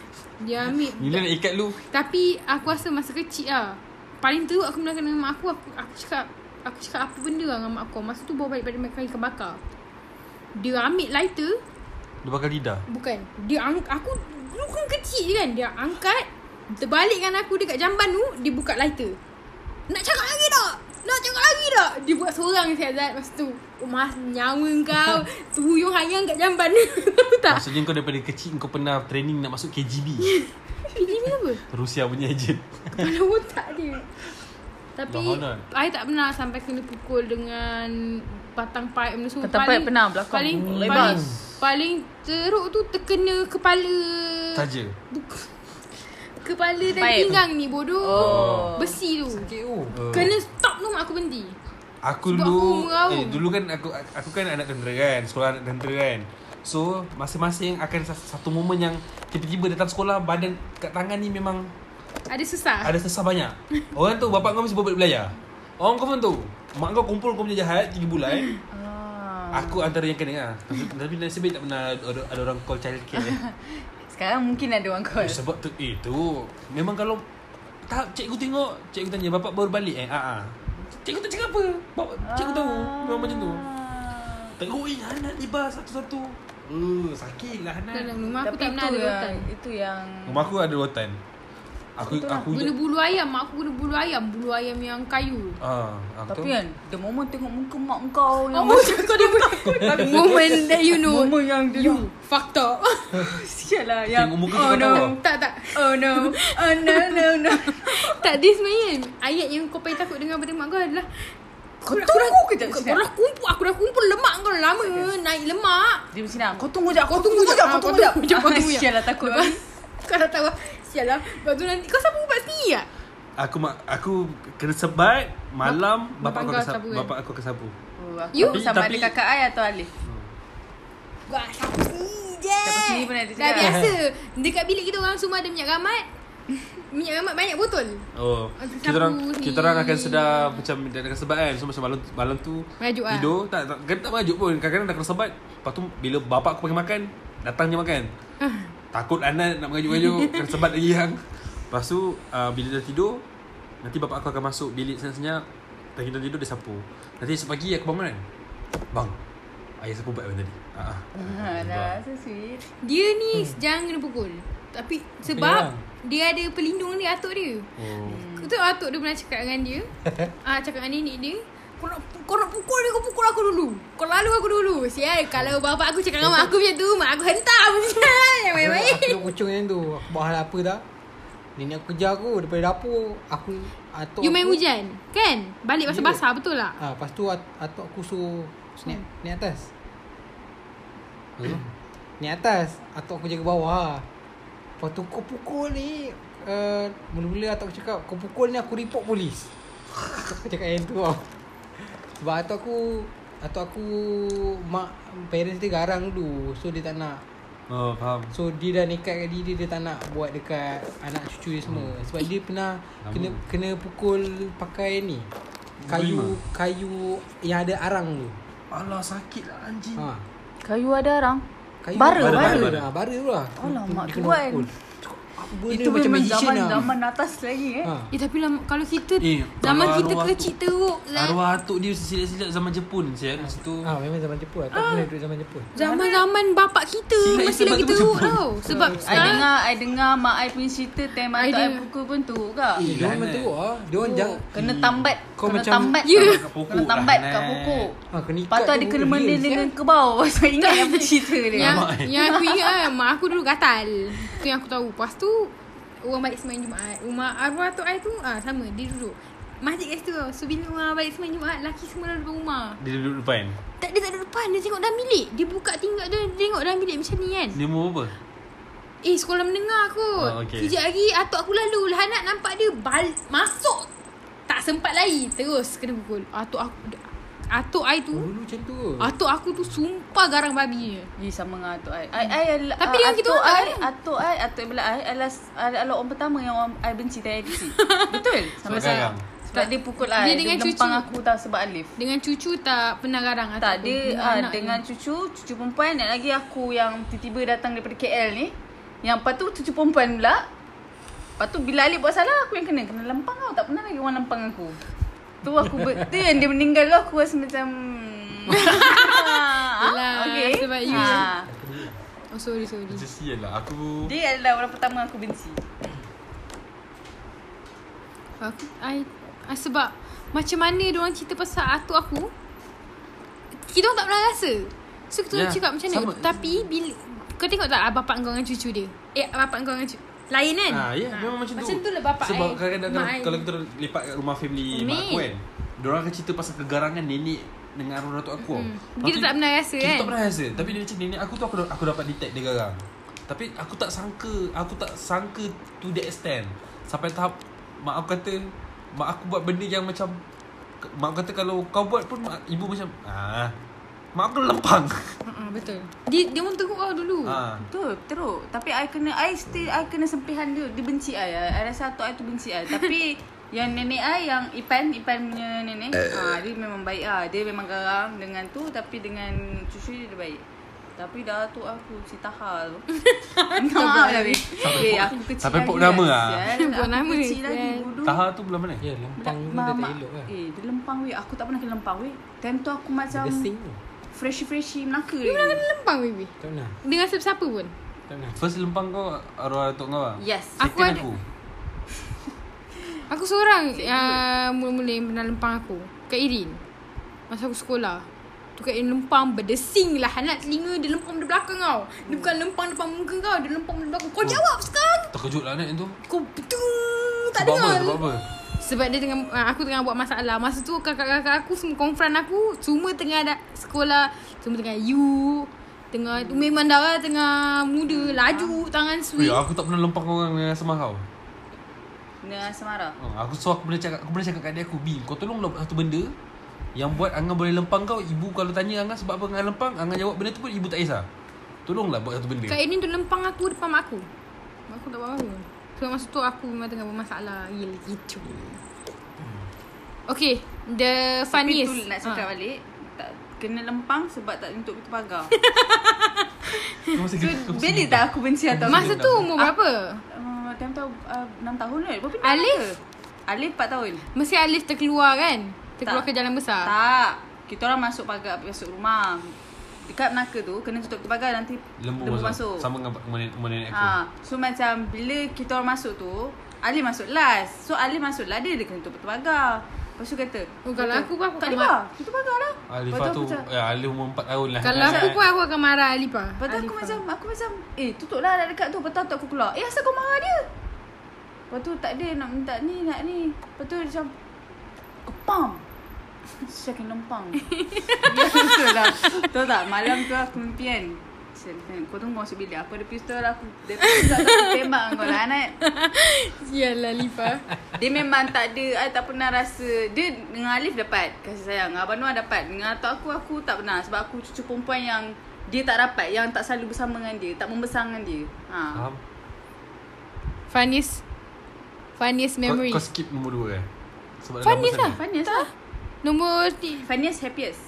Speaker 2: Dia ambil
Speaker 8: Nila nak ikat lu
Speaker 2: tapi aku rasa masa kecil lah Paling teruk aku pernah kena dengan mak aku Aku, aku cakap Aku cakap apa benda lah dengan mak aku Masa tu bawa balik pada makan ikan bakar Dia ambil lighter
Speaker 8: Dia bakal lidah
Speaker 2: Bukan Dia ang- Aku Dulu kan kecil je kan Dia angkat Terbalikkan aku dekat jamban tu Dia buka lighter Nak cakap lagi tak? Nak cakap lagi tak? Dia buat seorang siap Zat Masa tu Oh, Mas nyawa kau Tuyung hayang kat jamban Tahu tak?
Speaker 8: Maksudnya kau daripada kecil Kau pernah training nak masuk KGB
Speaker 2: Ini ni apa?
Speaker 8: Rusia punya agent
Speaker 2: Kepala otak dia Tapi
Speaker 8: Dah
Speaker 2: I tak pernah sampai kena pukul dengan Batang paip benda semua
Speaker 1: Batang paip pernah belakang.
Speaker 2: Paling
Speaker 1: Hmm,
Speaker 2: paling,
Speaker 1: lebar.
Speaker 2: paling, teruk tu terkena kepala Eh,
Speaker 8: Saja
Speaker 2: Bukan Kepala dan
Speaker 1: Paip.
Speaker 2: pinggang ni bodoh
Speaker 1: Oh.
Speaker 2: Besi tu
Speaker 3: KO
Speaker 2: Kena stop tu mak aku berhenti
Speaker 4: Aku
Speaker 2: Sebab aku
Speaker 4: dulu
Speaker 2: meraung.
Speaker 4: eh, Dulu kan aku aku kan anak tentera kan Sekolah anak tentera kan So masing-masing akan sa- satu momen yang Tiba-tiba datang sekolah Badan kat tangan ni memang
Speaker 2: Ada susah
Speaker 4: Ada sesah banyak Orang tu bapak kau mesti berbalik belayar Orang kau pun tu Mak kau kumpul kau punya jahat 3 bulan Aku antara yang kena lah Tapi, tapi nasib baik tak pernah ada, ada orang call child care
Speaker 1: Sekarang mungkin ada orang call.
Speaker 4: Eh, sebab tu eh tu memang kalau tak cikgu tengok, cikgu tanya bapak baru balik eh. Ha ah. Cikgu tak cakap apa. Bapak, cikgu tahu memang macam tu. Tengok eh anak ibas satu-satu. Eh, sakit lah anak.
Speaker 2: Dalam rumah aku
Speaker 1: Tapi
Speaker 2: tak pernah
Speaker 1: itu lah.
Speaker 2: ada
Speaker 1: yang,
Speaker 2: rotan
Speaker 1: itu yang
Speaker 4: Rumah aku ada rotan. Aku aku
Speaker 2: Guna bulu ayam Mak aku guna bulu ayam Bulu ayam yang kayu
Speaker 4: Ah, aku
Speaker 1: Tapi
Speaker 4: tahu.
Speaker 1: kan The moment tengok muka mak kau
Speaker 2: Oh,
Speaker 1: yang
Speaker 2: macam kau dia buat Moment that you know
Speaker 1: Moment yang dia
Speaker 2: You fucked up
Speaker 1: Sial lah yang
Speaker 4: Tengok muka
Speaker 1: Oh
Speaker 4: kau
Speaker 1: no
Speaker 4: tahu.
Speaker 2: Tak tak
Speaker 1: Oh no Oh no no no
Speaker 2: Tak dia sebenarnya Ayat yang kau paling takut dengar pada mak kau adalah
Speaker 1: Kau tunggu kejap
Speaker 2: Kau
Speaker 1: sekejap.
Speaker 2: kau dah kumpul Aku dah kumpul lemak kau lama Naik lemak
Speaker 1: Dia mesti nak Kau tunggu jap ah,
Speaker 2: Kau tunggu jap
Speaker 1: Kau tunggu jap
Speaker 2: Kau tunggu jap
Speaker 1: Sial lah takut
Speaker 2: Lepas- Kau dah tahu Sial lah Lepas tu nanti Kau sapu ubat sendiri tak?
Speaker 4: Aku mak aku kena sebat malam
Speaker 2: Bapak kau
Speaker 4: bapak, aku kesapu,
Speaker 2: sapu kan?
Speaker 4: bapak aku kesapu.
Speaker 1: Oh, aku
Speaker 2: You?
Speaker 1: sama ada
Speaker 4: Tapi-
Speaker 1: kakak I atau Alif
Speaker 2: Wah sapu sendiri je
Speaker 1: Sapu sendiri pun ada
Speaker 2: Dah
Speaker 1: juga.
Speaker 2: biasa Dekat bilik kita orang semua ada minyak gamat Minyak gamat banyak botol
Speaker 4: Oh,
Speaker 2: Aku
Speaker 4: kita orang
Speaker 2: sapu
Speaker 4: kita orang akan
Speaker 2: ni.
Speaker 4: sedar macam dia akan sebat kan. So macam malam malam tu
Speaker 2: Merajuk lah.
Speaker 4: tidur tak tak kan tak merajuk pun. Kadang-kadang dah kena sebat. Lepas tu bila bapak aku panggil makan, datang je makan. Takut anak nak merajuk-rajuk kena sebat lagi hang. Lepas tu uh, bila dah tidur, nanti bapak aku akan masuk bilik senyap-senyap. Dah kita tidur dia sapu. Nanti esok pagi aku bangun kan. Bang, ayah sapu bat tadi. Ha ah.
Speaker 3: Hmm,
Speaker 1: Ha, dah so sweet
Speaker 2: Dia ni
Speaker 1: Hmm.
Speaker 2: jangan kena pukul
Speaker 1: lah.
Speaker 2: Tapi sebab Dia ada pelindung dia atuk dia
Speaker 4: Oh.
Speaker 2: Kau tahu atuk lah dia pernah cakap dengan dia ah Cakap dengan nenek dia kau nak, kau nak pukul dia, kau pukul aku dulu Kau lalu aku dulu Sial, kalau bapak aku cakap dengan mak aku macam tu Mak aku hentam Sial, yang baik-baik
Speaker 3: Aku duduk pocong macam tu Aku buat hal apa dah Nenek aku kejar aku Daripada dapur Aku atuk
Speaker 2: You main
Speaker 3: aku-
Speaker 2: hujan, kan? Balik
Speaker 4: Ya.
Speaker 2: basah-basah, betul tak?
Speaker 3: Ah, lepas tu at- atuk aku suruh naik, naik atas. Hmm. Naik atas. Atuk aku jaga bawah. Lepas tu kau pukul ni. Uh, mula-mula atuk aku cakap, kau pukul ni aku report polis. Aku cakap yang tu tau. Sebab atuk aku, atuk aku, mak, parents dia garang dulu. So dia tak nak.
Speaker 4: Oh, faham.
Speaker 3: So dia dah nekat kat diri dia, dia tak nak buat dekat anak cucu dia semua. Sebab dia pernah kena kena pukul pakai ni. Kayu kayu yang ada arang tu.
Speaker 4: Alah sakit lah anjing.
Speaker 3: Ha.
Speaker 1: Kayu ada orang
Speaker 3: Kayu
Speaker 1: Bara,
Speaker 3: bara,
Speaker 1: bara.
Speaker 3: bara, ha, bara tu lah.
Speaker 1: Alamak,
Speaker 3: Dia kena
Speaker 1: tuan.
Speaker 3: pukul. Cakap, apa benda
Speaker 1: Itu
Speaker 3: macam
Speaker 1: memang
Speaker 3: magician
Speaker 1: zaman
Speaker 3: lah.
Speaker 1: Zaman atas lagi eh
Speaker 3: Ha.
Speaker 2: Eh, tapi lama, kalau kita
Speaker 4: Eh,
Speaker 2: Zaman
Speaker 4: arwah-
Speaker 2: kita
Speaker 4: arwah
Speaker 2: kecil teruk
Speaker 1: Lah.
Speaker 2: Zat.
Speaker 4: Arwah atuk dia silap-silap zaman Jepun siap masa tu.
Speaker 3: Ah, memang zaman Jepun. Tak pernah duduk zaman Jepun.
Speaker 2: Zaman-zaman bapak kita
Speaker 4: Silap
Speaker 2: Masih lagi
Speaker 4: isbat tu
Speaker 2: teruk
Speaker 4: macam
Speaker 2: tau Sebab
Speaker 3: Ha.
Speaker 1: I
Speaker 2: sekarang
Speaker 1: dengar I dengar mak I punya cerita Time atuk
Speaker 2: I
Speaker 1: I
Speaker 2: dengar.
Speaker 1: pukul pun tu ke
Speaker 3: Eh, dia orang memang teruk ah. Dia orang
Speaker 1: Oh,
Speaker 3: jangan
Speaker 1: Kena tambat
Speaker 3: Kau
Speaker 1: Kena
Speaker 3: macam-
Speaker 1: tambat
Speaker 2: Ya.
Speaker 4: Kat pokok
Speaker 1: Kena
Speaker 4: lah,
Speaker 1: tambat
Speaker 4: Nat.
Speaker 1: kat pokok
Speaker 3: Ha, kena ikat.
Speaker 1: Lepas tu ada
Speaker 3: tu,
Speaker 1: kena
Speaker 3: real,
Speaker 1: mena
Speaker 3: sial.
Speaker 1: dengan kebau Sebab ingat yang cerita dia
Speaker 2: Yang,
Speaker 4: eh?
Speaker 2: yang aku ingat kan Mak aku dulu gatal Tu yang aku tahu Lepas tu Orang baik semain Jumaat Rumah arwah atuk I tu ah, Sama dia duduk Masjid kat situ So bila orang balik semalam Jumaat Laki semua dah depan rumah
Speaker 4: Dia duduk depan
Speaker 2: Tak dia tak ada depan Dia tengok dalam bilik Dia buka tingkap dia Dia tengok dalam bilik macam ni kan
Speaker 4: Dia umur berapa?
Speaker 2: Eh sekolah menengah kot
Speaker 4: Ah, okey.
Speaker 2: Sekejap lagi Atuk aku lalu Lahanat nampak dia bal- Masuk Tak sempat lari Terus kena pukul Atuk aku Atuk I tu
Speaker 3: Oh, Dulu macam tu
Speaker 4: Hmm.
Speaker 3: ke?
Speaker 1: Ah.
Speaker 2: Atuk aku tu sumpah garang babi je
Speaker 1: Ye sama dengan atuk ai. Ai ai adalah ah,
Speaker 2: Tapi dengan kita
Speaker 1: atuk
Speaker 2: orang
Speaker 1: ai,
Speaker 2: kan?
Speaker 1: atuk ai, atuk belah ai adalah adalah orang pertama yang orang ai benci dari kecil. Betul. Sampai
Speaker 5: Sebab
Speaker 1: sekarang.
Speaker 5: garang.
Speaker 1: Sebab dia pukul ai.
Speaker 2: Dia
Speaker 1: Dia,
Speaker 2: dengan
Speaker 1: lempang
Speaker 2: cucu.
Speaker 1: aku tau sebab Alif.
Speaker 2: Dengan cucu tak pernah garang atuk
Speaker 1: Tak
Speaker 2: aku.
Speaker 1: dia
Speaker 2: Dengan
Speaker 1: ah,
Speaker 2: anak
Speaker 1: dengan
Speaker 2: je.
Speaker 1: cucu, cucu perempuan dan lagi aku yang tiba-tiba datang daripada KL ni. Yang lepas tu cucu perempuan pula. Lepas tu bila Alif buat salah aku yang kena kena lempang kau. Tak pernah lagi orang lempang aku. Tu aku ber- tu yang dia meninggal tu aku rasa macam hmm. Ah,
Speaker 2: Yelah,
Speaker 1: Yelah,
Speaker 2: sebab
Speaker 1: Ah.
Speaker 2: you- Oh sorry sorry
Speaker 4: Macam sial lah Aku
Speaker 1: Dia adalah orang pertama aku benci.
Speaker 2: Aku I, I sebab macam mana dia orang cerita pasal atuk aku kita orang tak pernah rasa. So kita yeah,
Speaker 4: Ya,
Speaker 2: cakap macam mana
Speaker 4: sama.
Speaker 2: tapi bila kau tengok tak ah, bapak kau dengan cucu dia. Eh bapak kau dengan cucu lain kan?
Speaker 4: Ha, ya, yeah, memang macam tu.
Speaker 2: Macam tu lah bapak
Speaker 4: Sebab
Speaker 2: I,
Speaker 4: kadang-kadang
Speaker 2: mak
Speaker 4: kalau,
Speaker 2: I.
Speaker 4: kalau kita lipat kat rumah family mak aku
Speaker 2: Amin.
Speaker 4: kan, diorang akan cerita pasal kegarangan nenek dengan arwah datuk aku.
Speaker 2: Mm-mm.
Speaker 4: Lepas
Speaker 2: Kita
Speaker 4: tu,
Speaker 2: tak pernah rasa,
Speaker 4: Kita
Speaker 2: kan?
Speaker 4: tak pernah rasa. Tapi dia macam nenek aku tu aku, aku dapat detect dia garang. Tapi aku tak sangka, aku tak sangka to the extent. Sampai tahap mak aku kata, mak aku buat benda yang macam Mak aku kata kalau kau buat pun mak, ibu macam ah Mak aku lempang.
Speaker 2: Ha, betul. Dia dia pun teruk kau dulu.
Speaker 4: ha.
Speaker 1: Betul, teruk. Tapi I kena I still I kena sempihan dia. Dia benci I. I, I rasa atuk I tu benci I. Tapi yang nenek I yang Ipan, Ipan punya nenek, ha, dia memang baik ah. Dia memang garang dengan tu tapi dengan cucu dia, dia baik. Tapi dah tu aku si Taha tu. Minta maaf tapi. Eh, aku kecil
Speaker 4: sampai
Speaker 1: lagi
Speaker 4: pok nama
Speaker 1: lah,
Speaker 4: ah.
Speaker 1: sial.
Speaker 2: Pok
Speaker 1: Aku
Speaker 2: nama,
Speaker 1: Kecil lagi
Speaker 2: sial.
Speaker 1: bodoh.
Speaker 4: Taha tu belah mana?
Speaker 3: Ya, lempang tu dah
Speaker 1: Mak-
Speaker 3: tak
Speaker 1: mak-
Speaker 3: elok lah.
Speaker 1: Eh, dia lempang weh. Aku tak pernah kena lempang weh. Time tu aku macam
Speaker 3: Gasing tu.
Speaker 1: freshy-freshy Melaka
Speaker 2: Dia pernah
Speaker 1: lagi.
Speaker 2: kena lempang baby.
Speaker 3: Tak pernah.
Speaker 2: Dengan siapa-siapa pun.
Speaker 3: Tak pernah.
Speaker 4: First lempang kau arwah datuk kau ah.
Speaker 1: Yes.
Speaker 2: Ya. Aku
Speaker 4: Second
Speaker 2: ada-
Speaker 4: aku.
Speaker 2: Aku seorang yang mula-mula yang pernah lempang aku. Kak Irin. Masa aku sekolah. Tu Kak Irin lempang berdesing lah. Hanat telinga dia lempang dari belakang kau. Dia bukan lempang depan muka kau. Dia lempang dari belakang. Kau jawab sekarang.
Speaker 4: Terkejut lah anak yang tu.
Speaker 2: Kau betul. Tak
Speaker 4: sebab
Speaker 2: dengar.
Speaker 4: apa? Sebab apa?
Speaker 2: Sebab dia tengah ah, aku tengah buat masalah. Masa tu kakak-kakak aku semua konfront aku, semua tengah ada sekolah, semua tengah you, tengah tu memang dah lah, tengah muda, laju tangan
Speaker 4: Weh,
Speaker 2: sweet.
Speaker 4: aku tak pernah lempang orang dengan asma kau.
Speaker 1: Dengan Samara.
Speaker 4: Oh, aku so aku pernah cakap aku pernah cakap kat dia aku, "Bin, kau tolong buat satu benda yang buat Angah boleh lempang kau. Ibu kalau tanya Angah sebab apa Angah lempang, Angah jawab benda tu pun ibu tak kisah. Tolonglah buat satu benda."
Speaker 2: Kak Irin tu lempang aku depan mak aku. Mak aku tak buat apa. Sebab masa tu aku memang tengah bermasalah. Gila gitu. Okay.
Speaker 1: Tapi
Speaker 2: The funniest.
Speaker 1: tu nak cakap
Speaker 2: Ah.
Speaker 1: balik tak kena lempang sebab tak untuk kita pagar.
Speaker 4: Kau mesti
Speaker 1: so bila tak aku benci atau
Speaker 2: Masa tu umur
Speaker 1: Ah.
Speaker 2: berapa?
Speaker 1: uh, time tu uh, 6 tahun kan. Berapa
Speaker 2: Alif?
Speaker 1: Ke? Alif 4 tahun.
Speaker 2: Mesti Alif terkeluar kan? Terkeluar
Speaker 1: Tak.
Speaker 2: ke jalan besar.
Speaker 1: Tak. Kita orang masuk pagar masuk rumah. Dekat Melaka tu kena tutup kita pagar nanti
Speaker 4: lembu,
Speaker 1: lembu masuk.
Speaker 4: masuk. Sama dengan rumah nenek, rumah
Speaker 2: Ah.
Speaker 4: nenek aku.
Speaker 1: Ha, so macam bila kita orang masuk tu, Alif masuk last. So Alif masuk last dia dia kena tutup pagar. Lepas tu kata,
Speaker 2: Oh, kalau
Speaker 1: kata,
Speaker 2: aku pun aku
Speaker 1: tak
Speaker 2: akan
Speaker 1: ada pagar. Tutup pagar lah.
Speaker 4: Alifah
Speaker 1: Lepas
Speaker 4: tu,
Speaker 1: aku macam-
Speaker 4: ya, Alif umur 4 tahun lah.
Speaker 2: Kalau aku pun aku akan marah Alifa.
Speaker 1: Lepas tu aku macam Aku macam Eh tutup lah dekat tu Lepas tu atuk aku keluar Eh asal kau marah dia Lepas tu tak ada Nak minta ni Nak ni Lepas tu dia macam Kepam Saya kena lempang Ya betul lah Tahu tak Malam tu aku mimpi kan Sial, Kau tu masuk bilik Aku ada pistol Aku Dia pistol aku tembak kau lah anak
Speaker 2: Yalah Alifa.
Speaker 1: dia memang tak ada I tak pernah rasa Dia dengan Alif dapat Kasih sayang Dengan Abang Noah dapat Dengan atuk aku Aku tak pernah Sebab aku cucu perempuan yang Dia tak rapat Yang tak selalu bersama dengan dia Tak membesar dengan dia ha.
Speaker 4: Faham?
Speaker 2: Funniest. Funniest memory.
Speaker 4: Kau, kau skip nombor 2 eh. Sebab dah
Speaker 2: Funniest
Speaker 4: lama
Speaker 2: lah.
Speaker 4: sangat.
Speaker 1: Funniest lah
Speaker 2: Nombor ti-
Speaker 1: Funniest happiest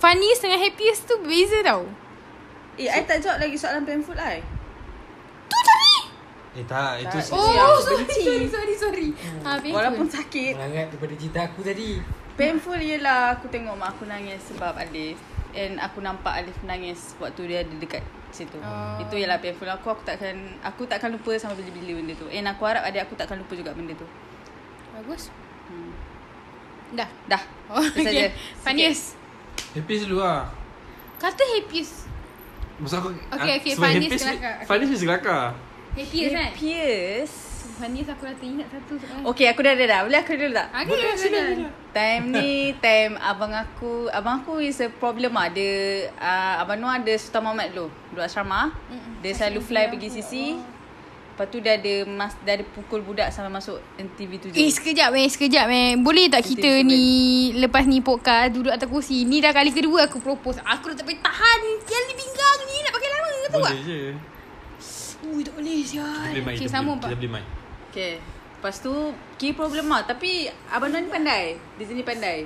Speaker 2: Funniest dengan happiest tu beza tau.
Speaker 1: Eh I tak jawab lagi soalan painful I
Speaker 4: Eh tak, itu
Speaker 1: Tak.
Speaker 4: se-
Speaker 1: Oh, aku
Speaker 2: Oh, sorry,
Speaker 1: benci.
Speaker 2: sorry, sorry, sorry. Ah, painful.
Speaker 1: Hmm. Walaupun sakit
Speaker 3: Melangat daripada cerita aku tadi.
Speaker 1: Painful ialah Aku tengok mak aku nangis Sebab Alif And aku nampak Alif nangis Waktu dia ada dekat situ
Speaker 2: Oh.
Speaker 1: Itu ialah painful aku Aku takkan Aku takkan lupa Sama bila-bila benda tu And aku harap adik aku takkan lupa juga benda tu
Speaker 2: Bagus.
Speaker 1: hmm.
Speaker 2: Dah.
Speaker 1: Dah
Speaker 2: Oh,
Speaker 1: Itu saja.
Speaker 2: okay.
Speaker 1: Sikit.
Speaker 2: Funniest.
Speaker 4: happy dulu lah.
Speaker 2: Kata happiest.
Speaker 4: Maksud aku
Speaker 2: Okay, okay,
Speaker 4: sebab
Speaker 2: funniest
Speaker 4: happy-
Speaker 2: kelakar. Okay.
Speaker 4: Funniest kelakar
Speaker 2: Happiest kan? Oh.
Speaker 1: Happiest
Speaker 2: Funniest aku dah teringat satu Ah, sekarang.
Speaker 1: Okay aku dah ada dah Boleh aku dulu tak?
Speaker 2: Ada dah ada.
Speaker 1: Time ni Time abang aku Abang aku is a problem lah Dia uh, Abang Noah ada Sultan Muhammad dulu Duduk asrama
Speaker 2: Mm-mm.
Speaker 1: Dia selalu fly pergi
Speaker 2: Oh.
Speaker 1: sisi Lepas tu dah ada mas, Dah ada pukul budak Sampai masuk NTV 7
Speaker 2: Eh sekejap eh Sekejap eh Boleh tak
Speaker 1: Itu
Speaker 2: kita
Speaker 1: yang
Speaker 2: ni Lepas ni podcast Duduk atas kursi Ni dah kali kedua aku propose Aku dah tak boleh tahan Sial ni pinggang ni Nak pakai lama Kau tahu tak
Speaker 4: Boleh je
Speaker 2: Ui tak boleh sial
Speaker 4: Beli mic
Speaker 2: Okay
Speaker 4: kita
Speaker 2: sama
Speaker 4: beli- Kita
Speaker 2: pak
Speaker 4: beli mic
Speaker 1: Okay Lepas tu Kira problem lah Tapi Abang Noah ni pandai Dia jenis pandai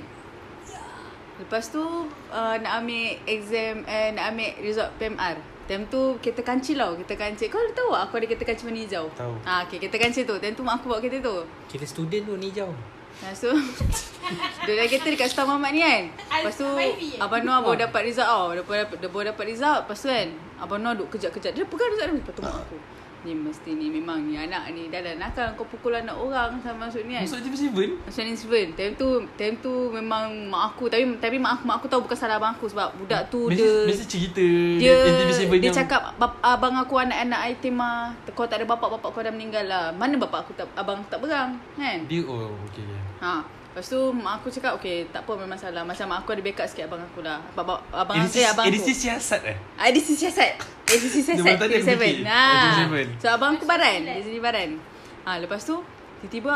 Speaker 1: Lepas tu uh, Nak ambil exam eh, Nak ambil result PMR Time tu kereta kancil tau Kereta kancil Kau tahu tak aku ada kereta kancil warna hijau
Speaker 5: Tahu.
Speaker 1: ah, okay, Kereta kancil tu Time tu mak aku bawa kereta tu
Speaker 3: Kira student tu ni jauh
Speaker 1: Lepas tu Duduk dalam kereta dekat Sultan Mamat ni kan Lepas tu Abang Noah baru dapat result tau Dia baru dapat, dia baru dapat result Lepas tu kan Abang Noah duduk kejap-kejap Dia pegang result ni Lepas tu mak aku Ni mesti ni memang ni anak ni Dah dah nakal kau pukul anak orang Sama masuk ni kan
Speaker 4: Masuk je festival
Speaker 1: Masuk ni seven Time tu Time tu memang mak aku Tapi tapi mak aku, mak aku tahu bukan salah abang aku Sebab budak tu
Speaker 4: Mesti,
Speaker 1: dia
Speaker 4: mesti cerita
Speaker 1: dia
Speaker 4: NTV Seven
Speaker 1: dia
Speaker 4: yang-
Speaker 1: cakap "Bap- abang aku anak-anak Aitim ah kau tak ada bapak bapak kau dah meninggal lah mana bapak aku tak abang aku tak berang kan
Speaker 4: Dia oh okay
Speaker 1: Ha. Lepas tu mak aku cakap okay tak apa memang salah. Macam mak aku ada backup sikit abang aku lah. Abang abang aku
Speaker 4: Edisi,
Speaker 1: eh, abang
Speaker 4: edisi
Speaker 1: aku.
Speaker 4: siasat eh
Speaker 1: Edisi Ah, siasat. Edisi siasat.
Speaker 4: baru tadi
Speaker 1: Edisi
Speaker 4: aku
Speaker 1: seven.
Speaker 4: fikir. Eh, Edisi
Speaker 1: Ha.
Speaker 4: seven.
Speaker 1: So abang aku baran. Dia jadi baran. Ha lepas tu tiba-tiba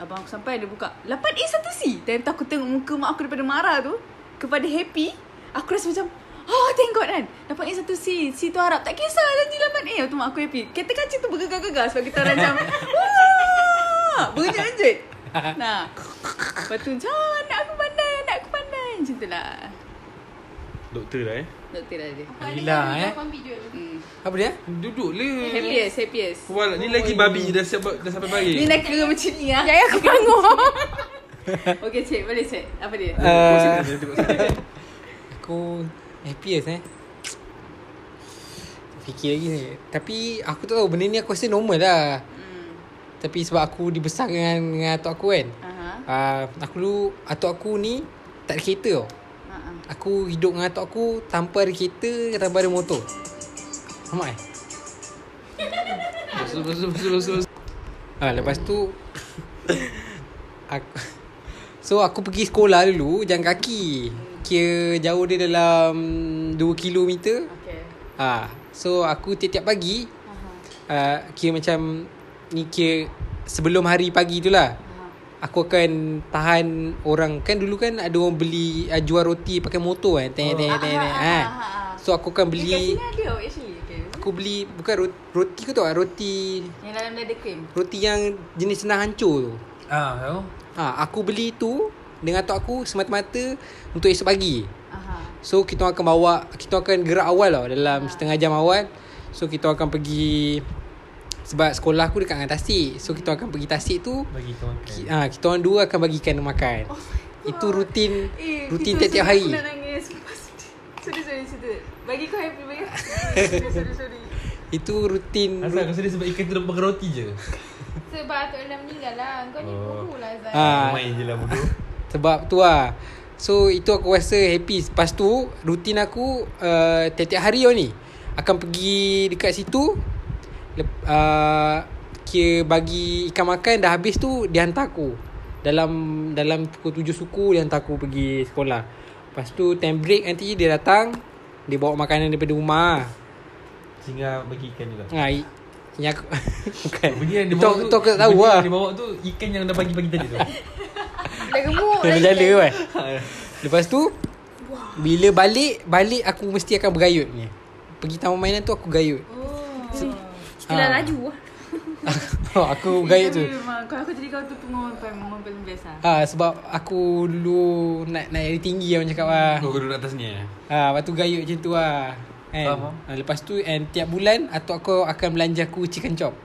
Speaker 1: abang aku sampai dia buka 8A1C. Dan tu aku tengok muka mak aku daripada marah tu kepada happy. Aku rasa macam Oh thank god kan Dapat A1C C tu harap Tak kisah janji 8A Waktu mak aku happy Kereta kaca tu bergegar-gegar Sebab kita orang macam Wah Berjut-jut Nah Lepas tu macam ah, Anak aku pandai Anak aku pandai Macam tu lah
Speaker 4: Doktor lah eh
Speaker 1: Doktor lah dia
Speaker 3: Alhamdulillah eh
Speaker 1: hmm.
Speaker 3: Apa dia?
Speaker 4: Duduk le
Speaker 1: Happiest Happiest
Speaker 4: Wala, ni lagi babi dah siap dah sampai pagi.
Speaker 1: Ni nak kira macam ni lah
Speaker 2: Jaya Ya, aku bangun
Speaker 1: Okay cik boleh cik Apa
Speaker 4: Eh.
Speaker 1: dia
Speaker 5: Ah.
Speaker 3: Uh, aku happiest eh Fikir lagi ni Tapi aku tak tahu Benda ni aku rasa normal lah
Speaker 1: hmm.
Speaker 3: Tapi sebab aku dibesar dengan, dengan atuk aku kan
Speaker 1: Aha.
Speaker 3: uh, Aku dulu Atuk aku ni Tak ada kereta tau
Speaker 1: Ha-ha.
Speaker 3: Aku hidup dengan atuk aku Tanpa ada kereta Tanpa ada motor Faham eh?
Speaker 4: Masuk masuk masuk masuk. masuk.
Speaker 3: Ha, lepas tu aku, So aku pergi sekolah dulu Jalan kaki Kira jauh dia dalam 2 kilometer
Speaker 1: Okay
Speaker 3: ha, So aku tiap-tiap pagi uh, Kira macam Ni kira Sebelum hari pagi tu lah Aku akan tahan orang Kan dulu kan ada orang beli uh, Jual roti pakai motor kan Tanya
Speaker 1: Oh.
Speaker 3: tanya tanya tanya. ha. So aku akan
Speaker 1: Beli Kat
Speaker 3: beli
Speaker 1: sini ada oh, actually okay.
Speaker 3: Aku beli Bukan roti, roti kau tahu tak Roti
Speaker 1: Yang dalam dia ada krim
Speaker 3: Roti yang jenis senang hancur tu
Speaker 7: Ah, tahu.
Speaker 3: Ha, aku beli tu dengan atuk aku semata-mata untuk esok pagi.
Speaker 1: Aha.
Speaker 3: So kita akan bawa kita akan gerak awal tau dalam ha. setengah jam awal. So kita akan pergi sebab sekolah aku dekat dengan Tasik. So kita akan pergi Tasik tu
Speaker 5: Bagi kan. kau
Speaker 3: ki-
Speaker 5: makan
Speaker 3: ha, kita orang dua akan bagikan makan. Oh Itu rutin eh, rutin tiap-tiap hari.
Speaker 1: Aku nak nangis Sumpah sedih. Sorry sorry sorry Bagi kau happy bagi aku Sorry sorry sorry
Speaker 3: Itu rutin
Speaker 5: Asal aku sedih sebab ikan tu dah pakai roti je
Speaker 2: Sebab Atuk Alam meninggal lah Kau ni
Speaker 4: Oh.
Speaker 2: bodoh lah Zai
Speaker 1: Ah.
Speaker 3: ha,
Speaker 5: Main je lah bodoh
Speaker 3: Sebab tu lah So itu aku rasa happy Lepas tu Rutin aku uh, Tiap-tiap hari tau ni Akan pergi dekat situ lep, uh, Kira bagi ikan makan Dah habis tu Dia hantar aku Dalam Dalam pukul tujuh suku Dia hantar aku pergi sekolah Lepas tu time break nanti Dia datang Dia bawa makanan daripada rumah
Speaker 5: Singa bagi ikan juga
Speaker 3: ha, i- Yang aku Bukan
Speaker 5: Benda yang dia
Speaker 3: Itu
Speaker 5: bawa
Speaker 3: aku-
Speaker 5: tu
Speaker 3: itu aku tak tahu
Speaker 5: benda
Speaker 3: lah
Speaker 5: yang Dia bawa tu ikan yang dah pagi-pagi tadi tu
Speaker 2: Dah gemuk
Speaker 3: Kena berjala kan Lepas tu Bila balik Balik aku mesti akan bergayut ni Pergi taman mainan tu aku gayut
Speaker 2: Kita dah
Speaker 3: Ah.
Speaker 2: laju lah
Speaker 3: oh, Aku bergayut tu
Speaker 1: memang, Kalau aku jadi kau tu pengorban Pengorban paling best lah
Speaker 3: ha, Sebab aku dulu Nak naik dari tinggi orang cakap lah
Speaker 4: Kau duduk atas ni eh.
Speaker 3: ha, Lepas tu gayut macam tu lah And, ha, lepas tu and tiap bulan Atuk aku akan belanja aku chicken chop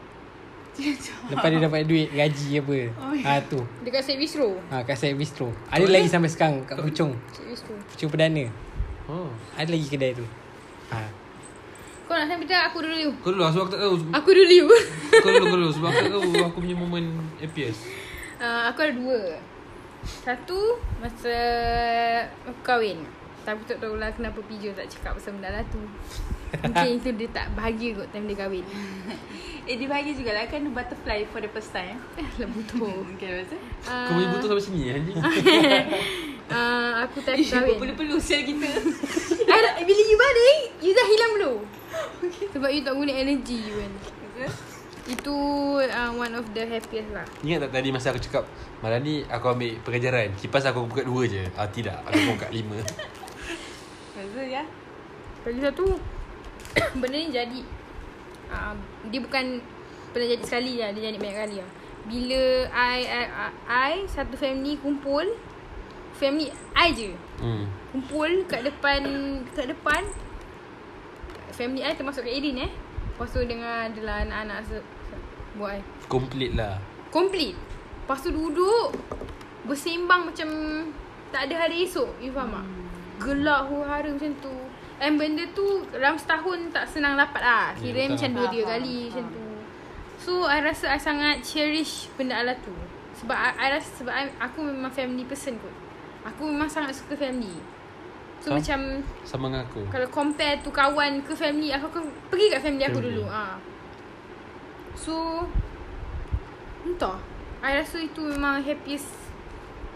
Speaker 3: Lepas dia dapat duit Gaji apa ha, tu
Speaker 2: Dekat Set Bistro
Speaker 3: ha, Kat Syed Bistro Ada lagi sampai sekarang Kat Puchong
Speaker 2: Set Bistro
Speaker 3: Puchong Perdana oh. Ada lagi kedai tu ha.
Speaker 2: Kau nak sampai tak aku dulu you
Speaker 4: Kau dulu sebab aku tak tahu.
Speaker 2: Aku dulu you
Speaker 4: Kau dulu kau dulu sebab aku tak tahu aku punya momen FPS.
Speaker 2: Uh, Ah, Aku ada dua Satu Masa Aku kahwin Tapi tak tahulah kenapa Pijo tak cakap pasal benda lah tu Mungkin itu dia tak bahagia kot time dia kahwin
Speaker 1: Eh dia bahagia jugalah kan butterfly for the first time.
Speaker 2: Eh lah butuh
Speaker 1: Okay, lepas tu.
Speaker 4: Kau boleh butuh sampai sini anjing.
Speaker 2: uh, Aku tak
Speaker 1: Ish,
Speaker 2: kahwin
Speaker 1: perlu-perlu sial kita.
Speaker 2: I dah- Bila you balik You dah hilang belum okay. Sebab you tak guna energy you kan Itu uh, one of the happiest lah
Speaker 4: Ingat tak tadi masa aku cakap Malam ni aku ambil pengajaran Kipas aku buka dua je ah, Tidak Aku buka lima
Speaker 1: Lepas tu ya.
Speaker 2: Lagi satu Benda ni jadi uh, Dia bukan Pernah jadi sekali lah Dia jadi banyak kali lah Bila I I, I, I Satu family kumpul Family I je
Speaker 4: hmm.
Speaker 2: Kumpul kat depan Kat depan Family I termasuk kat Erin eh Lepas tu dengan Adalah anak-anak se- se- Buat I
Speaker 4: Complete lah
Speaker 2: Complete Lepas tu duduk Bersembang macam Tak ada hari esok You faham tak? Gelak huru-hara macam tu And benda tu Dalam setahun tak senang dapat lah Kira yeah, macam dua tiga kali Macam tu So I rasa I sangat cherish Benda ala tu Sebab I, I rasa Sebab I, aku memang family person kot Aku memang sangat suka family So
Speaker 4: Faham?
Speaker 2: macam
Speaker 4: Sama dengan aku
Speaker 2: kalau compare tu kawan ke family Aku akan pergi kat family aku
Speaker 4: Family.
Speaker 2: dulu ha. So Entah I rasa itu memang happiest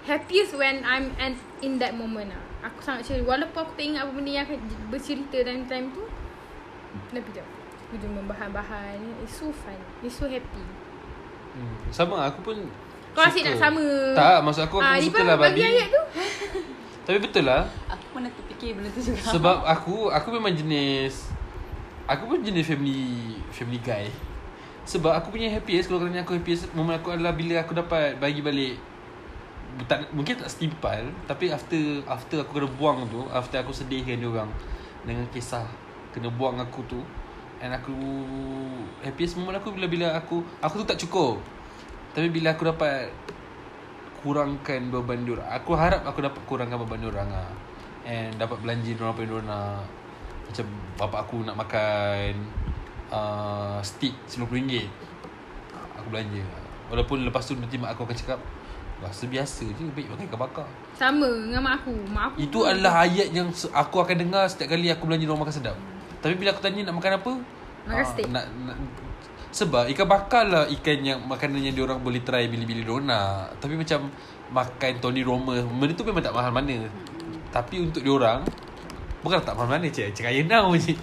Speaker 2: Happiest when I'm at, in that moment lah Aku sangat ceri Walaupun aku tak ingat apa benda yang akan j- bercerita dalam time tu Tapi tak Aku jumpa bahan-bahan It's so fun It's so happy
Speaker 4: hmm. Sama aku pun
Speaker 2: Kau asyik nak sama
Speaker 4: Tak maksud aku Aku
Speaker 2: Ah,
Speaker 4: suka
Speaker 2: Lipan
Speaker 4: lah
Speaker 2: bagi
Speaker 4: Bali
Speaker 2: ayat tu
Speaker 4: Tapi betul lah
Speaker 1: Aku pernah terfikir benda tu juga.
Speaker 4: Sebab aku Aku memang jenis Aku pun jenis family Family guy Sebab aku punya happiest Kalau kena aku happiest Momen aku adalah Bila aku dapat Bagi balik tak, Mungkin tak setimpal Tapi after After aku kena buang tu After aku sedihkan dia orang Dengan kisah Kena buang aku tu And aku Happiest moment aku Bila-bila aku Aku tu tak cukup Tapi bila aku dapat kurangkan beban diorang Aku harap aku dapat kurangkan beban diorang lah And dapat belanja diorang apa yang diorang nak lah. Macam bapak aku nak makan uh, Steak RM90 Aku belanja Walaupun lepas tu nanti mak aku akan cakap Rasa biasa je baik makan ikan bakar
Speaker 2: Sama dengan mak aku Mak aku
Speaker 4: Itu adalah ayat yang se- aku akan dengar setiap kali aku belanja rumah makan sedap Tapi bila aku tanya nak makan apa
Speaker 2: Makan
Speaker 4: ah,
Speaker 2: steak.
Speaker 4: nak, nak, Sebab ikan bakar lah ikan yang makanan yang diorang boleh try bila-bila diorang nak Tapi macam makan Tony Roma Benda tu memang tak mahal mana Tapi untuk diorang Bukan tak mahal mana cik Cik kaya now cik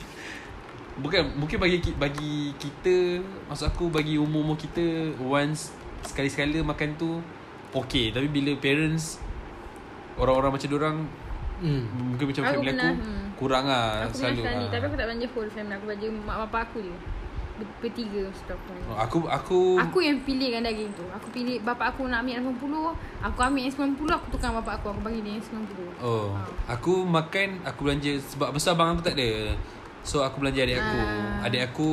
Speaker 4: Bukan mungkin bagi ki- bagi kita maksud aku bagi umur-umur kita once sekali-sekala makan tu okay tapi bila parents orang-orang macam diorang
Speaker 3: Hmm.
Speaker 4: mungkin macam
Speaker 2: Aku
Speaker 4: family
Speaker 2: pernah,
Speaker 4: aku
Speaker 2: hmm.
Speaker 4: kurang ah
Speaker 2: Aku
Speaker 4: selalu.
Speaker 2: selalu sekali
Speaker 4: ah.
Speaker 2: Tapi aku tak belanja whole family Aku belanja mak bapak aku je Ber- Bertiga masa tu aku belanja.
Speaker 4: Oh, aku aku
Speaker 2: Aku yang pilihkan daging tu Aku pilih Bapak aku nak ambil yang 80 Aku ambil yang 90 Aku tukar dengan bapak aku Aku bagi dia yang 90
Speaker 4: oh aku makan aku belanja sebab besar abang aku tak ada. So aku belanja adik aku.
Speaker 2: Ah.
Speaker 4: Adik aku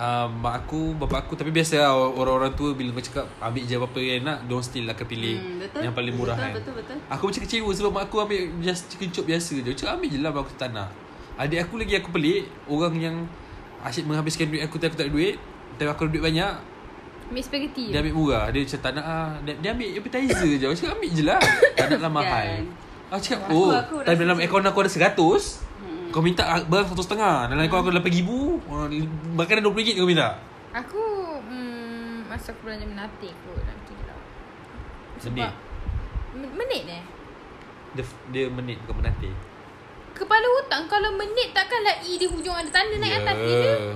Speaker 4: Uh, mak aku, bapak aku Tapi biasa lah orang-orang tua Bila kau cakap ambil je apa-apa yang nak Diorang still akan pilih
Speaker 1: Hmm, betul.
Speaker 4: Yang paling murah
Speaker 1: Betul,
Speaker 4: kan
Speaker 1: betul, betul.
Speaker 4: Aku macam kecewa sebab mak aku ambil just kecup biasa je. Cakap ambil je lah aku tak nak. Adik aku lagi aku pelik. Orang yang asyik menghabiskan duit aku tapi aku tak ada duit. Tapi aku ada duit banyak.
Speaker 2: Ambil spaghetti je
Speaker 4: Dia ambil murah. Dia macam tak nak ah. Dia, dia ambil appetizer je. Aku cakap ambil je lah. Tak nak lah mahal.
Speaker 1: Kan.
Speaker 4: Aku cakap,
Speaker 1: Aku-
Speaker 4: oh,
Speaker 1: aku
Speaker 4: tapi
Speaker 1: rasa
Speaker 4: dalam
Speaker 1: macam-
Speaker 4: akaun aku ada RM100. Kau minta ah, barang satu setengah. Dalam akaun aku ada RM8,000. orang- Makanan RM20 kau minta.
Speaker 2: Aku mm, Masa aku belanja menatik kot Nanti je lah
Speaker 4: Menit.
Speaker 2: Men- Menit eh
Speaker 4: Dia, dia menit bukan menanti.
Speaker 2: Kepala otak kalau menit takkanlah E di hujung ada tanda naik atas dia je.
Speaker 4: Ya.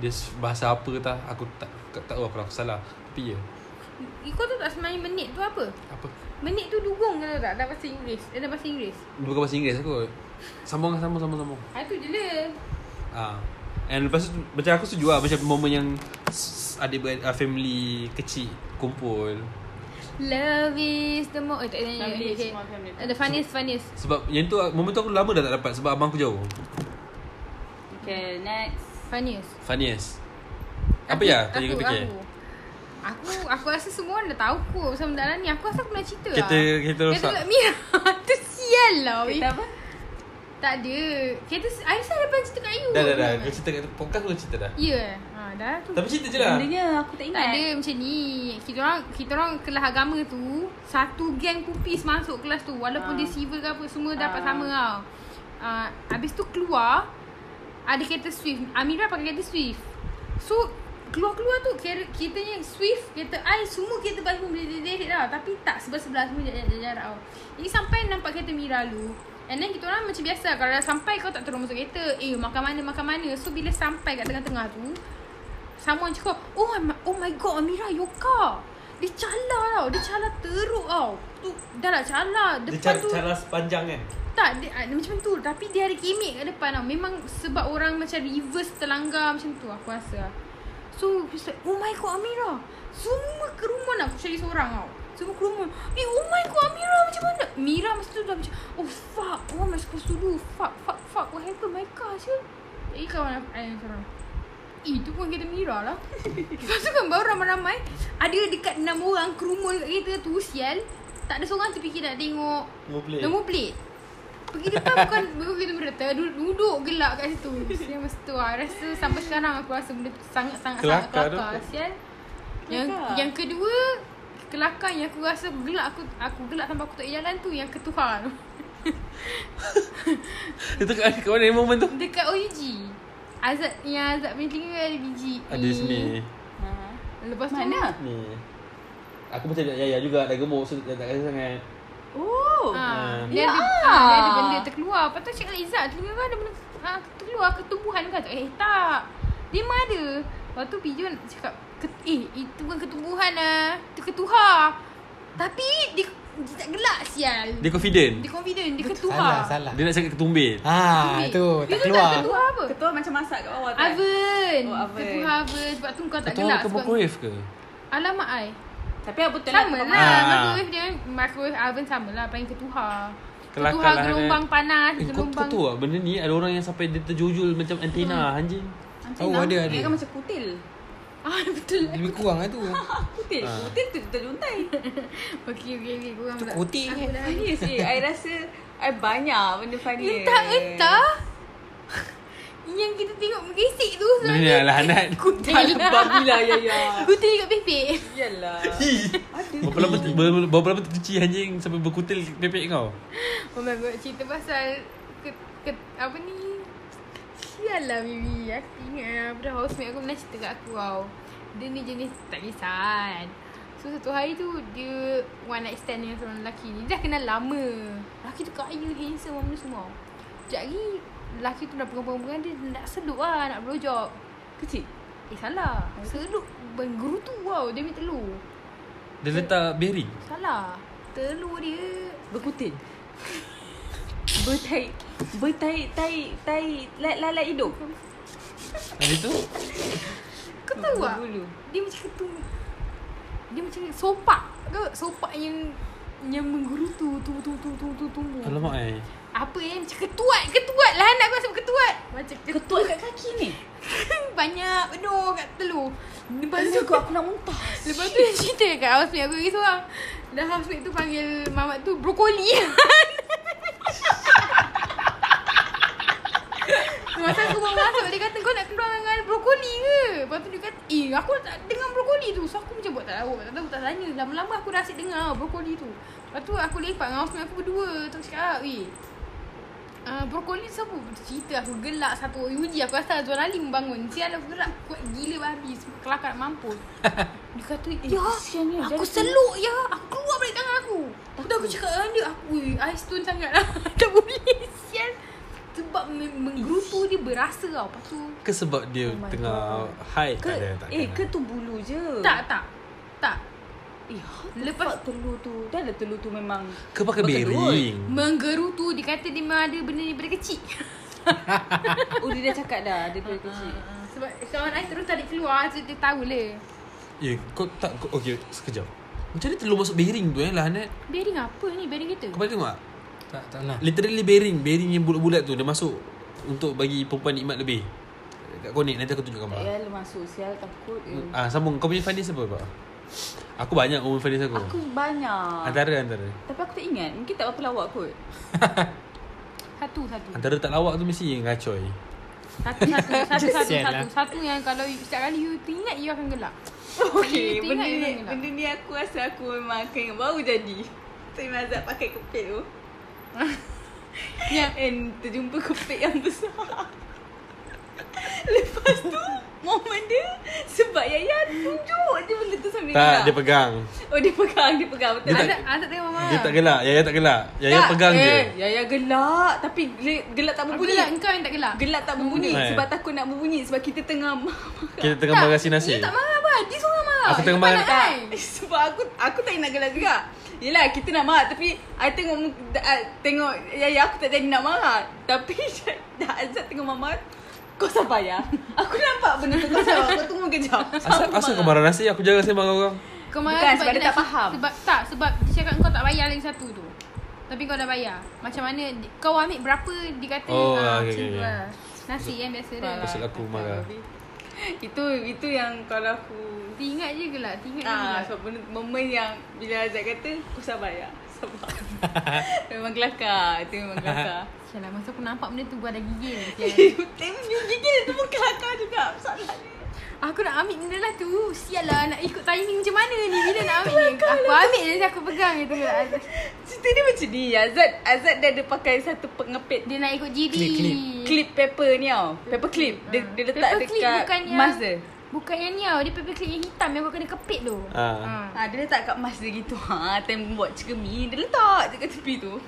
Speaker 4: Dia s- bahasa apa tak Aku tak tak, tak tahu kalau aku salah Tapi ya
Speaker 2: Eh, Kau tahu tak sebenarnya menit tu apa?
Speaker 4: Apa
Speaker 2: Menit tu dugong ke tak? Dalam bahasa Inggeris Eh, Dalam bahasa Inggeris
Speaker 4: Bukan bahasa Inggeris aku Sambung lah, sambung sambung sambung
Speaker 2: Ah, Itu je lah
Speaker 4: Ah, And lepas tu Macam aku setuju lah Macam momen yang s- Adik uh, family Kecil Kumpul
Speaker 2: Love is the most eh, tak nyanyi.
Speaker 1: Family
Speaker 2: Okay,
Speaker 1: is
Speaker 2: okay.
Speaker 1: more family.
Speaker 2: Uh, The funniest funniest
Speaker 4: Sebab yang tu Momen tu aku lama dah tak dapat Sebab abang aku jauh
Speaker 1: Okay, next.
Speaker 2: Funniest
Speaker 4: Funniest Apa ya
Speaker 2: Aku,
Speaker 4: Tanya kau fikir
Speaker 2: aku, aku aku rasa semua orang dah tahu aku Pasal benda ni Aku rasa aku nak cerita
Speaker 4: Kereta
Speaker 2: lah
Speaker 4: Kereta
Speaker 2: Kereta
Speaker 4: rosak
Speaker 2: Black Mirror Tu sial lah weh.
Speaker 1: Kita apa?
Speaker 2: Tak ada Kereta I rasa ada pernah cerita kat you
Speaker 4: Dah dah dah Kau cerita kat podcast Kau cerita dah
Speaker 2: Ya yeah. ha, Ah, dah tu.
Speaker 4: Tapi cerita je lah
Speaker 1: Bendanya aku tak
Speaker 2: Tak ada
Speaker 1: ingat.
Speaker 2: macam ni. Kita orang kita orang kelas agama tu, satu geng pupis masuk kelas tu
Speaker 1: Ah.
Speaker 2: walaupun dia civil ke apa semua
Speaker 1: Ah.
Speaker 2: dapat sama tau. Ah, habis tu keluar ada kereta Swift. Amira pakai kereta Swift. So keluar-keluar tu kereta kitanya Swift, kereta I semua kereta baju berderet-deret tau. Tapi tak sebelah-sebelah semua jarak-jarak tau. Ini sampai nampak kereta Mira lu. And then kita orang macam biasa Kalau dah sampai kau tak terus masuk kereta Eh makan mana makan mana So bila sampai kat tengah-tengah tu Someone cakap Oh my, oh my god Amira your car Dia cala tau Dia cala teruk tau tu, Dah lah cala Depan
Speaker 7: Dia cara,
Speaker 2: tu
Speaker 7: cara sepanjang kan
Speaker 2: Tak dia, ah, dia macam tu Tapi dia ada gimmick kat depan tau Memang sebab orang macam reverse terlanggar Macam tu aku rasa lah. So he's like Oh my god Amira Semua kerumun aku cari seorang tau Semua kerumun Eh oh my god Amira macam mana Mira masa tu dah macam Oh fuck What am I supposed to do Fuck fuck fuck What happened my car sure Eh kawan aku Eh seorang Eh tu pun kereta Mira lah Lepas tu kan baru ramai-ramai Ada dekat 6 orang kerumun kat kereta tu Sial Tak ada seorang terfikir nak tengok
Speaker 7: Nombor plate.
Speaker 2: Nombor plate Pergi depan bukan Bukan kereta merata Duduk, duduk gelak kat situ Sial masa tu lah Rasa sampai sekarang aku rasa Benda tu sangat-sangat sangat
Speaker 4: Kelakar tu.
Speaker 2: kelakar Sial yang,
Speaker 6: Kelakar.
Speaker 2: yang kedua Kelakar yang aku rasa gelak aku aku gelak sampai aku tak boleh jalan tu yang ketuhan
Speaker 4: Itu kat, kat mana momen tu
Speaker 2: dekat OUG Azad yang Azad punya telinga ada biji
Speaker 4: Ada sini
Speaker 2: Lepas tu
Speaker 1: Mana?
Speaker 4: Ni Aku macam nak Yaya juga Dah gemuk So dah tak rasa sangat
Speaker 1: Oh.
Speaker 2: Ha,
Speaker 4: Ah.
Speaker 2: dia,
Speaker 1: Ya.
Speaker 2: ada, ha, dia ada benda terkeluar. Lepas tu cakap dengan Izzat, telinga kau ada benda ha, terkeluar, ketubuhan kau. Eh, tak. Dia memang ada. Lepas tu Pijon cakap, "Ket- eh, itu bukan ketubuhan lah. Itu ketuha. Tapi dia, dia tak gelak sial.
Speaker 4: Dia confident lah. Ha?
Speaker 2: Dia confident, dia ketuha.
Speaker 3: Salah salah
Speaker 4: Dia nak cakap ketumbil
Speaker 3: Ah
Speaker 2: Ketuhi.
Speaker 3: tu
Speaker 2: Dia
Speaker 3: tak
Speaker 2: tu
Speaker 3: keluar Oh,
Speaker 2: tak ketuha apa?
Speaker 6: Ketua macam masak kat bawah tu kan?
Speaker 2: Oven.
Speaker 6: Oh, oven.
Speaker 2: Ketuha oven. Sebab tu kau tak
Speaker 4: Atau
Speaker 2: gelak.
Speaker 4: ke
Speaker 2: sebab-
Speaker 4: microwave ke
Speaker 2: Alamak I.
Speaker 1: Tapi aku betul
Speaker 2: Sama
Speaker 1: aku
Speaker 2: lah.
Speaker 1: faham.
Speaker 4: Ah.
Speaker 2: Microwave dengan microwave oven sama lah. Panggil ketuha.
Speaker 4: Kelakar
Speaker 2: Ketuha
Speaker 4: lah, Hana.
Speaker 2: gelombang
Speaker 6: Kan,
Speaker 2: panas,
Speaker 4: Eh, kau, kau
Speaker 2: gelombang
Speaker 4: tahu tak benda ni ada orang yang sampai dia terjojol macam antena
Speaker 6: Hmm.
Speaker 4: anjing.
Speaker 1: Nanti
Speaker 3: Oh,
Speaker 1: nak-
Speaker 3: ada, ada.
Speaker 1: Dia kan macam kutil.
Speaker 2: Ah betul lah.
Speaker 3: Lebih kurang lah tu
Speaker 6: Ah,
Speaker 1: Kutil.
Speaker 4: Ah.
Speaker 1: Kutil tu terluntai.
Speaker 2: Okey okey okey kurang
Speaker 3: Tu
Speaker 2: pula.
Speaker 3: kotik
Speaker 2: Aku
Speaker 3: kan?
Speaker 2: dah-
Speaker 6: Funny sih. I rasa I banyak benda funny.
Speaker 2: Entah entah. Yang kita tengok mengesik tu
Speaker 4: Benda ni lah Hanat.
Speaker 2: Kutil
Speaker 6: Babi lah ya ya.
Speaker 2: Kutil kat pepek
Speaker 6: Iyalah.
Speaker 4: Berapa lama ber- berapa lama tercuci anjing sampai berkutil pepek kau?
Speaker 2: Oh my god cerita pasal ke, ke, Apa ni Sial lah Mimi Aku ingat lah, Pada housemate aku pernah cerita kat aku tau Dia ni jenis tak kisah kan So satu hari tu Dia one night stand dengan seorang lelaki ni Dia dah kenal lama Lelaki tu kaya handsome apa benda semua Sekejap lagi Lelaki tu dah pegang-pegang dia Nak sedut lah Nak blow job
Speaker 1: Kecil.
Speaker 2: Eh salah Sedut Menggerutu tau Dia ambil telur
Speaker 4: Dia letak bearing.
Speaker 2: Salah Telur dia
Speaker 6: Berkutil. Bertai bertai tai tai lat lat lat hidung.
Speaker 4: Habis tu
Speaker 2: Kau tahu tak?
Speaker 6: Berbulu.
Speaker 2: Dia macam tu Dia macam sopak ke Sopak yang Yang menggerutu tu tu tu tu tu tumbuh
Speaker 4: alamak eh.
Speaker 2: Apa yang macam ketuat Ketuat lah anak aku rasa ketuat Macam ketuat
Speaker 6: Ketua kat kaki ni.
Speaker 2: Banyak penuh kat telur Lepas
Speaker 6: Lepas
Speaker 2: tu
Speaker 6: aku aku nak muntah.
Speaker 2: Lepas tu yang cerita kat housemate aku lagi seorang Dah housemate tu panggil mamat tu brokoli Masa aku baru masuk dia kata kau nak keluar dengan brokoli ke? Lepas tu dia kata eh aku tak dengar brokoli tu So aku macam buat tak tahu tak tahu tak tanya Lama-lama aku dah asyik dengar brokoli tu Lepas tu aku lepak dengan housemate aku berdua Tu aku cakap eh Uh, brokoli siapa cerita aku gelak satu uji aku rasa Azwan Ali membangun sial aku gelak kuat gila babi kelakar nak mampus dia kata ya
Speaker 6: kesiannya, Eh,
Speaker 2: aku
Speaker 6: jadi-
Speaker 2: seluk ya aku keluar balik tangan aku Lepas tu aku cakap dengan dia aku ui I stone sangat lah tak boleh sial sebab me- menggerutu dia berasa tau lepas tu
Speaker 4: Ke sebab dia
Speaker 6: Oh my
Speaker 4: tengah high
Speaker 6: Ke
Speaker 4: tak ada tak
Speaker 6: eh ke
Speaker 4: ada.
Speaker 6: tu bulu je.
Speaker 2: tak tak tak
Speaker 6: Eh, how the
Speaker 2: Lepas-
Speaker 6: fuck telur tu. Dah ada telur tu memang
Speaker 4: Ke pakai bearing.
Speaker 2: menggerutu dia kata dia memang ada benda ni daripada kecil
Speaker 6: Oh dia dah cakap dah Dia dari kecil
Speaker 4: Ah,
Speaker 2: sebab kawan I terus tarik keluar so dia tahu lah
Speaker 4: Eh kau tak kau, okey sekejap. Macam mana telur masuk bearing tu eh lah Hanat?
Speaker 2: bearing apa ni bearing kita
Speaker 4: Kau pernah tengok tak?
Speaker 3: Tak tak nak
Speaker 4: Literally bearing, bearing yang bulat-bulat tu dia masuk untuk bagi perempuan nikmat lebih. Kat konek nanti aku tunjuk
Speaker 6: Tak
Speaker 4: gambar.
Speaker 1: Ya.
Speaker 6: payah lu masuk Sial takut eh.
Speaker 4: Ah sambung kau punya funniest apa pak? Aku banyak umur funniest aku.
Speaker 6: Aku banyak
Speaker 4: Antara antara.
Speaker 6: Tapi aku tak ingat Mungkin tak berapa lawak kot
Speaker 2: satu satu
Speaker 4: Antara tak lawak tu mesti yang ngacoi.
Speaker 2: Satu satu satu satu
Speaker 3: Kesian
Speaker 2: satu
Speaker 3: lah.
Speaker 2: satu yang kalau you- setiap kali you teringat you akan gelak.
Speaker 1: Okay,
Speaker 2: Kita
Speaker 1: benda
Speaker 2: ingat
Speaker 1: ni,
Speaker 2: je lah.
Speaker 1: benda ni aku rasa aku memang akan ingat baru jadi. Saya mazak pakai kepit tu.
Speaker 2: Ya.
Speaker 1: And terjumpa kepit yang besar. Lepas tu, momen dia sebab Yaya tunjuk je benda tu sambil
Speaker 4: Tak, dia
Speaker 1: gelak.
Speaker 4: pegang.
Speaker 1: oh, dia pegang, dia pegang. Betul.
Speaker 4: Dia
Speaker 1: tak,
Speaker 4: tak-
Speaker 2: Ada ada tengok mama.
Speaker 4: Dia tak gelak. Yaya tak gelak. Yaya pegang
Speaker 1: eh,
Speaker 4: je.
Speaker 1: Yaya gelak. Tapi gel- gelak tak
Speaker 2: Aku
Speaker 1: berbunyi.
Speaker 2: gelak engkau yang tak gelak.
Speaker 1: Gelak tak berbunyi
Speaker 4: Eh.
Speaker 1: sebab takut nak berbunyi. Sebab kita tengah marah.
Speaker 4: Kita tengah marah
Speaker 2: You
Speaker 4: nasi.
Speaker 2: tak marah apa? Dia seorang marah.
Speaker 4: Aku tengah
Speaker 2: You
Speaker 4: marah.
Speaker 2: pandang I.
Speaker 1: Eh, Sebab aku aku tak nak gelak juga. Yelah kita nak marah tapi I tengok muka- da- ah, tengok ya, ya aku tak jadi nak marah. Tapi dah Azat tengok mama kau sabar ya. Aku nampak benda tu kau sabar. Kau tunggu kejap.
Speaker 4: Asal, asal kau marah nasi? Aku jarang sembang orang.
Speaker 2: Kau
Speaker 1: Bukan,
Speaker 2: marah
Speaker 1: sebab dia
Speaker 2: nak
Speaker 1: tak
Speaker 2: fi-
Speaker 1: faham.
Speaker 2: Sebab tak sebab dia cakap kau tak bayar lagi satu tu. Tapi kau dah bayar. Macam mana di- kau ambil berapa dia kata
Speaker 4: Oh,
Speaker 2: ah,
Speaker 4: okay,
Speaker 2: macam
Speaker 4: okay,
Speaker 2: tu
Speaker 4: okay.
Speaker 2: lah. Nasi kan biasa dia.
Speaker 4: Pasal aku marah.
Speaker 1: Itu itu yang kalau aku
Speaker 2: Teringat je gelak, teringat je
Speaker 1: ah
Speaker 2: gelak.
Speaker 1: sebab benda, momen yang bila Azat kata kau sabar ya. Sabar. memang kelakar. Itu memang kelakar.
Speaker 2: Sialah masa aku nampak benda tu gua dah gigil. sial.
Speaker 1: Tengok gigil tu pun kelakar juga. Soalannya.
Speaker 2: Aku nak ambil benda lah tu Sial lah nak ikut timing macam mana ni Bila nak ambil ni Aku ambil je aku pegang je tu
Speaker 1: Cerita dia macam ni Azad Azad dah ada pakai satu pengepit
Speaker 2: Dia nak ikut GD
Speaker 3: Clip, clip.
Speaker 1: Clip paper ni tau Paper clip Dia, dia letak
Speaker 2: Ah. Paper clip
Speaker 1: dekat
Speaker 2: bukan yang-
Speaker 1: Mas dia
Speaker 2: Bukan yang ni tau Dia paper clip yang hitam Yang kau kena kepit tu Ah.
Speaker 4: Ha.
Speaker 1: ha, Dia letak kat mas dia gitu ha, Time buat cermin Dia letak je kat tepi tu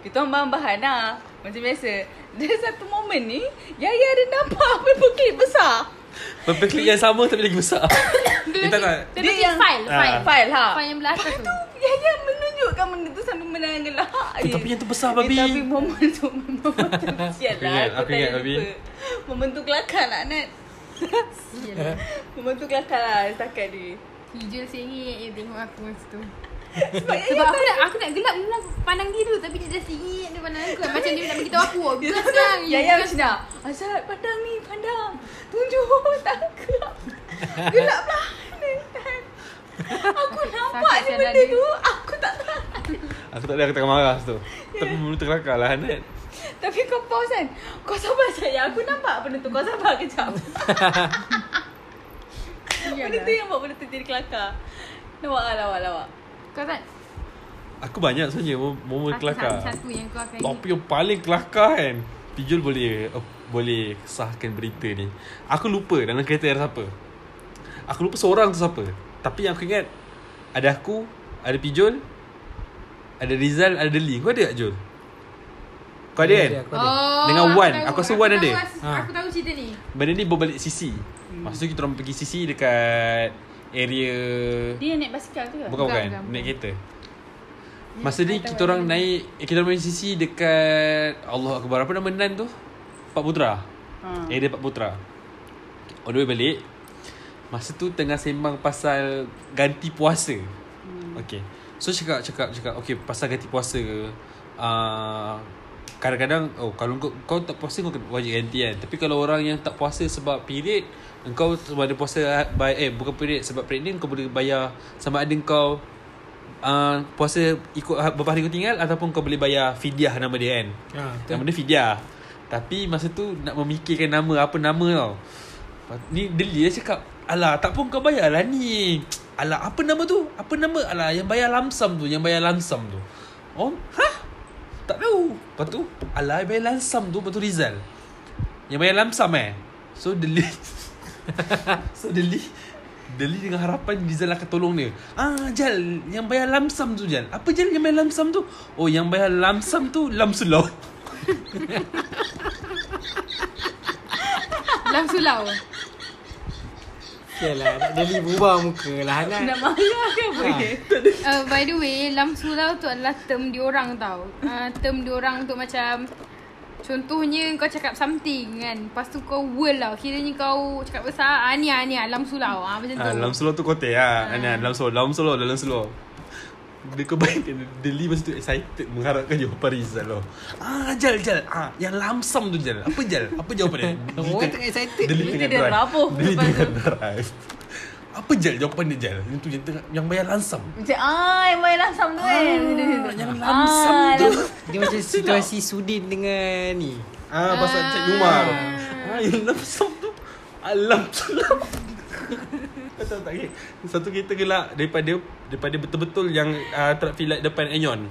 Speaker 1: Kita orang bahan-bahan lah Macam biasa Dia satu momen ni Yaya ada nampak paper clip besar
Speaker 4: Perfectly yang sama tapi lagi besar. Dia tak tak.
Speaker 2: Dia macam file File
Speaker 4: Ah.
Speaker 1: File ha
Speaker 2: File yang belakang
Speaker 1: Lepas
Speaker 2: tu
Speaker 1: tu Yaya menunjukkan benda tu Sambil menang gelak
Speaker 4: Eh, tapi yang tu besar, babi.
Speaker 1: eh, Tapi momen tu Memang macam sial
Speaker 4: Aku ingat,
Speaker 1: lah
Speaker 4: aku ingat,
Speaker 1: tak
Speaker 4: babi.
Speaker 1: lupa. Momen tu kelakar lah Nat
Speaker 2: Sial lah.
Speaker 1: Momen tu kelakar lah Setakat dia
Speaker 2: Hijau sengit Dia tengok aku masa tu
Speaker 1: Sebab Yaya
Speaker 2: Sebab aku nak aku nak gelap mula aku pandang dia dulu Tapi dia dah sengit Dia pandang aku Macam dia nak beritahu aku
Speaker 1: Dia
Speaker 2: Bukan
Speaker 1: tak
Speaker 2: sekarang
Speaker 1: Ya, ya macam dah. Azad, pandang ni, pandang. Tunjuk, tak gelap. Gelap lah. Tan. Aku nampak je
Speaker 2: sial
Speaker 1: benda
Speaker 2: dia.
Speaker 1: tu. Aku tak tahu.
Speaker 4: Aku tak boleh aku tengah marah tu. Tapi mulut terkelakar lah Hanat.
Speaker 1: Tapi kau pause kan. Kau sabar saya. Aku nampak benda tu. Kau sabar kejap. benda tu yang buat benda tu jadi kelakar. Lawak lah, lawak, lawak.
Speaker 2: Kau tak
Speaker 4: Aku banyak sebenarnya mom- momen
Speaker 2: Aku
Speaker 4: kelakar.
Speaker 2: satu-satu yang kau akan
Speaker 4: Topik yang paling kelakar kan. Pijul boleh oh, boleh sahkan berita ni. Aku lupa dalam kereta ada siapa. Aku lupa seorang tu siapa. Tapi yang aku ingat ada aku, ada Pijul, ada Rizal, ada Deli. Kau ada tak Jul? Kau ada kan?
Speaker 3: Dia aku ada.
Speaker 2: Oh,
Speaker 4: Dengan Wan. Aku rasa Wan
Speaker 2: tahu
Speaker 4: ada.
Speaker 2: as-
Speaker 3: Ha.
Speaker 2: Aku tahu cerita ni.
Speaker 4: Benda ni berbalik sisi. Masa tu kita orang pergi sisi dekat area
Speaker 1: Dia yang naik basikal tu ke?
Speaker 4: Bukan
Speaker 2: Bukan,
Speaker 4: bukan, bukan
Speaker 2: bukan.
Speaker 4: Naik kereta kan? Masa ni kita orang naik eh, Kita orang main sisi dekat Allah Akbar Apa nama Nan tu? Pak Putra hmm. Area Pak Putra On the way balik Masa tu tengah sembang pasal Ganti puasa hmm. Okay So cakap cakap cakap Okay pasal ganti puasa uh, Kadang-kadang Oh kalau kau, kau tak puasa Kau kena wajib ganti kan Tapi kalau orang yang tak puasa Sebab period Engkau sama ada puasa by, Eh bukan period Sebab pregnant kau boleh bayar Sama ada kau uh, Puasa ikut ha- Berapa hari kau tinggal Ataupun kau boleh bayar Fidyah nama dia kan
Speaker 3: Ha, betul.
Speaker 4: Nama dia Fidyah Tapi masa tu Nak memikirkan nama Apa nama tau Lepas- Ni Deli dia cakap Alah tak pun kau bayar lah ni Alah apa nama tu Apa nama Alah yang bayar lamsam tu Yang bayar lamsam tu Oh Hah Tak tahu Lepas tu Alah yang bayar lamsam tu Lepas tu Rizal Yang bayar lamsam eh So Deli So Deli Deli dengan harapan Rizal akan tolong dia Ah Jal Yang bayar lamsam tu Jal Apa Jal yang bayar lamsam tu Oh yang bayar lamsam tu Lamsulau
Speaker 2: Dalam sulau.
Speaker 3: Sial lah. Nak Deli berubah muka lah. Hanat.
Speaker 1: Nak marah ke apa?
Speaker 3: Ha.
Speaker 2: Uh, by the way, lam sulau tu adalah term diorang tau. Uh, term diorang untuk macam Contohnya kau cakap something kan Lepas tu kau world tau Kiranya kau cakap besar Ah ni ah ni ah Lam sulau ah, Macam tu
Speaker 4: Ah, dalam slow tu kote ah. Ha. dalam slow, dalam slow, dalam slow. Dia kebaikan Deli masa tu excited Mengharapkan jawapan Rizal lo. Ah Jal Jal ah, Yang lamsam tu Jal Apa Jal Apa jawapan dia Deli
Speaker 3: Orang
Speaker 4: teng-
Speaker 3: tengah excited.
Speaker 4: Deli
Speaker 1: Dia
Speaker 4: tengah
Speaker 1: dah
Speaker 4: drive
Speaker 1: rapuh
Speaker 4: Deli
Speaker 1: lepas
Speaker 4: tengah drive Apa Jal jawapan dia Jal Yang tu yang tengah Yang bayar lamsam
Speaker 1: Macam, ah, yang main lamsam tu kan.
Speaker 4: Yang
Speaker 1: lamsam
Speaker 4: lamsam
Speaker 1: Ah,
Speaker 4: tu
Speaker 1: tu.
Speaker 3: Dia macam situasi Sudin dengan ni.
Speaker 4: Ah pasal cek rumah tu Ah Alam sum tu Alam sulam Kau tahu tak okay? Satu kereta gelak Daripada Daripada betul-betul yang uh, Traffic light depan Enyon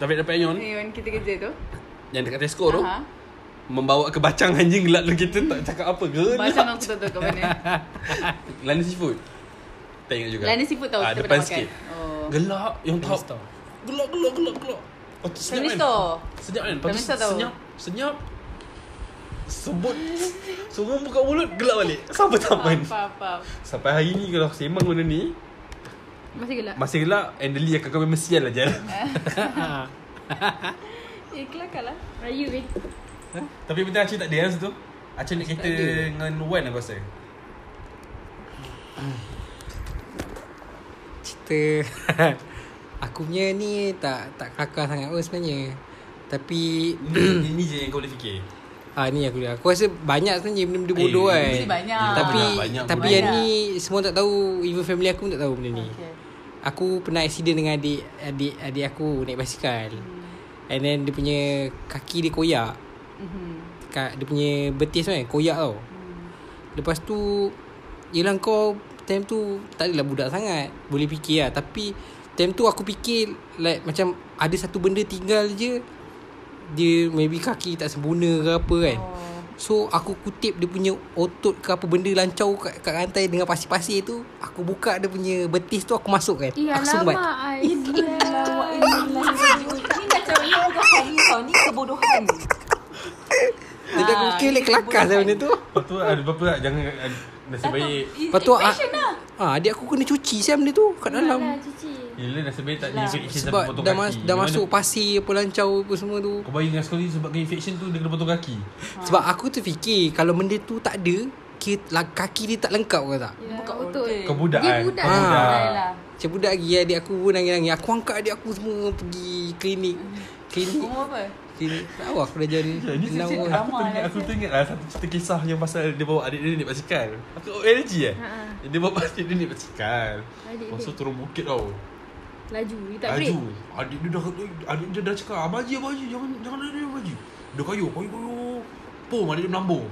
Speaker 4: Traffic depan Enyon
Speaker 1: Ni yang kita kerja tu. Ha?
Speaker 4: Yang dekat Tesco tu
Speaker 1: Aha.
Speaker 4: Membawa ke bacang anjing gelak dalam kereta Tak cakap apa Gelak
Speaker 1: Macam aku tak tahu kat mana. Lah,
Speaker 4: Lani seafood Tak ingat juga
Speaker 1: Lain seafood tau
Speaker 4: Ah,
Speaker 1: kita pernah
Speaker 4: Depan
Speaker 1: makan.
Speaker 4: sikit
Speaker 1: Oh.
Speaker 4: Gelak Yang
Speaker 7: Family
Speaker 4: top
Speaker 7: store.
Speaker 4: Gelak gelak gelak gelak Oh, tu senyap
Speaker 1: Family
Speaker 4: kan?
Speaker 1: store.
Speaker 4: Senyap kan Lepas
Speaker 1: Family
Speaker 4: tu
Speaker 1: store tau.
Speaker 4: senyap Senyap Sebut Semua buka mulut Gelak balik Sampai taman
Speaker 1: Apa apa.
Speaker 4: Sampai hari ni Kalau sembang benda ni
Speaker 2: Masih gelap.
Speaker 4: Masih gelak And Deli akan kau memang sial lah Jal
Speaker 1: Eh kelakar lah.
Speaker 2: Raya weh.
Speaker 4: Tapi betul Acik tak ada Yang situ Acik nak kereta Dengan Wan aku rasa
Speaker 3: Cerita Aku punya ni tak tak kelakar sangat pun sebenarnya Tapi
Speaker 4: Ini ini je yang kau boleh fikir
Speaker 3: ah ni aku aku rasa banyak sebenarnya benda-benda bodoh
Speaker 4: Eh,
Speaker 3: kan.
Speaker 4: mesti
Speaker 1: banyak.
Speaker 3: Tapi
Speaker 4: Banyak,
Speaker 3: tapi
Speaker 1: banyak.
Speaker 3: yang ni semua tak tahu even family aku pun tak tahu benda ni.
Speaker 1: Okay.
Speaker 3: Aku pernah accident dengan adik adik adik aku naik basikal. And then dia punya kaki dia koyak.
Speaker 1: Mhm.
Speaker 3: Kat dia punya betis kan koyak tau. Lepas tu Yelah kau Time tu Tak adalah budak sangat Boleh fikir lah Tapi Time tu aku fikir Like macam Ada satu benda tinggal je Dia maybe kaki tak sempurna ke apa kan oh. So aku kutip dia punya otot ke apa benda lancau kat, kat rantai dengan pasir-pasir tu Aku buka dia punya betis tu aku masuk kan
Speaker 2: Eh
Speaker 3: Aku sumbat
Speaker 2: alamak ai. Lawak
Speaker 6: Ni macam ni bukan hobi tau. Ni kebodohan.
Speaker 3: Jadi aku fikir like kelakar saya benda tu
Speaker 4: Lepas tu ada apa-apa tak Jangan ada- Nasib baik
Speaker 3: Lepas tu ah, ah, Adik aku kena cuci saya benda tu Kat dalam
Speaker 2: cici.
Speaker 4: Yelah nasib baik tak ada infection sampai
Speaker 3: Sebab
Speaker 4: potong
Speaker 3: dah,
Speaker 4: kaki.
Speaker 3: mas, dah
Speaker 4: Macam
Speaker 3: masuk
Speaker 4: mana-
Speaker 3: pasir apa lancau apa semua tu
Speaker 4: Kau bayangkan sekali sebab kena infection tu dia kena potong kaki.
Speaker 3: Sebab aku terfikir Kalau benda tu tak ada kira- la- Kaki dia tak lengkap ke tak
Speaker 2: Buka otot.
Speaker 4: Kau budak
Speaker 2: Ya, Dia
Speaker 4: kan?
Speaker 2: budak.
Speaker 4: Kau
Speaker 3: Ah.
Speaker 4: budak.
Speaker 3: Macam budak lagi Adik aku pun nangis-nangis Aku angkat adik aku semua Pergi klinik Klinik
Speaker 1: Umur apa?
Speaker 3: Klinik Tak tahu aku dah jadi
Speaker 4: Ini
Speaker 3: Enam
Speaker 4: cerita
Speaker 3: pun
Speaker 4: aku teringat aku teringat lah satu cerita kisah yang pasal dia bawa adik dia naik basikal. Aku OLG eh.
Speaker 2: Ha-ha.
Speaker 4: Dia bawa adik dia naik basikal.
Speaker 2: Ha, Adik
Speaker 4: Lepas tu
Speaker 2: dia.
Speaker 4: turun bukit tau.
Speaker 2: Laju. Dia tak break.
Speaker 4: Laju. Adik dia dah adik dia dah cakap abang haji abang haji jangan jangan ada dia abang haji. Dia kayu kayu kayu. Pum adik dia melambung.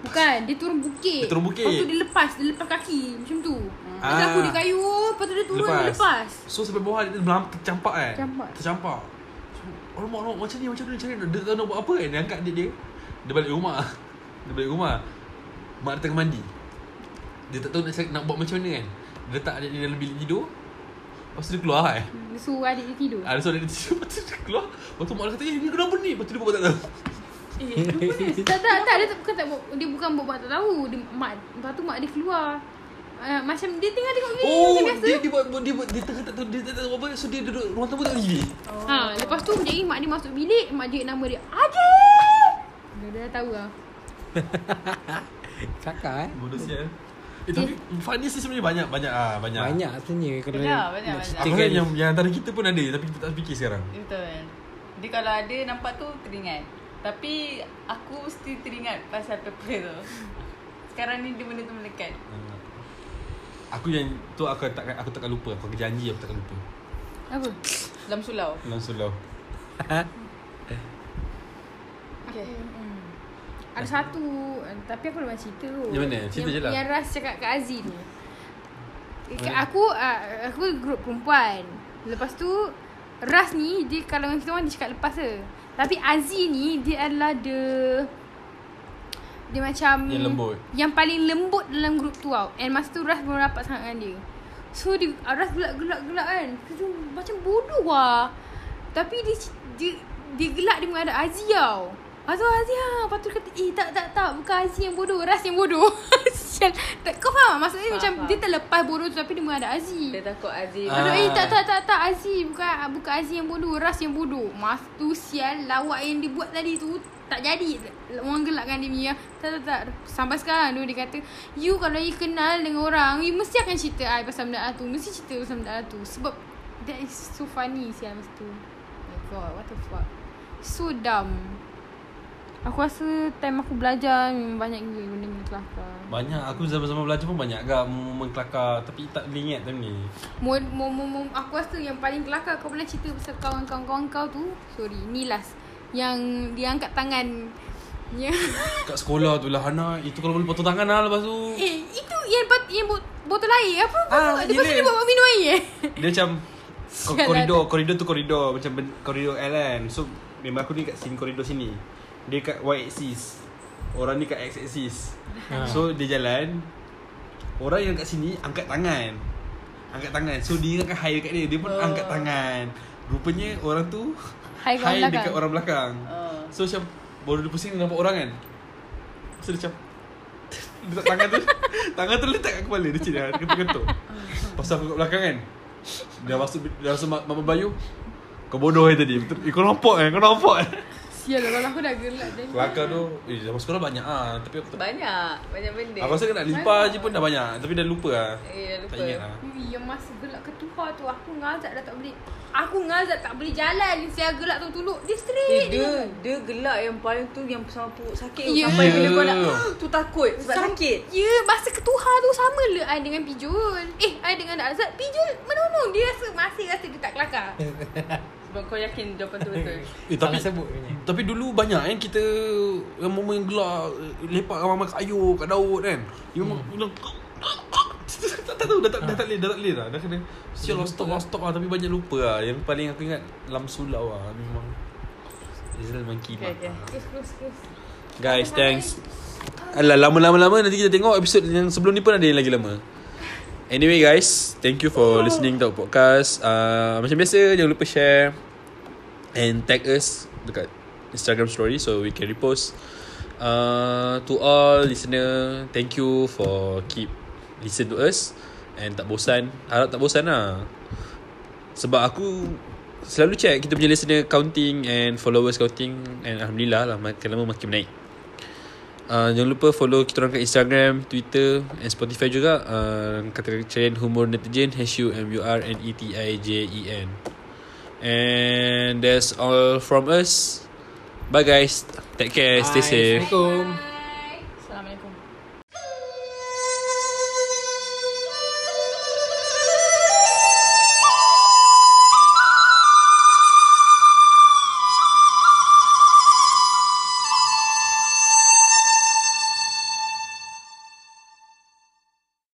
Speaker 2: Bukan, dia turun bukit.
Speaker 4: Dia turun bukit.
Speaker 2: Lepas tu dia lepas, dia lepas kaki macam tu. Lepas tu
Speaker 4: Ah.
Speaker 2: aku dia kayu, lepas tu dia turun, lepas. dia lepas.
Speaker 4: So sampai bawah dia melam tercampak kan.
Speaker 2: Tercampak.
Speaker 4: Tercampak. So, Alamak, alamak macam ni macam ni macam ni dia tak tahu nak buat apa kan dia angkat adik dia. Dia balik rumah. Dia balik rumah. Mak dia tengah mandi. Dia tak tahu nak cari- nak buat macam mana kan. Dia letak adik dia dalam bilik tidur. Lepas tu dia keluar kan.
Speaker 2: Hmm, Dia suruh adik dia tidur.
Speaker 4: Ada suara dia tidur lepas tu dia keluar. Lepas tu mak dia kata, "Eh, ni kenapa ni?" Lepas tu dia pun tak tahu.
Speaker 2: tak, tak, tak, dia tak, bukan, tak, buat- dia bukan buat buat tak tahu. Dia, mak, lepas tu mak dia keluar. Uh, macam dia tengah tengok gini
Speaker 4: Oh,
Speaker 2: macam biasa.
Speaker 4: dia dia buat dia buat dia tengah tak tahu dia tak tahu apa. So dia duduk ruang tamu tak gigi.
Speaker 2: Ha, lepas tu dia mak dia masuk bilik, mak dia nama dia. Adik! Dia dah tahu lah.
Speaker 3: Kelakar eh
Speaker 4: Bodoh sial. Eh, tapi funny sih sebenarnya banyak banyak ah banyak.
Speaker 3: Banyak sebenarnya Kalau
Speaker 1: Banyak, banyak, banyak.
Speaker 3: nak
Speaker 4: Aku
Speaker 3: ceritakan.
Speaker 4: kan yang, yang antara kita pun ada Tapi kita tak fikir sekarang
Speaker 1: Betul. kan? Dia kalau ada nampak tu teringat. Tapi aku still teringat pasal paper tu. Sekarang ni dia benda tu melekat.
Speaker 4: Ah. Aku yang tu aku tak aku takkan lupa Aku janji aku takkan lupa
Speaker 2: Apa?
Speaker 1: Dalam sulau.
Speaker 4: Dalam surau
Speaker 1: Okay.
Speaker 2: Ada satu eh, Tapi aku dah cerita tu
Speaker 4: Yang Kan? mana? Cerita
Speaker 2: yang,
Speaker 4: je lah.
Speaker 2: Yang Ras cakap kat Aziz ni Eh, kat Aku uh, Aku grup perempuan Lepas tu Ras ni Dia kalau dengan kita orang Dia cakap lepas je Tapi Aziz ni Dia adalah the Dia macam
Speaker 4: Yang lembut.
Speaker 2: Yang paling lembut dalam grup tu tau And masa tu Ras belum rapat sangat dengan dia So dia ah, Ras gelak-gelak-gelak kan Lepas tu, Macam bodoh lah Tapi dia Dia, dia gelak dia mengadap Aziz tau Lepas tu Aziz ha Lepas tu dia kata Eh tak tak tak Bukan Aziz yang bodoh Ras yang bodoh Sial tak, Kau faham tak? Maksudnya
Speaker 1: Faham,
Speaker 2: macam
Speaker 1: faham.
Speaker 2: Dia terlepas bodoh tu Tapi dia mengadap Aziz
Speaker 1: Dia takut Aziz.
Speaker 2: Lepas tu, eh tak tak tak tak Aziz bukan bukan Aziz yang bodoh, Ras yang bodoh. Mas tu sial lawak yang dia buat tadi tu tak jadi. Orang gelakkan dia punya. Tak tak tak. Sampai sekarang tu dia kata, "You kalau you kenal dengan orang, you mesti akan cerita ai pasal benda tu. Mesti cerita pasal benda tu." Sebab that is so funny sial masa tu. My god, what the fuck. So dumb. Aku rasa time aku belajar memang banyak gila benda-benda kelakar.
Speaker 4: Banyak Aku zaman-zaman belajar pun banyak agak Momen kelakar Tapi tak boleh ingat time ni
Speaker 2: Mo, mo, mo, mo, aku rasa yang paling kelakar kau pernah cerita pasal kawan-kawan kawan kau tu Sorry, ni last Yang dia angkat tangan Ya.
Speaker 4: Kat sekolah tu lah Hana Itu kalau boleh potong tangan lah lepas tu
Speaker 2: Eh, itu yang bat, yang bot, botol air apa?
Speaker 4: Ah,
Speaker 2: Ah, Lepas tu
Speaker 4: gila.
Speaker 2: dia buat buat minum air.
Speaker 4: Dia macam ko-
Speaker 2: Sialan.
Speaker 4: Koridor Koridor tu koridor Macam ben- koridor L kan So memang aku ni kat sini Koridor sini Dia kat Y axis Orang ni kat X axis
Speaker 3: Ha.
Speaker 4: So dia jalan Orang yang kat sini Angkat tangan Angkat tangan So dia ingatkan high dekat dia Dia pun angkat tangan Rupanya orang tu
Speaker 2: Hai kat orang
Speaker 4: dekat
Speaker 2: belakang.
Speaker 4: orang belakang
Speaker 6: Ah.
Speaker 1: Oh.
Speaker 4: So macam Baru dia pusing dia nampak orang kan So dia macam dia Letak tangan tu Tangan tu letak kat kepala Dia cina Dia ketuk-ketuk
Speaker 6: Ah.
Speaker 4: Pasal aku kat belakang kan Dia masuk Dia rasa mak, mak bayu Kau bodoh eh tadi Betul, eh, Kau nampak eh Kau nampak eh
Speaker 2: Sial lah kalau aku dah gelak dah.
Speaker 4: Kelakar tu Eh zaman sekolah banyak ah Tapi aku tak
Speaker 6: Banyak Banyak benda
Speaker 4: Aku rasa kena limpah je pun dah banyak Tapi dah lupa lah
Speaker 6: Eh, dah lupa.
Speaker 4: Tak ingat lah
Speaker 2: Ui, yang masa gelak ketuha tu aku ngazak dah tak boleh. Aku ngazak tak boleh jalan. Sial gelak tu tuluk. Dia
Speaker 6: Eh,
Speaker 2: straight.
Speaker 6: dia dia gelak yang paling tu yang sama perut sakit tu.
Speaker 2: Ya.
Speaker 6: sampai bila kau nak
Speaker 4: Ya.
Speaker 6: tu takut sebab
Speaker 2: Sam-
Speaker 6: sakit.
Speaker 2: Ya, masa ketuha tu sama le I dengan Pijul. Eh, I dengan Azat. Pijul menunung. Dia rasa masih rasa dia tak kelakar.
Speaker 6: Sebab kau yakin jawapan tu betul.
Speaker 4: Eh tapi
Speaker 3: Salah sebut punya.
Speaker 4: Tapi dulu banyak kan kita yang momen gelak lepak kat mama kayu kat daud kan. Dia memang hmm. tak tak tahu dah tak dah tak boleh dah tak boleh lah. dah. Dah kena sial lost stop lost stop lah tapi banyak lupa lah. Yang paling aku ingat Lam Sulau lah memang Israel Monkey
Speaker 1: Okay,
Speaker 4: okay,
Speaker 1: okay.
Speaker 2: Terus, terus, terus.
Speaker 4: Guys thanks Alah lama-lama-lama nanti kita tengok episod yang sebelum ni pun ada yang lagi lama Anyway guys, thank you for listening to our podcast uh, Macam biasa, jangan lupa share And tag us dekat Instagram story so we can repost uh, To all listener, thank you for keep listen to us And tak bosan, harap tak bosan lah Sebab aku selalu check kita punya listener counting and followers counting And Alhamdulillah lah, makin lama makin naik Uh, jangan lupa follow kita orang kat Instagram, Twitter and Spotify juga. Uh, kata carian humor netizen E H-U-M-U-R-N-E-T-I-J-E-N. And that's all from us. Bye guys. Take care.
Speaker 3: Bye.
Speaker 4: Stay safe.
Speaker 3: Assalamualaikum.
Speaker 2: Bye.
Speaker 1: Assalamualaikum.